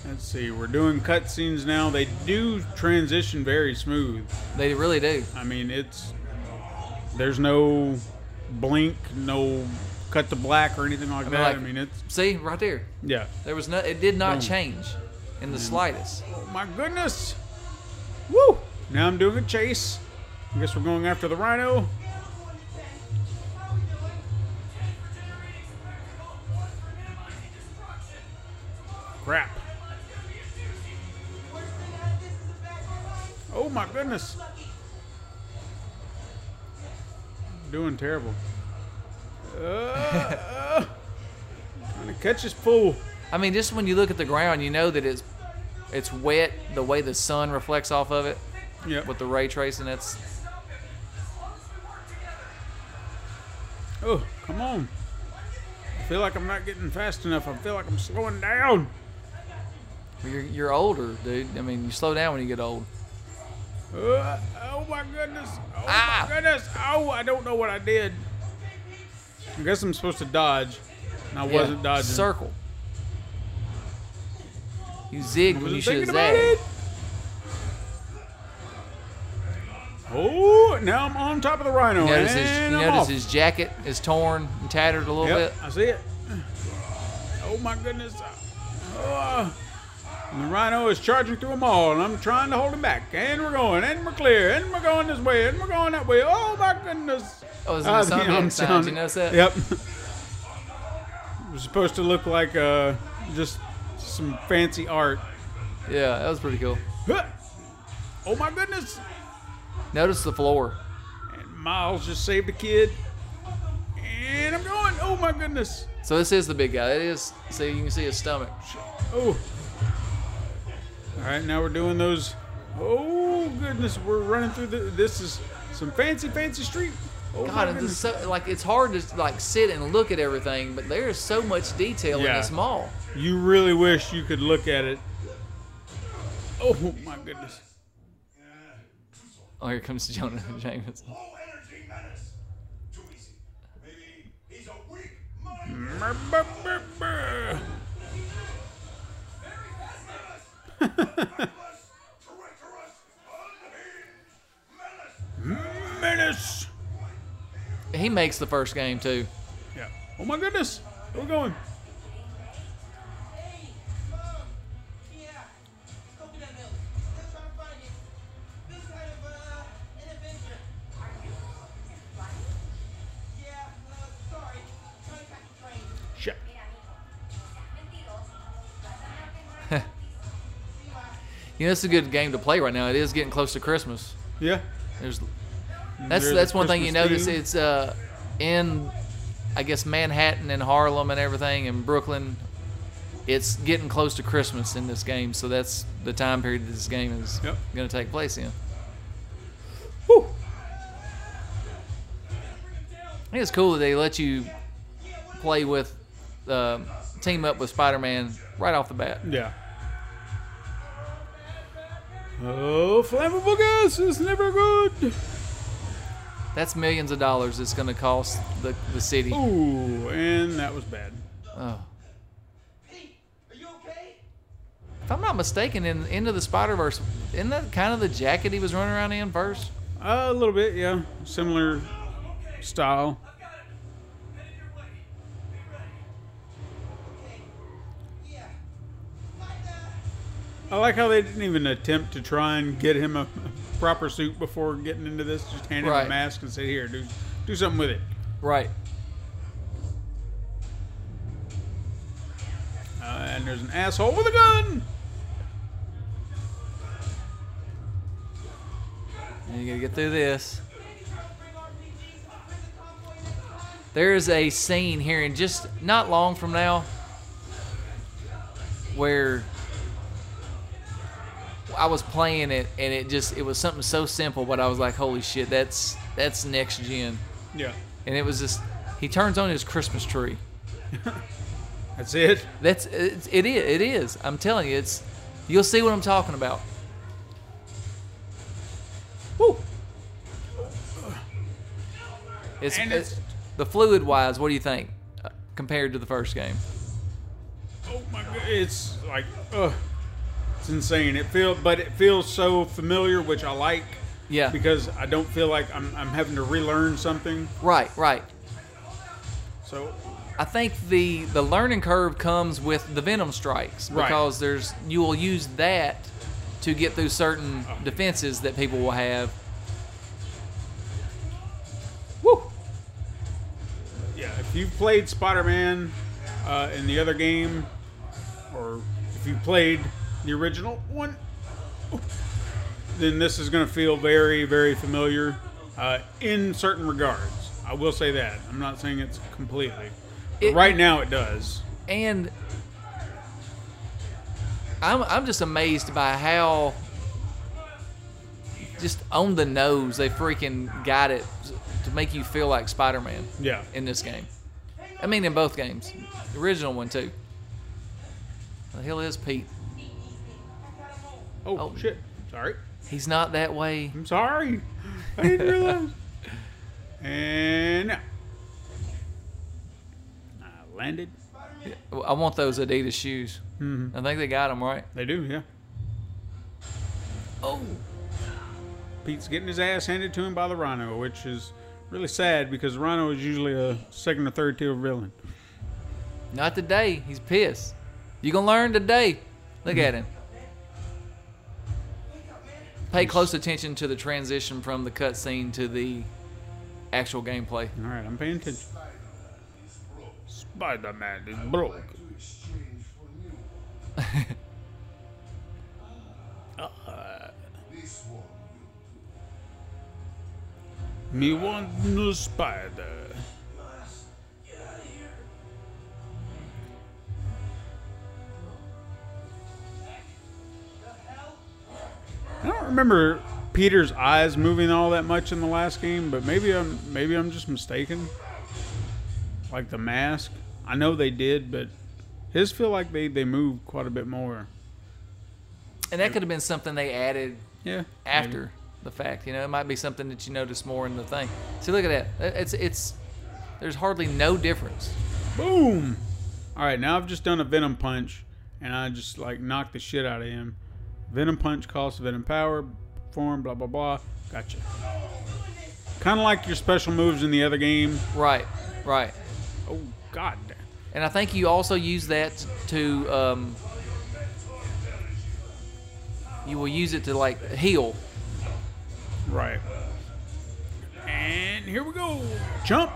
Speaker 1: Let's see. We're doing cutscenes now. They do transition very smooth.
Speaker 2: They really do.
Speaker 1: I mean, it's there's no blink, no cut to black or anything like
Speaker 2: mean,
Speaker 1: that.
Speaker 2: like-
Speaker 1: I mean, it's
Speaker 2: See, right there.
Speaker 1: yeah.
Speaker 2: There was no it did not
Speaker 1: Boom.
Speaker 2: change in the slightest.
Speaker 1: Oh my goodness! Woo! Now I'm doing a chase. I guess we're going after the rhino. Crap. Oh my goodness. Doing terrible. Uh, trying to catch this fool.
Speaker 2: I mean, just when you look at the ground, you know that it's it's wet, the way the sun reflects off of it
Speaker 1: Yep.
Speaker 2: with the ray tracing, that's
Speaker 1: Oh, come on. I feel like I'm not getting fast enough. I feel like I'm slowing down.
Speaker 2: You're, you're older, dude. I mean, you slow down when you get old.
Speaker 1: Uh, oh my goodness. Oh
Speaker 2: Ah.
Speaker 1: my goodness. Oh, I don't know what I did. I guess I'm supposed to dodge. And I wasn't dodging.
Speaker 2: Circle. You zig
Speaker 1: I
Speaker 2: when you
Speaker 1: wasn't
Speaker 2: should
Speaker 1: thinking
Speaker 2: zag.
Speaker 1: about it. Oh, now I'm on top of the rhino.
Speaker 2: You notice,
Speaker 1: and
Speaker 2: his, you
Speaker 1: I'm
Speaker 2: notice
Speaker 1: off.
Speaker 2: his jacket is torn and tattered a little
Speaker 1: Yep,
Speaker 2: bit.
Speaker 1: I see it. Oh my goodness. Oh. And the rhino is charging through them all, and I'm trying to hold him back. And we're going, and we're clear, and we're going this way, and we're going that way. Oh my goodness.
Speaker 2: Oh, it's in the
Speaker 1: I
Speaker 2: Sonic
Speaker 1: think I'm
Speaker 2: signs, you
Speaker 1: sounding-
Speaker 2: notice that?
Speaker 1: Yep. *laughs* it was supposed to look like uh, just some fancy art.
Speaker 2: Yeah, that was pretty cool.
Speaker 1: Huh. Oh my goodness.
Speaker 2: Notice the floor.
Speaker 1: And Miles just saved a kid. And I'm going. Oh my goodness.
Speaker 2: So this is the big guy. It is. See, you can see his stomach.
Speaker 1: Oh. All right, now we're doing those. Oh goodness, we're running through the. This is some fancy, fancy street. Oh my
Speaker 2: God, it's
Speaker 1: goodness.
Speaker 2: just so, like it's hard to like sit and look at everything, but there is so much detail in
Speaker 1: Yeah.
Speaker 2: this mall.
Speaker 1: you really wish you could look at it. Oh my goodness. *laughs*
Speaker 2: Oh, here comes *laughs* Jonathan Jameson.
Speaker 4: Low energy menace. Too easy. Maybe he's a weak minded.
Speaker 1: Brr, brr, brr, brr.
Speaker 4: Treacherous. Unhinged. Menace.
Speaker 1: Menace.
Speaker 2: He makes the first game too.
Speaker 1: Yeah. Oh my goodness. Where we going?
Speaker 3: Hey, Mom. Yeah. Let's go get that milk. Let's try to find it. uh, uh,
Speaker 2: You know, it's a good game to play right now. It is getting close to Christmas.
Speaker 1: Yeah.
Speaker 2: There's that's
Speaker 1: There's
Speaker 2: that's
Speaker 1: a
Speaker 2: one thing you
Speaker 1: Christmas
Speaker 2: notice.
Speaker 1: theme.
Speaker 2: It's uh in I guess Manhattan and Harlem and everything and Brooklyn. It's getting close to Christmas in this game, so that's the time period that this game is
Speaker 1: Yep.
Speaker 2: going to take place in.
Speaker 1: Whew.
Speaker 2: I think it's cool that they let you play with, uh, team up with Spider-Man right off the bat.
Speaker 1: Yeah. Oh, flammable gas is never good.
Speaker 2: That's millions of dollars it's going to cost the, the city.
Speaker 1: Ooh, and that was bad.
Speaker 2: Oh.
Speaker 3: Pete, are you okay?
Speaker 2: If I'm not mistaken, in Into the Spider Verse, isn't that kind of the jacket he was running around in first?
Speaker 1: a little bit, yeah. Similar style.
Speaker 3: Okay. Yeah. Bye now.
Speaker 1: I like how they didn't even attempt to try and get him a proper suit before getting into this. Just hand him
Speaker 2: Right.
Speaker 1: a mask and say, "Here, do do something with it."
Speaker 2: Right.
Speaker 1: Uh, and there's an asshole with a gun.
Speaker 2: You gotta get through this. There is a scene here, and just not long from now, where I was playing it, and it just it was something so simple, but I was like, "Holy shit, that's that's next gen!"
Speaker 1: Yeah,
Speaker 2: And it was just he turns on his Christmas tree.
Speaker 1: that's it.
Speaker 2: That's it's, it is. It is. I'm telling you, it's. You'll see what I'm talking about. Woo. It's,
Speaker 1: And it's-
Speaker 2: it's- the fluid wise. What do you think uh, compared to the first game?
Speaker 1: Oh my god, it's like, ugh, it's insane. It feel, but it feels so familiar, which I like
Speaker 2: Yeah.
Speaker 1: because I don't feel like I'm I'm having to relearn something.
Speaker 2: right. Right.
Speaker 1: So
Speaker 2: I think the the learning curve comes with the venom strikes
Speaker 1: Right.
Speaker 2: because there's you will use that to get through certain
Speaker 1: Oh.
Speaker 2: defenses that people will have. Woo.
Speaker 1: yeah, if you've played Spider-Man uh, in the other game, or if you played the original one, then this is going to feel very, very familiar uh, in certain regards. I will say that. I'm not saying it's completely. But
Speaker 2: It-
Speaker 1: right now, it does.
Speaker 2: and I'm I'm just amazed by how just on the nose they freaking got it to make you feel like Spider-Man
Speaker 1: Yeah.
Speaker 2: in this game. I mean, in both games, the original one too. The hell is Pete?
Speaker 1: Oh,
Speaker 2: Oh.
Speaker 1: shit! Sorry,
Speaker 2: He's not that way.
Speaker 1: I'm sorry. I didn't realize. and now. I landed.
Speaker 2: I want those Adidas shoes. I think they got them right.
Speaker 1: They do, yeah.
Speaker 2: Oh,
Speaker 1: Pete's getting his ass handed to him by the Rhino, which is really sad because the Rhino is usually a second or third tier villain.
Speaker 2: not today. He's pissed. You gonna learn today. Look at him. Pay close attention to the transition from the cutscene to the actual gameplay.
Speaker 1: All right, I'm paying attention. Spider Man is *laughs* broke.
Speaker 4: exchange for new. This one
Speaker 1: Me want new spider. I don't remember Peter's eyes moving all that much in the last game, but maybe I'm maybe I'm just mistaken. Like the mask, I know they did, but his feel like they they moved quite a bit more.
Speaker 2: And that could have been something they added
Speaker 1: Yeah.
Speaker 2: after
Speaker 1: maybe.
Speaker 2: the fact. You know, it might be something that you notice more in the thing. See, look at that. Uh, It's it's there's hardly no difference.
Speaker 1: Boom. All right, now I've just done a venom punch, and I just like knocked the shit out of him. Venom punch costs venom power, form, blah blah blah. Gotcha. Kind of like your special moves in the other game.
Speaker 2: Right, right.
Speaker 1: Oh god. damn.
Speaker 2: And I think you also use that to um, you will use it to like heal.
Speaker 1: Right. And here we go. Jump.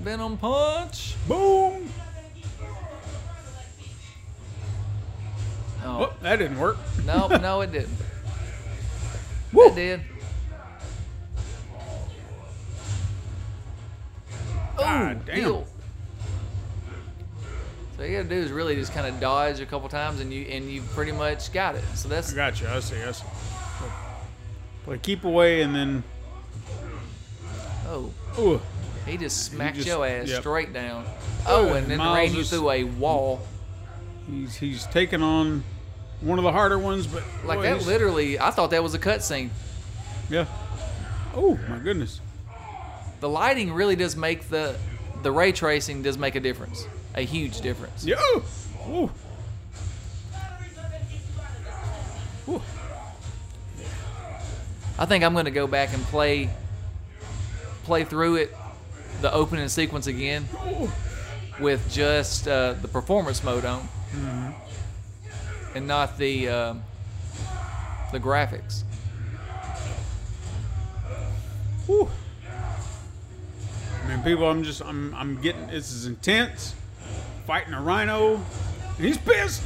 Speaker 2: Venom punch.
Speaker 1: Boom.
Speaker 2: Oh,
Speaker 1: Oh, that didn't work.
Speaker 2: Nope, no, it
Speaker 1: *laughs*
Speaker 2: didn't. It did.
Speaker 1: God damn.
Speaker 2: Ew. So all you gotta do is really just kind of dodge a couple times, and you and you pretty much got it. So that's
Speaker 1: I got you. I see. I see. Like keep away and then.
Speaker 2: oh,
Speaker 1: Ooh.
Speaker 2: he just smacked
Speaker 1: just-
Speaker 2: your ass
Speaker 1: yep.
Speaker 2: straight down. Oh, and then
Speaker 1: Miles
Speaker 2: ran you
Speaker 1: is-
Speaker 2: through a wall.
Speaker 1: He's he's taking on one of the harder ones, but
Speaker 2: Like
Speaker 1: boy,
Speaker 2: that
Speaker 1: he's-
Speaker 2: literally, I thought that was a cutscene.
Speaker 1: Yeah. Oh my goodness.
Speaker 2: The lighting really does make the the ray tracing does make a difference, a huge difference.
Speaker 1: Yeah. Ooh. Ooh.
Speaker 2: I think I'm gonna go back and play play through it, the opening sequence again, with just uh, the performance mode on, and not the um the graphics.
Speaker 1: Whew. I mean, people, I'm just, I'm, I'm getting, this is intense. Fighting a rhino, and he's pissed.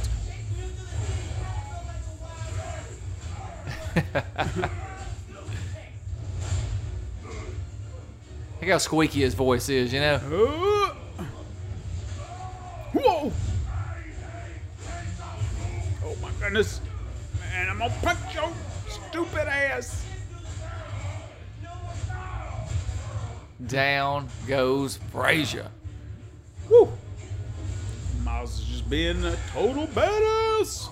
Speaker 2: Look how squeaky his voice is, you know.
Speaker 1: Uh, whoa! Oh my goodness! Man, I'm gonna punch your stupid ass.
Speaker 2: Down goes Frazier.
Speaker 1: Woo! Miles is just being a total badass.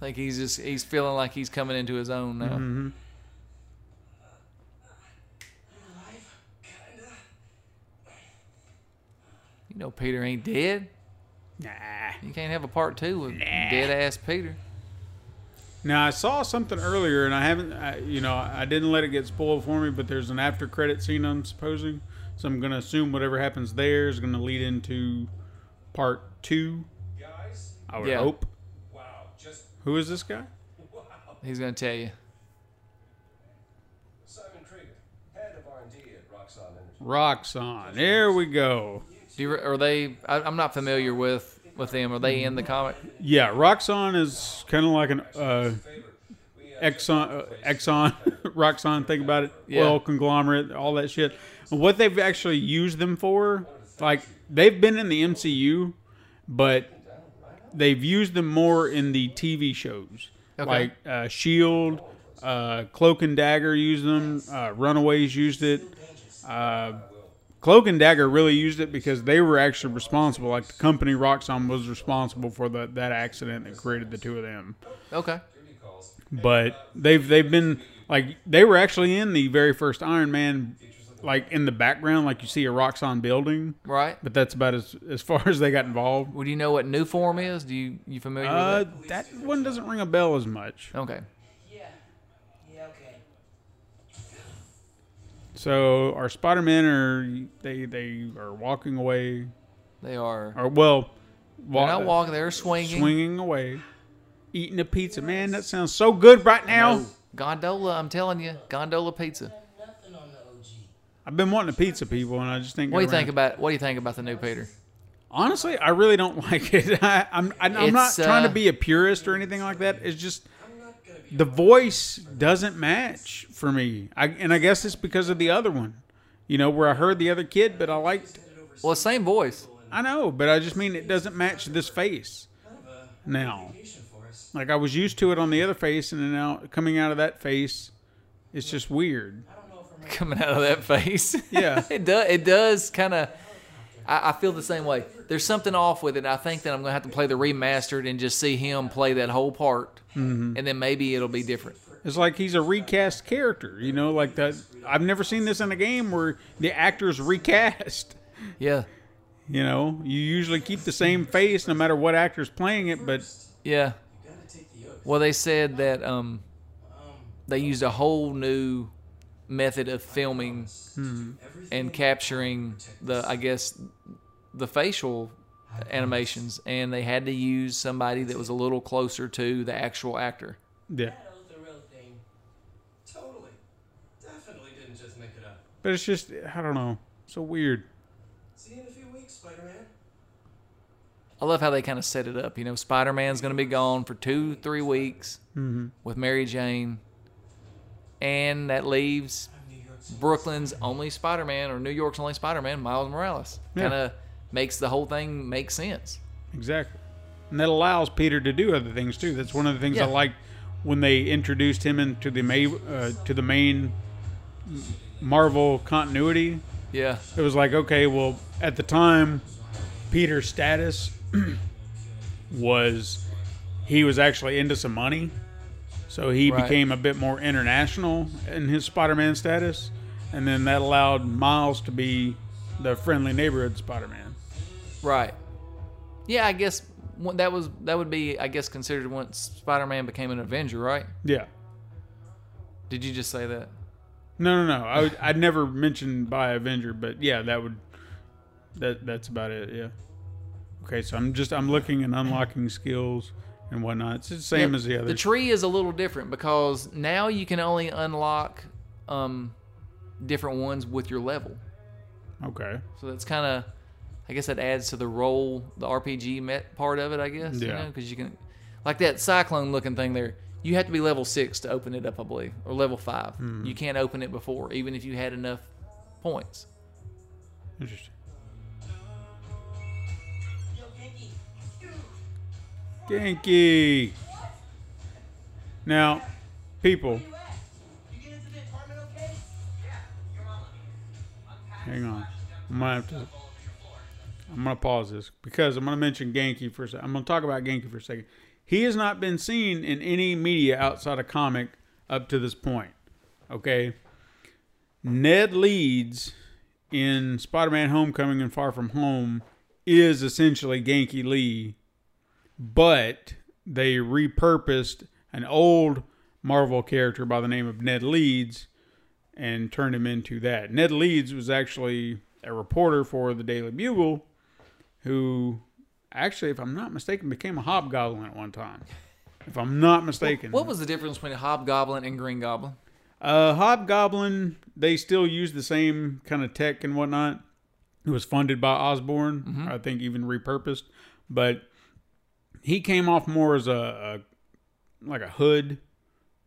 Speaker 2: I think he's just he's feeling like he's coming into his own now.
Speaker 3: Alive? Kinda.
Speaker 2: You know Peter ain't dead.
Speaker 1: Nah.
Speaker 2: You can't have a part two with dead ass Peter.
Speaker 1: Now I saw something earlier, and I haven't, I, you know, I didn't let it get spoiled for me. But there's an after credit scene, I'm supposing, so I'm gonna assume whatever happens there is gonna lead into part two.
Speaker 4: Guys,
Speaker 1: I would
Speaker 2: Yeah.
Speaker 1: hope.
Speaker 4: wow, just
Speaker 1: Who is this guy?
Speaker 2: He's gonna tell you.
Speaker 4: Simon Krieger, head of R&D at Roxxon Energy.
Speaker 1: Roxxon. There we go.
Speaker 2: Do you, re- are they? I, I'm not familiar with with them. Are they in the comic?
Speaker 1: Yeah, Roxxon is kind of like an uh, Exxon, uh, Exxon, *laughs* Roxxon. Think about it.
Speaker 2: Yeah.
Speaker 1: Oil conglomerate, all that shit. And what they've actually used them for, like they've been in the MCU, but they've used them more in the TV shows,
Speaker 2: Okay.
Speaker 1: like uh, Shield, uh, Cloak and Dagger used them. Uh, Runaways used it. Uh, Cloak and Dagger really used it because they were actually responsible. Like the company Roxxon was responsible for the, that accident that created the two of them
Speaker 2: Okay.
Speaker 1: but they've they've been like they were actually in the very first Iron Man, like in the background, like you see a Roxxon building,
Speaker 2: Right.
Speaker 1: but that's about as as far as they got involved.
Speaker 2: Well, do you know what new form is? Do you you familiar
Speaker 1: Uh,
Speaker 2: with
Speaker 1: that one doesn't ring a bell as much.
Speaker 2: it? Okay.
Speaker 3: Yeah. Yeah, okay.
Speaker 1: So our Spider Man are they they are walking away,
Speaker 2: They are.
Speaker 1: or well,
Speaker 2: They're
Speaker 1: walk,
Speaker 2: not walking. They're swinging.
Speaker 1: swinging away, eating a pizza. Man, that sounds so good right now.
Speaker 2: No. Gondola. I'm telling you, gondola pizza.
Speaker 3: Nothing on the OG.
Speaker 1: I've been wanting a pizza, people, and I just think.
Speaker 2: What do you think about What do you think about the new Peter?
Speaker 1: Honestly, I really don't *laughs* like it. I, I'm I, I'm not
Speaker 2: It's, uh,
Speaker 1: trying to be a purist or anything like that. It's just the voice doesn't match for me. I, and I guess it's because of the other one, you know, where I heard the other kid, but I liked.
Speaker 2: Well, same voice.
Speaker 1: I know, but I just mean it doesn't match this face now. Like I was used to it on the other face, and then now coming out of that face, it's just weird.
Speaker 2: *laughs* coming out of that face.
Speaker 1: Yeah.
Speaker 2: *laughs* it does. It does kind of. I, I feel the same way. There's something off with it. I think that I'm gonna have to play the remastered and just see him play that whole part, and then maybe it'll be different.
Speaker 1: It's like he's a recast character, you know, like that. I've never seen this in a game where the actor's recast.
Speaker 2: Yeah,
Speaker 1: You know, you usually keep the same face no matter what actor's playing it, but
Speaker 2: yeah.
Speaker 3: Gotta take the oath.
Speaker 2: Well, they said that um, they used a whole new method of filming and capturing the, I guess, the facial animations, and they had to use somebody that was a little closer to the actual actor.
Speaker 1: yeah.
Speaker 3: That was the real thing.
Speaker 4: Totally. Definitely didn't just make it up.
Speaker 1: But it's just I don't know, so weird.
Speaker 4: See you in a few weeks, Spider-Man.
Speaker 2: I love how they kind of set it up. You know, Spider Man's going to be gone for two, three weeks with Mary Jane, and that leaves Brooklyn's only Spider Man or New York's only Spider Man, Miles Morales.
Speaker 1: Yeah.
Speaker 2: Kind of makes the whole thing make sense.
Speaker 1: Exactly. And that allows Peter to do other things too. That's one of the things I
Speaker 2: Yeah.
Speaker 1: liked when they introduced him into the ma- uh, to the main Marvel continuity.
Speaker 2: Yeah,
Speaker 1: It was like, okay, well, at the time, Peter's status *clears throat* was he was actually into some money. So he
Speaker 2: Right.
Speaker 1: became a bit more international in his Spider Man status. And then that allowed Miles to be the friendly neighborhood Spider Man.
Speaker 2: right. Yeah, I guess one- that was that would be I guess considered once Spider Man became an Avenger, right?
Speaker 1: Yeah.
Speaker 2: Did you just say that?
Speaker 1: No, no, no. I would- I'd never mentioned by Avenger, but yeah, that would that that's about it. Yeah. Okay, so I'm just I'm looking and unlocking skills and whatnot. It's the same
Speaker 2: Yeah,
Speaker 1: as the other.
Speaker 2: tree is a little different because now you can only unlock um, different ones with your level.
Speaker 1: okay.
Speaker 2: So that's kind of, I guess that adds to the role, the RPG met part of it, I guess.
Speaker 1: Yeah.
Speaker 2: You because you can, like that cyclone looking thing there, you have to be level six to open it up, I believe, or level five.
Speaker 1: Hmm.
Speaker 2: You can't open it before, even if you had enough points.
Speaker 1: Interesting.
Speaker 3: Yo, Genki,
Speaker 1: Genki. Now, people,
Speaker 3: you at? You get into the apartment okay? Yeah, your mama.
Speaker 1: hang on. I'm gonna have to. I'm gonna pause this because I'm gonna mention Genki for a second. I'm gonna talk about Genki for a second. He has not been seen in any media outside of comic up to this point. Okay. Ned Leeds in Spider-Man: Homecoming and Far From Home is essentially Genki Lee, but they repurposed an old Marvel character by the name of Ned Leeds and turned him into that. Ned Leeds was actually a reporter for the Daily Bugle who actually, if I'm not mistaken, became a hobgoblin at one time. If I'm not mistaken.
Speaker 2: What was the difference between a hobgoblin and green goblin?
Speaker 1: Uh, Hobgoblin, they still use the same kind of tech and whatnot. It was funded by Osborne, I think, even repurposed. But he came off more as a, a like a hood,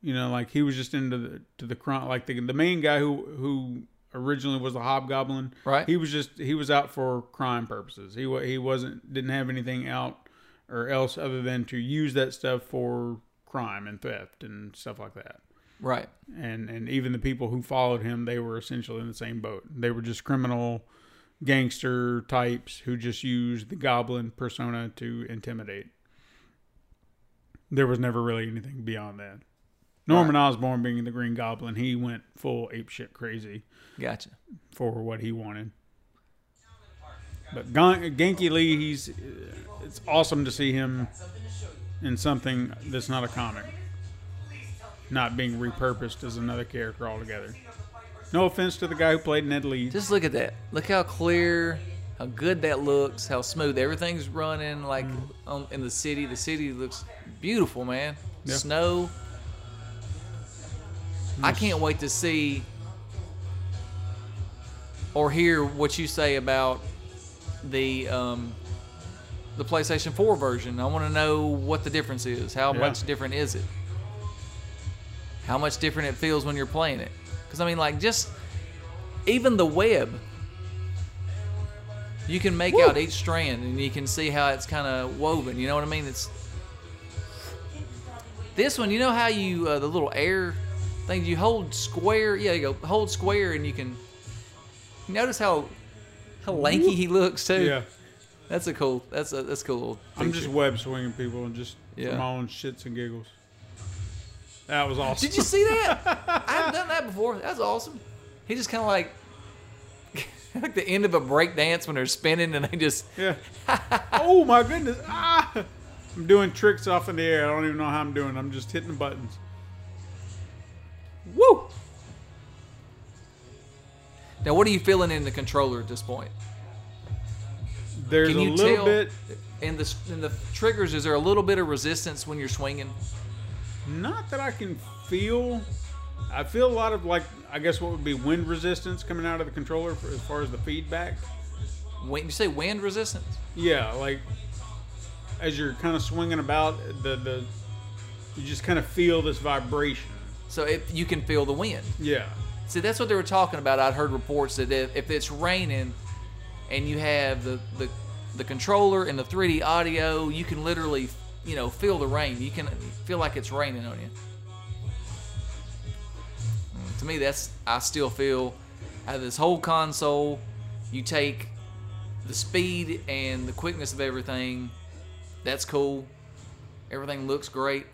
Speaker 1: you know, like he was just into the to the crime. Like the the main guy who who originally was the Hobgoblin,
Speaker 2: Right.
Speaker 1: He was just he was out for crime purposes. He wa- he wasn't didn't have anything out or else other than to use that stuff for crime and theft and stuff like that
Speaker 2: Right.
Speaker 1: and and even the people who followed him, they were essentially in the same boat. They were just criminal gangster types who just used the goblin persona to intimidate. There was never really anything beyond that. Norman Osborn being the Green Goblin, he went full apeshit crazy
Speaker 2: Gotcha.
Speaker 1: for what he wanted. But Gon- Genki Lee, he's uh, it's awesome to see him in something that's not a comic, not being repurposed as another character altogether. No offense to the guy who played Ned Lee.
Speaker 2: Just look at that. Look how clear, how good that looks, how smooth everything's running. Like on, in the city, the city looks beautiful, man.
Speaker 1: Yeah.
Speaker 2: Snow. I can't wait to see or hear what you say about the um, the PlayStation 4 version. I want to know what the difference is. How
Speaker 1: Yeah.
Speaker 2: much different is it? How much different it feels when you're playing it? Because I mean, like just even the web. You can make out each strand, and you can see how it's kind of woven. You know what I mean? It's this one. You know how you uh, the little air thing you hold square. Yeah, you go hold square, and you can notice how how lanky he looks too.
Speaker 1: Yeah,
Speaker 2: That's a cool. That's a that's a cool. little
Speaker 1: I'm
Speaker 2: feature.
Speaker 1: just web swinging people and just
Speaker 2: Yeah.
Speaker 1: for my own shits and giggles. That was awesome.
Speaker 2: Did you see that? I haven't done that before. That's awesome. He just kind of like *laughs* like the end of a break dance when they're spinning and they just
Speaker 1: Yeah. oh my goodness. Ah! I'm doing tricks off in the air. I don't even know how I'm doing. I'm just hitting the buttons.
Speaker 2: woo. Now, what are you feeling in the controller at this point?
Speaker 1: There's
Speaker 2: Can
Speaker 1: a
Speaker 2: you
Speaker 1: little
Speaker 2: tell?
Speaker 1: bit.
Speaker 2: In the in the triggers, is there a little bit of resistance when you're swinging?
Speaker 1: Not that I can feel. I feel a lot of like I guess what would be wind resistance coming out of the controller for, as far as the feedback.
Speaker 2: When you say wind resistance,
Speaker 1: Yeah, like as you're kind of swinging about the the you just kind of feel this vibration.
Speaker 2: So if you can feel the wind.
Speaker 1: Yeah.
Speaker 2: See, that's what they were talking about. I'd heard reports that if, if it's raining and you have the, the the controller and the 3D audio, you can literally, you know, feel the rain. You can feel like it's raining on you. Mm, To me, that's I still feel out of this whole console, you take the speed and the quickness of everything. That's cool. Everything looks great,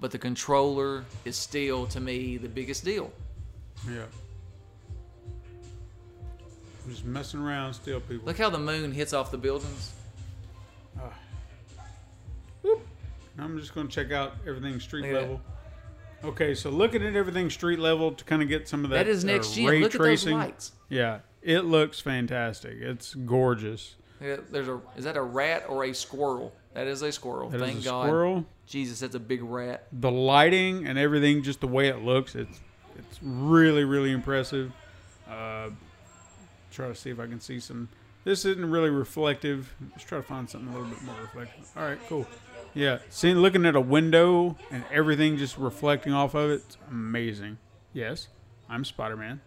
Speaker 2: but the controller is still to me the biggest deal.
Speaker 1: Yeah. I'm just messing around still, people.
Speaker 2: Look how the moon hits off the buildings.
Speaker 1: I'm just going to check out everything street
Speaker 2: Look at
Speaker 1: level. Okay, so looking at everything street level to kind of get some of that.
Speaker 2: That is
Speaker 1: uh,
Speaker 2: next gen.
Speaker 1: ray
Speaker 2: Look
Speaker 1: tracing.
Speaker 2: at those lights.
Speaker 1: Yeah, it looks fantastic. It's gorgeous.
Speaker 2: Yeah, There's a is that a rat or a squirrel? That is a squirrel.
Speaker 1: That is
Speaker 2: Thank
Speaker 1: a
Speaker 2: God.
Speaker 1: squirrel.
Speaker 2: Jesus, that's a big rat.
Speaker 1: The lighting and everything, just the way it looks, it's it's really really impressive. Uh, try to see if I can see some. This isn't really reflective. Let's try to find something a little bit more reflective. All right, cool. Yeah, seeing looking at a window and everything just reflecting off of it, it's amazing. Yes, I'm Spider Man.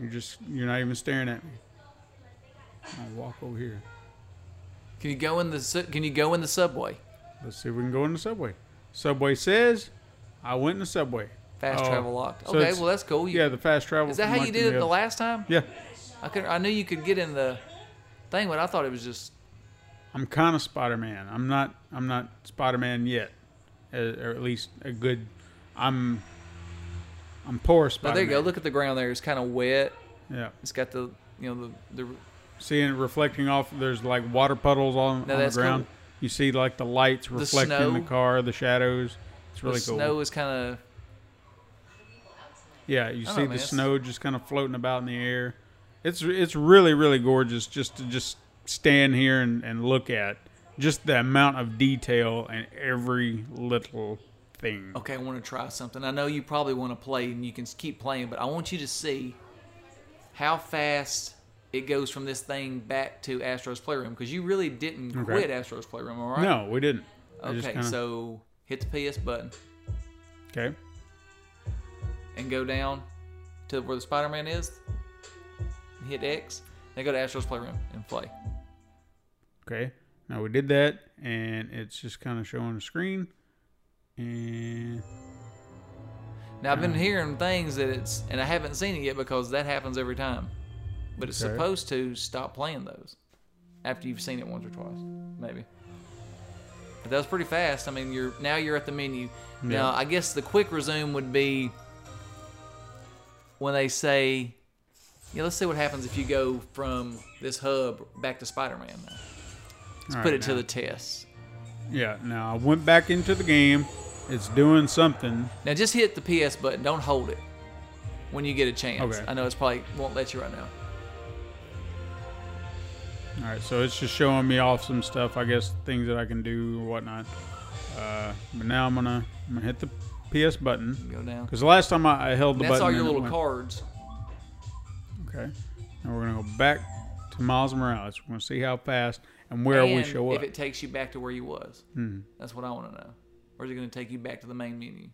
Speaker 1: You're just you're not even staring at me. I'll walk over here.
Speaker 2: Can you go in the su- Can you go in the subway?
Speaker 1: Let's see if we can go in the subway. Subway says, I went in the subway.
Speaker 2: Fast
Speaker 1: Oh,
Speaker 2: travel locked.
Speaker 1: so
Speaker 2: Okay,
Speaker 1: it's-
Speaker 2: well that's cool. You,
Speaker 1: Yeah, the fast travel.
Speaker 2: is that
Speaker 1: from
Speaker 2: how
Speaker 1: one
Speaker 2: you
Speaker 1: to
Speaker 2: did it the
Speaker 1: other.
Speaker 2: last time?
Speaker 1: Yeah,
Speaker 2: I could. I knew you could get in the thing, but I thought it was just.
Speaker 1: I'm kind of Spider Man. I'm not. I'm not Spider Man yet, Uh, or at least a good. I'm. I'm poor
Speaker 2: But
Speaker 1: Spider.
Speaker 2: there you go. Look at the ground there. It's kind of wet.
Speaker 1: Yeah,
Speaker 2: It's got the you know the the
Speaker 1: seeing it reflecting off. There's like water puddles all on, on the
Speaker 2: that's cool.
Speaker 1: ground. You see like the lights reflecting
Speaker 2: snow.
Speaker 1: the car, the shadows. It's really
Speaker 2: the
Speaker 1: cool.
Speaker 2: snow is kind of
Speaker 1: Yeah, you
Speaker 2: I don't
Speaker 1: see
Speaker 2: know,
Speaker 1: the
Speaker 2: man, it's-
Speaker 1: snow just kind of floating about in the air. It's it's really really gorgeous just to just stand here and, and look at just the amount of detail and every little thing.
Speaker 2: okay, I want to try something. I know you probably want to play and you can s- keep playing, but I want you to see how fast it goes from this thing back to Astro's Playroom because you really didn't
Speaker 1: Okay.
Speaker 2: quit Astro's Playroom, all right?
Speaker 1: No, we didn't. I just
Speaker 2: Okay,
Speaker 1: kinda-
Speaker 2: so hit the PS button
Speaker 1: okay.
Speaker 2: and go down to where the Spider Man is. and Hit X. Then go to Astro's Playroom and play.
Speaker 1: Okay. Now we did that, and it's just kind of showing the screen. And
Speaker 2: Now I've been
Speaker 1: Mm.
Speaker 2: hearing things that it's, and I haven't seen it yet because that happens every time. But it's
Speaker 1: Okay.
Speaker 2: supposed to stop playing those after you've seen it once or twice, maybe. But that was pretty fast. I mean, you're now you're at the menu.
Speaker 1: Yeah.
Speaker 2: Now I guess the quick resume would be when they say, "Yeah, let's see what happens if you go from this hub back to Spider-Man." Now.
Speaker 1: let's
Speaker 2: Put it to the test.
Speaker 1: yeah. Now I went back into the game. It's doing something.
Speaker 2: Now just hit the PS button. Don't hold it when you get a chance.
Speaker 1: Okay.
Speaker 2: I know it's probably won't let you right now.
Speaker 1: All right, so it's just showing me off some stuff, I guess, things that I can do or whatnot. Uh, but now I'm gonna I'm gonna hit the PS button
Speaker 2: Go down.
Speaker 1: because the last time I, I held the
Speaker 2: And that's
Speaker 1: button,
Speaker 2: all your
Speaker 1: and it
Speaker 2: little
Speaker 1: went-
Speaker 2: cards.
Speaker 1: Okay, now we're gonna go back to Miles Morales. We're gonna see how fast and where we
Speaker 2: and
Speaker 1: show up. Hmm.
Speaker 2: If it takes you back to where you was. That's what I want to know. Or is it going to take you back to the main menu?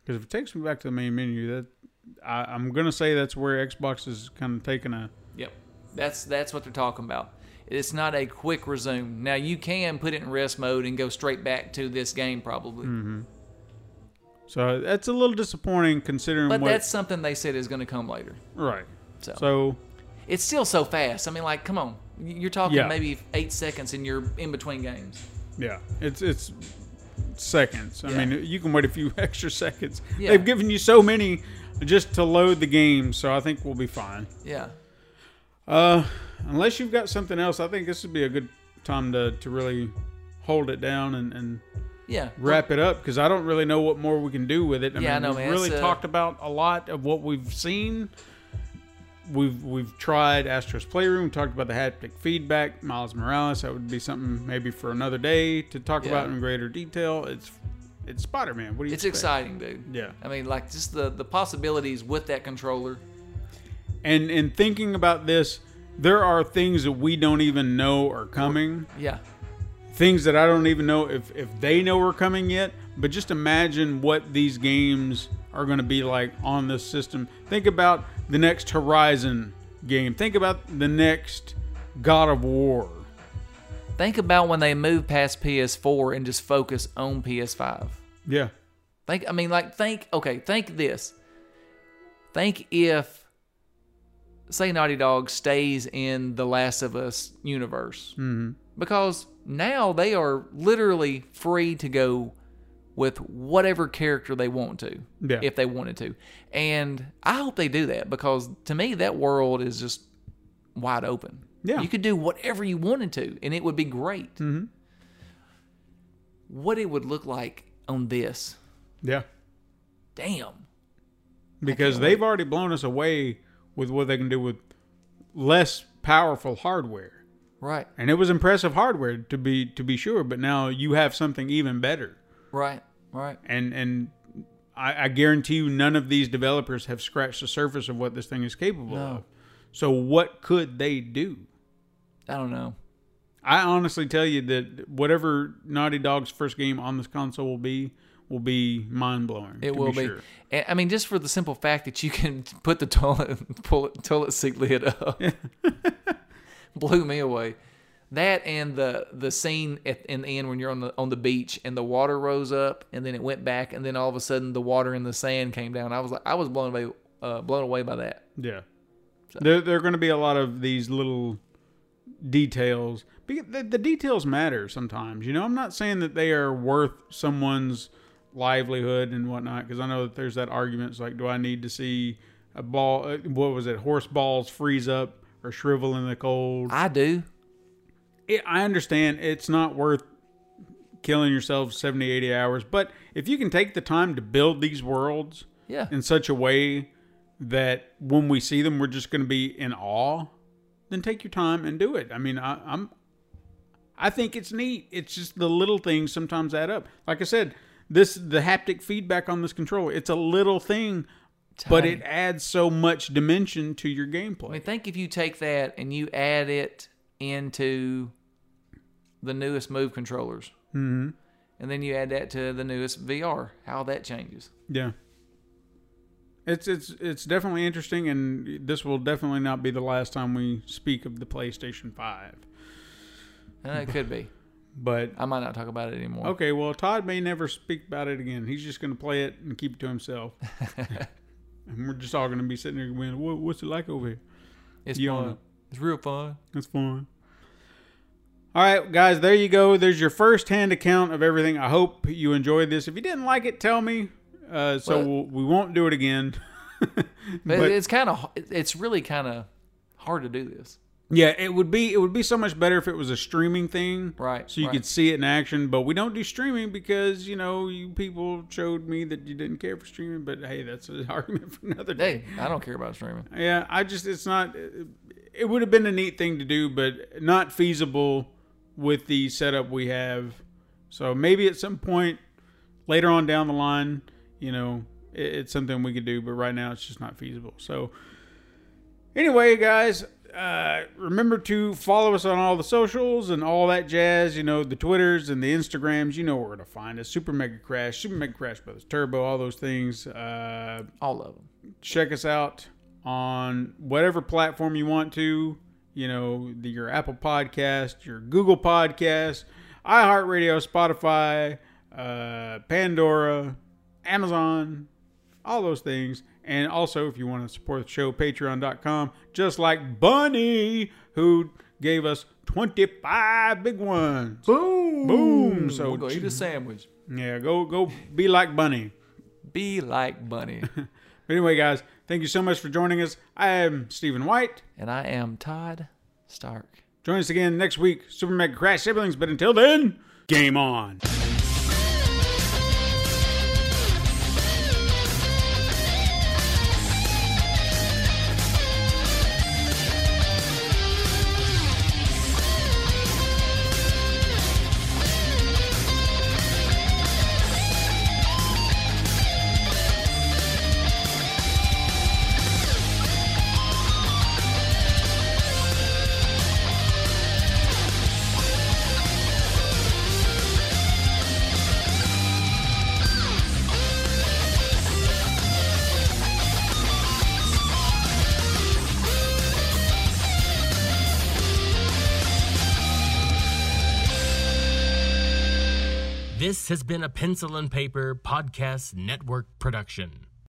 Speaker 1: Because if it takes me back to the main menu, that I, I'm gonna say that's where Xbox is kind of taking a.
Speaker 2: Yep. That's that's what they're talking about. It's not a quick resume. Now you can put it in rest mode and go straight back to this game probably.
Speaker 1: Mm-hmm. So that's a little disappointing considering
Speaker 2: But
Speaker 1: what.
Speaker 2: that's something they said is going to come later.
Speaker 1: right.
Speaker 2: So.
Speaker 1: so
Speaker 2: It's still so fast. I mean like come on. You're talking
Speaker 1: Yeah.
Speaker 2: maybe 8 seconds and you're in between games.
Speaker 1: Yeah, it's it's seconds. I
Speaker 2: Yeah.
Speaker 1: mean, you can wait a few *laughs* extra seconds.
Speaker 2: Yeah.
Speaker 1: They've given you so many just to load the game, so I think we'll be fine.
Speaker 2: Yeah.
Speaker 1: Uh, unless you've got something else, I think this would be a good time to, to really hold it down and, and
Speaker 2: Yeah.
Speaker 1: wrap it up because I don't really know what more we can do with it. I
Speaker 2: Yeah, I
Speaker 1: mean,
Speaker 2: know,
Speaker 1: we've
Speaker 2: man.
Speaker 1: really
Speaker 2: It's, uh,
Speaker 1: talked about a lot of what we've seen. We've we've tried Astro's Playroom, talked about the haptic feedback, Miles Morales. That would be something maybe for another day to talk
Speaker 2: Yeah.
Speaker 1: about in greater detail. It's it's Spider Man. What do you?
Speaker 2: It's
Speaker 1: expect?
Speaker 2: exciting, dude.
Speaker 1: Yeah.
Speaker 2: I mean like just the the possibilities with that controller.
Speaker 1: And and thinking about this, there are things that we don't even know are coming.
Speaker 2: Yeah.
Speaker 1: things that I don't even know if, if they know are coming yet. But just imagine what these games are going to be like on this system. Think about the next Horizon game. Think about the next God of War.
Speaker 2: Think about when they move past PS4 and just focus on PS5.
Speaker 1: Yeah.
Speaker 2: Think, I mean, like, think, okay, think this. Think if, say, Naughty Dog stays in the Last of Us universe. Mm-hmm. Because now they are literally free to go with whatever character they want to,
Speaker 1: Yeah.
Speaker 2: if they wanted to. And I hope they do that because to me, that world is just wide open.
Speaker 1: Yeah. Mm-hmm.
Speaker 2: You could do whatever you wanted to, and it would be great. What it would look like on this
Speaker 1: Yeah.
Speaker 2: damn.
Speaker 1: Because they've already blown us away with what they can do with less powerful hardware.
Speaker 2: Right,
Speaker 1: And it was impressive hardware to be to be sure, but now you have something even better.
Speaker 2: right, right.
Speaker 1: and and I, I guarantee you none of these developers have scratched the surface of what this thing is capable of. So what could they do?
Speaker 2: I don't know.
Speaker 1: I honestly tell you that whatever Naughty Dog's first game on this console will be will be mind blowing.
Speaker 2: It will be. And, I mean, just for the simple fact that you can *laughs* put the toilet *laughs* pull it, toilet seat
Speaker 1: *laughs*
Speaker 2: lid up, *laughs* blew me away. That and the the scene at, in the end when you're on the on the beach and the water rose up and then it went back and then all of a sudden the water and the sand came down. I was like, I was blown away, uh, blown away by that.
Speaker 1: Yeah. There, there are going to be a lot of these little details. Be- The, the details matter sometimes. You know, I'm not saying that they are worth someone's livelihood and whatnot, because I know that there's that argument. It's like, do I need to see a ball? uh, What was it? Horse balls freeze up or shrivel in the cold?
Speaker 2: I do.
Speaker 1: It, I understand it's not worth killing yourself 70, 80 hours, but if you can take the time to build these worlds,
Speaker 2: Yeah.
Speaker 1: in such a way that when we see them, we're just going to be in awe, then take your time and do it. I mean, I, I'm, I think it's neat. It's just the little things sometimes add up. Like I said, this the haptic feedback on this controller. It's a little thing, but
Speaker 2: Tiny.
Speaker 1: it adds so much dimension to your
Speaker 2: I mean,
Speaker 1: gameplay.
Speaker 2: think if you take that and you add it into the newest Move controllers, mm-hmm. and then you add that to the newest VR, how that changes.
Speaker 1: Yeah. It's it's it's definitely interesting, and this will definitely not be the last time we speak of the PlayStation Five.
Speaker 2: And it could be.
Speaker 1: But
Speaker 2: I might not talk about it anymore.
Speaker 1: Okay, well, Todd may never speak about it again. He's just going to play it and keep it to himself. and we're just all going to be sitting there going, what, what's it like over here?
Speaker 2: It's
Speaker 1: you
Speaker 2: fun.
Speaker 1: wanna-
Speaker 2: It's real fun.
Speaker 1: That's fine. All right, guys, there you go. There's your first hand account of everything. I hope you enjoyed this. If you didn't like it, tell me. Uh, so
Speaker 2: Well-
Speaker 1: we'll, we won't do it again. *laughs*
Speaker 2: But,
Speaker 1: But-
Speaker 2: it's kind of. It's really kind of hard to do this.
Speaker 1: Yeah, it would be it would be so much better if it was a streaming thing,
Speaker 2: Right,
Speaker 1: So you
Speaker 2: right.
Speaker 1: could see it in action. But we don't do streaming because you know you people showed me that you didn't care for streaming. But hey, that's an *laughs* argument for another day.
Speaker 2: Hey, I don't care about streaming.
Speaker 1: Yeah, I just it's not. It would have been a neat thing to do, but not feasible with the setup we have. So maybe at some point later on down the line, you know, it, it's something we could do. But right now, it's just not feasible. So anyway, guys. Uh, remember to follow us on all the socials and all that jazz. You know the Twitters and the Instagrams. You know where to find us. Super Mega Crash, Super Mega Crash Brothers, Turbo, all those things. Uh,
Speaker 2: All of them.
Speaker 1: check us out on whatever platform you want to. You know, the, your Apple Podcast, your Google Podcast, iHeartRadio, Spotify, uh, Pandora, Amazon, all those things. And also, if you want to support the show, patreon.com, just like Bunny, who gave us 25 big ones. Boom! Boom!
Speaker 2: We'll
Speaker 1: So,
Speaker 2: go eat a sandwich.
Speaker 1: yeah, go, go be like Bunny.
Speaker 2: Be like Bunny.
Speaker 1: But anyway, guys, thank you so much for joining us. I am Stephen White.
Speaker 2: *laughs* and I am Todd Stark.
Speaker 1: Join us again next week, Super Mega Crash Siblings. But until then, game on.
Speaker 5: This has been a Pencil and Paper Podcast Network production.